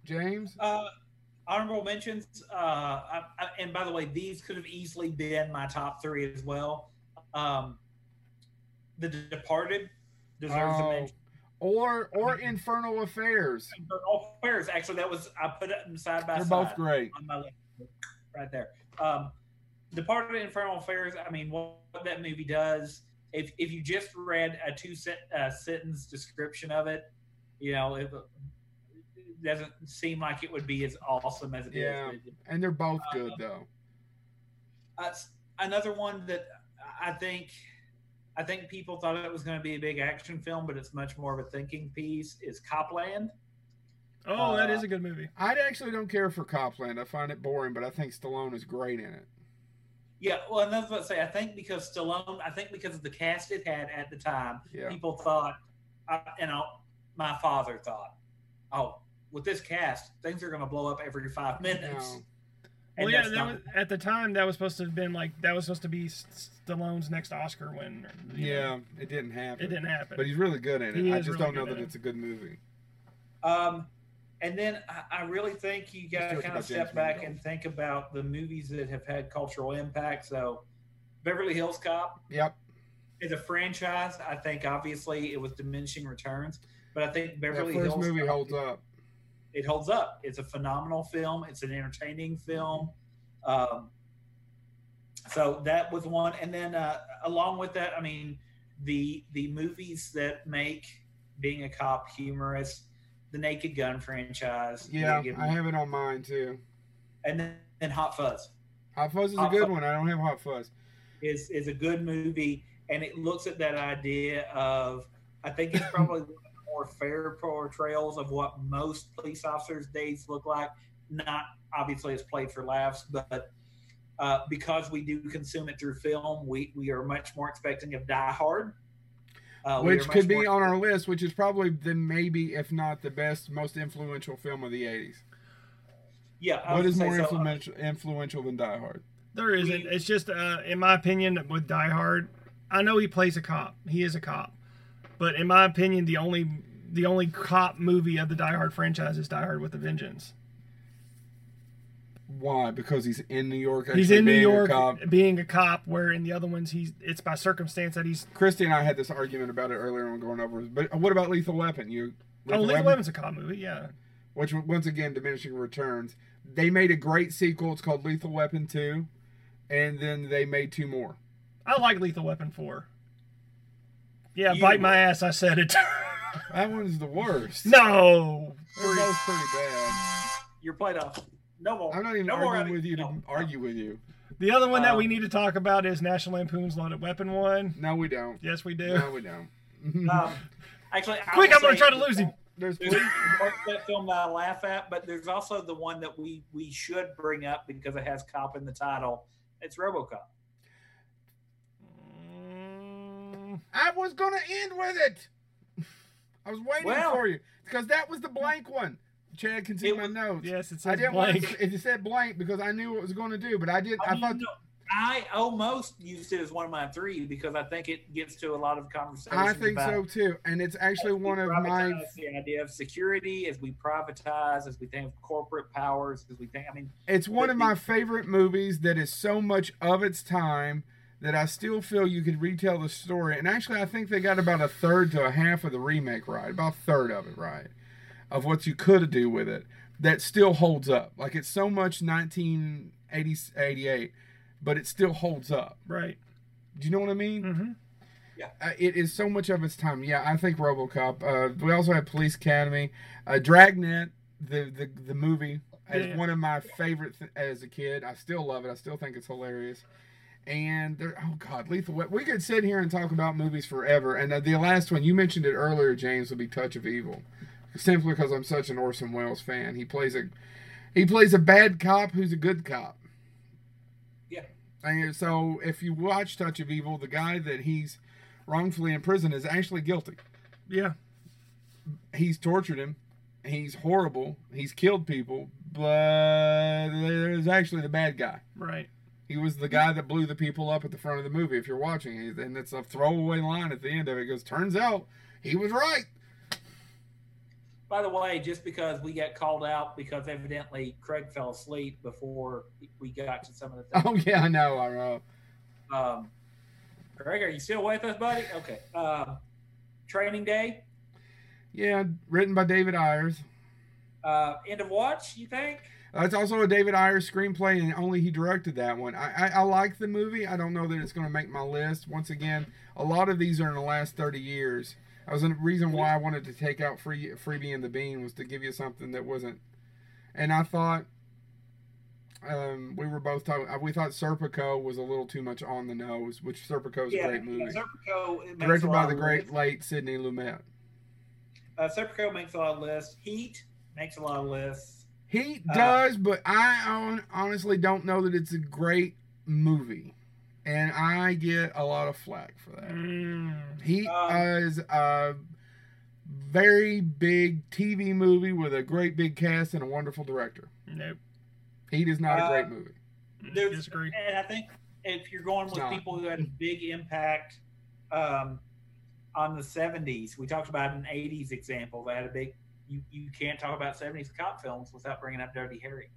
[SPEAKER 1] James.
[SPEAKER 3] Uh, honorable mentions. Uh, I, I, and by the way, these could have easily been my top three as well. Um, the Departed deserves
[SPEAKER 1] Oh.
[SPEAKER 3] a mention.
[SPEAKER 1] or or Infernal Affairs.
[SPEAKER 3] But all players, actually, that was I put them side by
[SPEAKER 1] They're
[SPEAKER 3] side
[SPEAKER 1] both great.
[SPEAKER 3] on my list, right there. Um, Departed Infernal Affairs. I mean, what, what that movie does. If if you just read a two set, uh, sentence description of it, you know, it, it doesn't seem like it would be as awesome as it is.
[SPEAKER 1] Yeah.
[SPEAKER 3] It-
[SPEAKER 1] And they're both good though.
[SPEAKER 3] uh, s- another one that I think I think people thought it was going to be a big action film, but it's much more of a thinking piece. Is Copland?
[SPEAKER 2] Oh, that is a good movie.
[SPEAKER 1] I actually don't care for Copland. I find it boring, but I think Stallone is great in it.
[SPEAKER 3] Yeah, well, and that's what I say. I think because Stallone, I think because of the cast it had at the time,
[SPEAKER 1] Yeah.
[SPEAKER 3] people thought, I, and I, my father thought, oh, with this cast, things are going to blow up every five minutes.
[SPEAKER 1] No.
[SPEAKER 2] Well,
[SPEAKER 3] And
[SPEAKER 2] yeah,
[SPEAKER 3] that's
[SPEAKER 2] that
[SPEAKER 3] not-
[SPEAKER 2] was, at the time that was supposed to have been like that was supposed to be S- Stallone's next Oscar win. or, you know,
[SPEAKER 1] Yeah, it didn't happen.
[SPEAKER 2] it didn't happen.
[SPEAKER 1] But he's really good in it.
[SPEAKER 2] He
[SPEAKER 1] I
[SPEAKER 2] is
[SPEAKER 1] just
[SPEAKER 2] really
[SPEAKER 1] don't know
[SPEAKER 2] good
[SPEAKER 1] that
[SPEAKER 2] in it.
[SPEAKER 1] it's a good movie.
[SPEAKER 3] Um, and then I, I really think you got
[SPEAKER 1] joke
[SPEAKER 3] to kind
[SPEAKER 1] about James
[SPEAKER 3] of step back
[SPEAKER 1] Mangold.
[SPEAKER 3] and think about the movies that have had cultural impact. So, Beverly Hills Cop
[SPEAKER 1] Yep.
[SPEAKER 3] is a franchise. I think obviously it was diminishing returns, but I think
[SPEAKER 1] That
[SPEAKER 3] Beverly
[SPEAKER 1] first
[SPEAKER 3] Hills
[SPEAKER 1] movie
[SPEAKER 3] Cop-
[SPEAKER 1] holds up.
[SPEAKER 3] it holds up. It's a phenomenal film. It's an entertaining film. Um, so that was one, and then uh, along with that, I mean, the the movies that make being a cop humorous, the Naked Gun franchise. you know,
[SPEAKER 1] Yeah,
[SPEAKER 3] give-
[SPEAKER 1] I have it on mine too.
[SPEAKER 3] and then and Hot Fuzz
[SPEAKER 1] Hot Fuzz is a
[SPEAKER 3] Hot
[SPEAKER 1] good
[SPEAKER 3] Fuzz.
[SPEAKER 1] one. I don't have Hot Fuzz.
[SPEAKER 3] is is a good movie, and it looks at that idea of I think it's probably one of the more fair portrayals of what most police officers' days look like. Not obviously it's played for laughs, but uh, because we do consume it through film, we we are much more expecting of Die Hard, uh, we are
[SPEAKER 1] which
[SPEAKER 3] much
[SPEAKER 1] could be on
[SPEAKER 3] more-
[SPEAKER 1] our list, which is probably the maybe, if not the best, most influential film of the 80s.
[SPEAKER 3] Yeah, I
[SPEAKER 1] What
[SPEAKER 3] would
[SPEAKER 1] is
[SPEAKER 3] say
[SPEAKER 1] more
[SPEAKER 3] so. uh,
[SPEAKER 1] influential, influential than Die Hard?
[SPEAKER 2] There isn't. It's just, uh, in my opinion, with Die Hard, I know he plays a cop. He is a cop, but in my opinion, the only the only cop movie of the Die Hard franchise is Die Hard with a Vengeance.
[SPEAKER 1] Why? Because he's in New York.
[SPEAKER 2] he's
[SPEAKER 1] actually
[SPEAKER 2] in New
[SPEAKER 1] being a
[SPEAKER 2] York
[SPEAKER 1] cop.
[SPEAKER 2] being a cop, where in the other ones he's it's by circumstance that he's.
[SPEAKER 1] Christy and I had this argument about it earlier when going over. it, But what about Lethal Weapon? You
[SPEAKER 2] oh, Lethal Weapon's a cop movie, yeah.
[SPEAKER 1] which once again diminishing returns. They made a great sequel. It's called Lethal Weapon Two, and then they made two more.
[SPEAKER 2] I like Lethal Weapon four. Yeah,
[SPEAKER 3] You-
[SPEAKER 2] bite my ass. I said it.
[SPEAKER 1] That one's the worst.
[SPEAKER 2] no.
[SPEAKER 1] They're both pretty bad.
[SPEAKER 3] You're played off. No more.
[SPEAKER 1] I'm not even
[SPEAKER 3] no more
[SPEAKER 1] arguing
[SPEAKER 3] of it.
[SPEAKER 1] with you to
[SPEAKER 3] No.
[SPEAKER 1] argue with you.
[SPEAKER 2] The other one that we
[SPEAKER 3] Um,
[SPEAKER 2] need to talk about is National Lampoon's Loaded Weapon one.
[SPEAKER 1] No, we don't.
[SPEAKER 2] Yes, we do.
[SPEAKER 1] No, we don't. Uh,
[SPEAKER 3] Um, Actually, I
[SPEAKER 2] Quick,
[SPEAKER 3] will
[SPEAKER 2] I'm
[SPEAKER 3] say-
[SPEAKER 2] going to try to lose him.
[SPEAKER 1] There's
[SPEAKER 3] there's that film that I laugh at, but there's also the one that we we should bring up because it has cop in the title. It's RoboCop.
[SPEAKER 2] Mm,
[SPEAKER 1] I was gonna end with it. I was waiting
[SPEAKER 3] Well-
[SPEAKER 1] for you because that was the blank one. Chad can see
[SPEAKER 3] It
[SPEAKER 1] my
[SPEAKER 3] was-
[SPEAKER 1] notes.
[SPEAKER 2] Yes, it
[SPEAKER 1] I
[SPEAKER 2] says
[SPEAKER 1] didn't want
[SPEAKER 2] blank.
[SPEAKER 1] to, it said blank because I knew what it was going to do, but I didn't. I,
[SPEAKER 3] I, mean,
[SPEAKER 1] thought
[SPEAKER 3] no, I almost used it as one of my three because I think it gets to a lot of conversation.
[SPEAKER 1] I think
[SPEAKER 3] about
[SPEAKER 1] so too, and it's actually
[SPEAKER 3] as we
[SPEAKER 1] one of my.
[SPEAKER 3] privatize the idea of security as we privatize, as we think of corporate powers, as we think. I mean,
[SPEAKER 1] It's one of my favorite movies that is so much of its time that I still feel you could retell the story. And actually, I think they got about a third to a half of the remake right, about a third of it right, of what you could do with it that still holds up. Like it's so much 1988, but it still holds up.
[SPEAKER 2] Right.
[SPEAKER 1] Do you know what I mean?
[SPEAKER 2] hmm
[SPEAKER 1] uh, it is so much of its time. Yeah, I think RoboCop. Uh, we also have Police Academy, uh, Dragnet, the the the movie, is
[SPEAKER 2] Yeah.
[SPEAKER 1] one of my favorite th- as a kid. I still love it. I still think it's hilarious. And there, oh god, Lethal. Wep- We could sit here and talk about movies forever. And uh, the last one you mentioned it earlier, James, would be Touch of Evil, simply because I'm such an Orson Welles fan. He plays a he plays a bad cop who's a good cop.
[SPEAKER 3] Yeah.
[SPEAKER 1] And so if you watch Touch of Evil, the guy that he's wrongfully in prison is actually guilty.
[SPEAKER 2] Yeah.
[SPEAKER 1] He's tortured him. He's horrible. He's killed people, but there's actually the bad guy.
[SPEAKER 2] Right.
[SPEAKER 1] He was the guy that blew the people up at the front of the movie. If you're watching, He's- and it's a throwaway line at the end of it. it goes, turns out he was right.
[SPEAKER 3] by the way, just because we got called out because evidently Craig fell asleep before we got to some of the things.
[SPEAKER 1] Oh yeah, I know. I know.
[SPEAKER 3] Um, Craig, are you still with us, buddy? Okay. Um, training day,
[SPEAKER 1] Yeah, written by David Ayers.
[SPEAKER 3] uh, end of watch. You think?
[SPEAKER 1] That's Uh, also a David Ayer screenplay, and only he directed that one. I, I, I like the movie. I don't know that it's going to make my list. Once again, a lot of these are in the last 30 years. That was the reason why I wanted to take out Free, Freebie and the Bean was to give you something that wasn't. And I thought um, we were both talking. We thought Serpico was a little too much on the nose, which Serpico is a great movie.
[SPEAKER 3] Serpico, it makes
[SPEAKER 1] Directed
[SPEAKER 3] a
[SPEAKER 1] by
[SPEAKER 3] lot
[SPEAKER 1] the
[SPEAKER 3] of
[SPEAKER 1] great
[SPEAKER 3] lists.
[SPEAKER 1] late Sidney Lumet.
[SPEAKER 3] Uh, Serpico makes a lot of lists. Heat makes a lot of lists.
[SPEAKER 1] He
[SPEAKER 3] Uh,
[SPEAKER 1] does, but I hon- honestly don't know that it's a great movie, and I get a lot of flack for that.
[SPEAKER 2] Mm.
[SPEAKER 1] He
[SPEAKER 3] Um,
[SPEAKER 1] is a very big TV movie with a great big cast and a wonderful director.
[SPEAKER 2] Nope.
[SPEAKER 1] Heat is not a
[SPEAKER 3] Uh,
[SPEAKER 1] great movie.
[SPEAKER 3] There's-
[SPEAKER 2] Disagree.
[SPEAKER 3] And I think if you're going with
[SPEAKER 1] Nah.
[SPEAKER 3] people who had a big impact um, on the 70s, we talked about an 80s example that had a big. You, you can't talk about 70s cop films without bringing up Dirty Harry.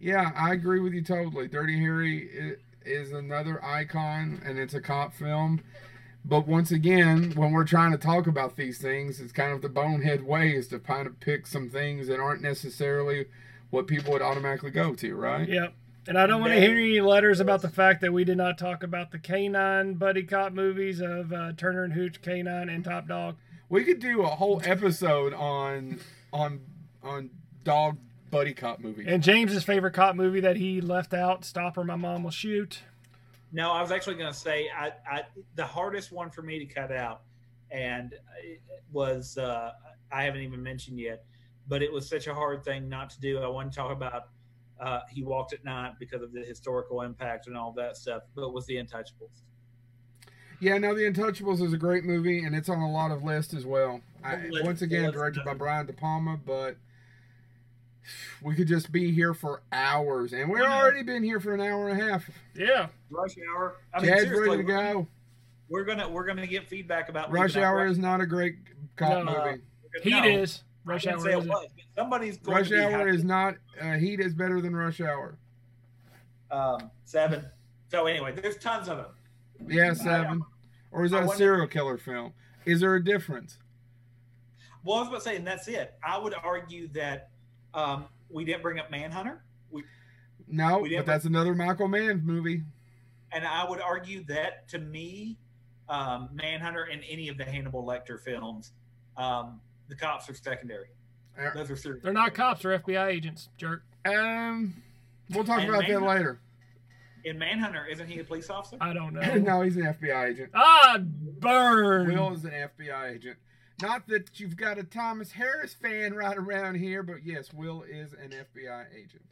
[SPEAKER 1] Yeah, I agree with you totally. Dirty Harry i- is another icon, and it's a cop film. But once again, when we're trying to talk about these things, it's kind of the bonehead way is to kind of pick some things that aren't necessarily what people would automatically go to, right?
[SPEAKER 2] Yep. And I don't want to hear any letters about the fact that we did not talk about the K9 buddy cop movies of uh, Turner and Hooch, K9, and Top Dog.
[SPEAKER 1] We could do a whole episode on on on dog buddy cop movies.
[SPEAKER 2] And James's favorite cop movie that he left out, Stop or My Mom Will Shoot.
[SPEAKER 3] No, I was actually going to say I, I the hardest one for me to cut out, and it was uh, I haven't even mentioned yet, but it was such a hard thing not to do. I want to talk about uh, he walked at night because of the historical impact and all that stuff, but was the Untouchables.
[SPEAKER 1] yeah, no, The Untouchables is a great movie, and it's on a lot of lists as well. I,
[SPEAKER 3] List-
[SPEAKER 1] once again,
[SPEAKER 3] list.
[SPEAKER 1] directed by Brian De Palma, but we could just be here for hours, and we've already been here for an hour and a half.
[SPEAKER 2] Yeah.
[SPEAKER 3] Rush Hour. I mean,
[SPEAKER 1] Chad's
[SPEAKER 3] seriously,
[SPEAKER 1] ready to go.
[SPEAKER 3] we're gonna we're gonna get feedback about
[SPEAKER 1] Rush
[SPEAKER 3] leaving out
[SPEAKER 1] Hour is not a great cop
[SPEAKER 2] No.
[SPEAKER 1] movie.
[SPEAKER 3] Rush-
[SPEAKER 2] Heat
[SPEAKER 3] No,
[SPEAKER 2] is.
[SPEAKER 3] I
[SPEAKER 2] Rush
[SPEAKER 3] didn't
[SPEAKER 2] Hour
[SPEAKER 3] say it
[SPEAKER 2] is.
[SPEAKER 3] was, but Somebody's going
[SPEAKER 1] Rush
[SPEAKER 3] to be
[SPEAKER 1] Hour
[SPEAKER 3] happy.
[SPEAKER 1] is not. Uh, Heat is better than Rush Hour.
[SPEAKER 3] um, seven. So anyway, there's tons of them.
[SPEAKER 1] Yeah, seven. Or is
[SPEAKER 3] I
[SPEAKER 1] that a
[SPEAKER 3] wonder-
[SPEAKER 1] serial killer film? Is there a difference?
[SPEAKER 3] Well, I was about to say, and that's it. I would argue that um, we didn't bring up Manhunter, we,
[SPEAKER 1] No,
[SPEAKER 3] We
[SPEAKER 1] but
[SPEAKER 3] didn't-
[SPEAKER 1] that's another Michael Mann movie.
[SPEAKER 3] and I would argue that to me, um, Manhunter and any of the Hannibal Lecter films, um, the cops are secondary.
[SPEAKER 1] Uh,
[SPEAKER 3] Those are serious.
[SPEAKER 2] They're not cops, they're FBI agents, jerk.
[SPEAKER 1] Um, we'll talk
[SPEAKER 3] And
[SPEAKER 1] about that
[SPEAKER 3] Manhunter-
[SPEAKER 1] later.
[SPEAKER 3] In Manhunter, isn't he a police officer?
[SPEAKER 2] I don't know.
[SPEAKER 1] no, he's an FBI agent.
[SPEAKER 2] Ah, burn.
[SPEAKER 1] Will is an FBI agent. Not that you've got a Thomas Harris fan right around here, but yes, Will is an FBI agent.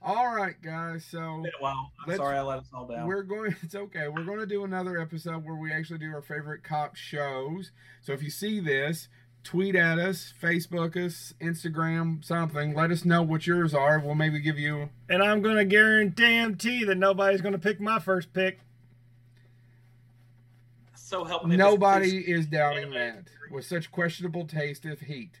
[SPEAKER 1] All right, guys. So
[SPEAKER 3] wow, I'm sorry I let us all down.
[SPEAKER 1] We're going. It's okay. We're going to do another episode where we actually do our favorite cop shows. So if you see this, tweet at us, Facebook us, Instagram, something. Let us know what yours are. We'll maybe give you.
[SPEAKER 2] And I'm going to guarantee that nobody's going to pick my first pick.
[SPEAKER 3] So help me.
[SPEAKER 1] Nobody is doubting that with such questionable taste of heat.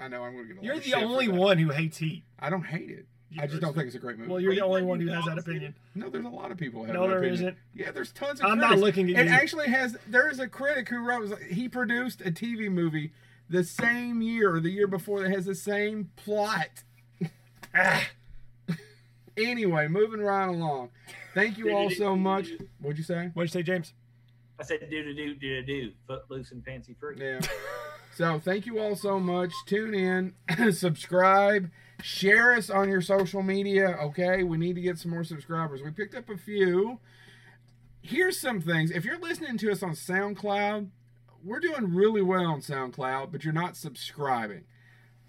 [SPEAKER 1] I know I'm going to get. A
[SPEAKER 2] You're the only one who hates heat.
[SPEAKER 1] I don't hate it. I just don't think it's a great movie.
[SPEAKER 2] Well, you're the only one who has that opinion.
[SPEAKER 1] No, there's a lot of people who have
[SPEAKER 2] No,
[SPEAKER 1] that
[SPEAKER 2] there
[SPEAKER 1] opinion.
[SPEAKER 2] isn't.
[SPEAKER 1] Yeah, there's tons of.
[SPEAKER 2] I'm not
[SPEAKER 1] critics.
[SPEAKER 2] looking at
[SPEAKER 1] It
[SPEAKER 2] you.
[SPEAKER 1] actually has. There is a critic who wrote. He produced a TV movie the same year or the year before that has the same plot.
[SPEAKER 2] Ah,
[SPEAKER 1] Anyway, moving right along. Thank you all so much. What'd you say?
[SPEAKER 2] what'd you say, James?
[SPEAKER 3] I said do do do do do foot loose and fancy free.
[SPEAKER 1] Yeah. So thank you all so much. Tune in, subscribe, share us on your social media. Okay, we need to get some more subscribers. We picked up a few. Here's some things. If you're listening to us on SoundCloud, we're doing really well on SoundCloud, but you're not subscribing.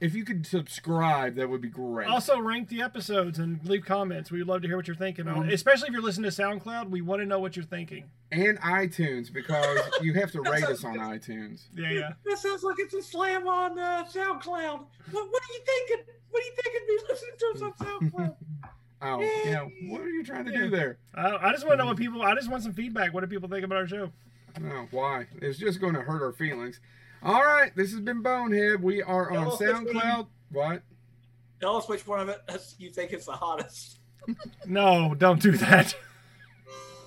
[SPEAKER 1] If you could subscribe, that would be great.
[SPEAKER 2] Also, rank the episodes and leave comments. We'd love to hear what you're thinking on, especially if you're listening to SoundCloud. We want to know what you're thinking.
[SPEAKER 1] and iTunes, because you have to rate us on iTunes.
[SPEAKER 2] Yeah, yeah.
[SPEAKER 3] That sounds like it's a slam on uh, SoundCloud. What, what are you thinking? What are you thinking? Be listening to us on SoundCloud.
[SPEAKER 1] Oh, you know, what are you trying to do there?
[SPEAKER 2] I, I just want to know what people. I just want some feedback. What do people think about our show?
[SPEAKER 1] Oh, why? It's just going to hurt our feelings. All right, this has been Bonehead. We are on
[SPEAKER 3] Hello,
[SPEAKER 1] SoundCloud. What?
[SPEAKER 3] Tell us which one of us you think is the hottest.
[SPEAKER 2] No, don't do that.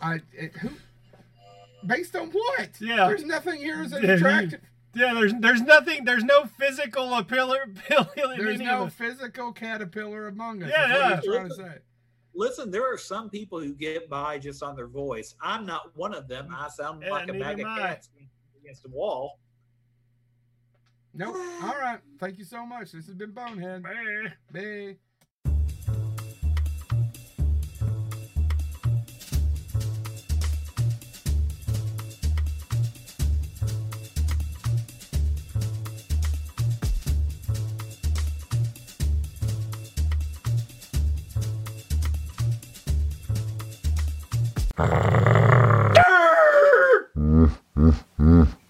[SPEAKER 1] I it, who? Based on what?
[SPEAKER 2] Yeah.
[SPEAKER 1] There's nothing here as an
[SPEAKER 2] Yeah, you-
[SPEAKER 1] attractive.
[SPEAKER 2] Yeah, there's there's nothing. There's no physical appeal. appeal in
[SPEAKER 1] There's
[SPEAKER 2] any
[SPEAKER 1] no
[SPEAKER 2] of us.
[SPEAKER 1] physical caterpillar among us.
[SPEAKER 2] Yeah,
[SPEAKER 1] Yeah,
[SPEAKER 3] yeah.
[SPEAKER 1] Trying to say.
[SPEAKER 3] Listen, there are some people who get by just on their voice. I'm not one of them. I sound
[SPEAKER 2] Yeah,
[SPEAKER 3] like a
[SPEAKER 2] neither
[SPEAKER 3] bag of
[SPEAKER 2] am I.
[SPEAKER 3] cats against a wall.
[SPEAKER 1] Nope. All right. Thank you so much. This has been Bonehead.
[SPEAKER 2] Meh.
[SPEAKER 1] Bye.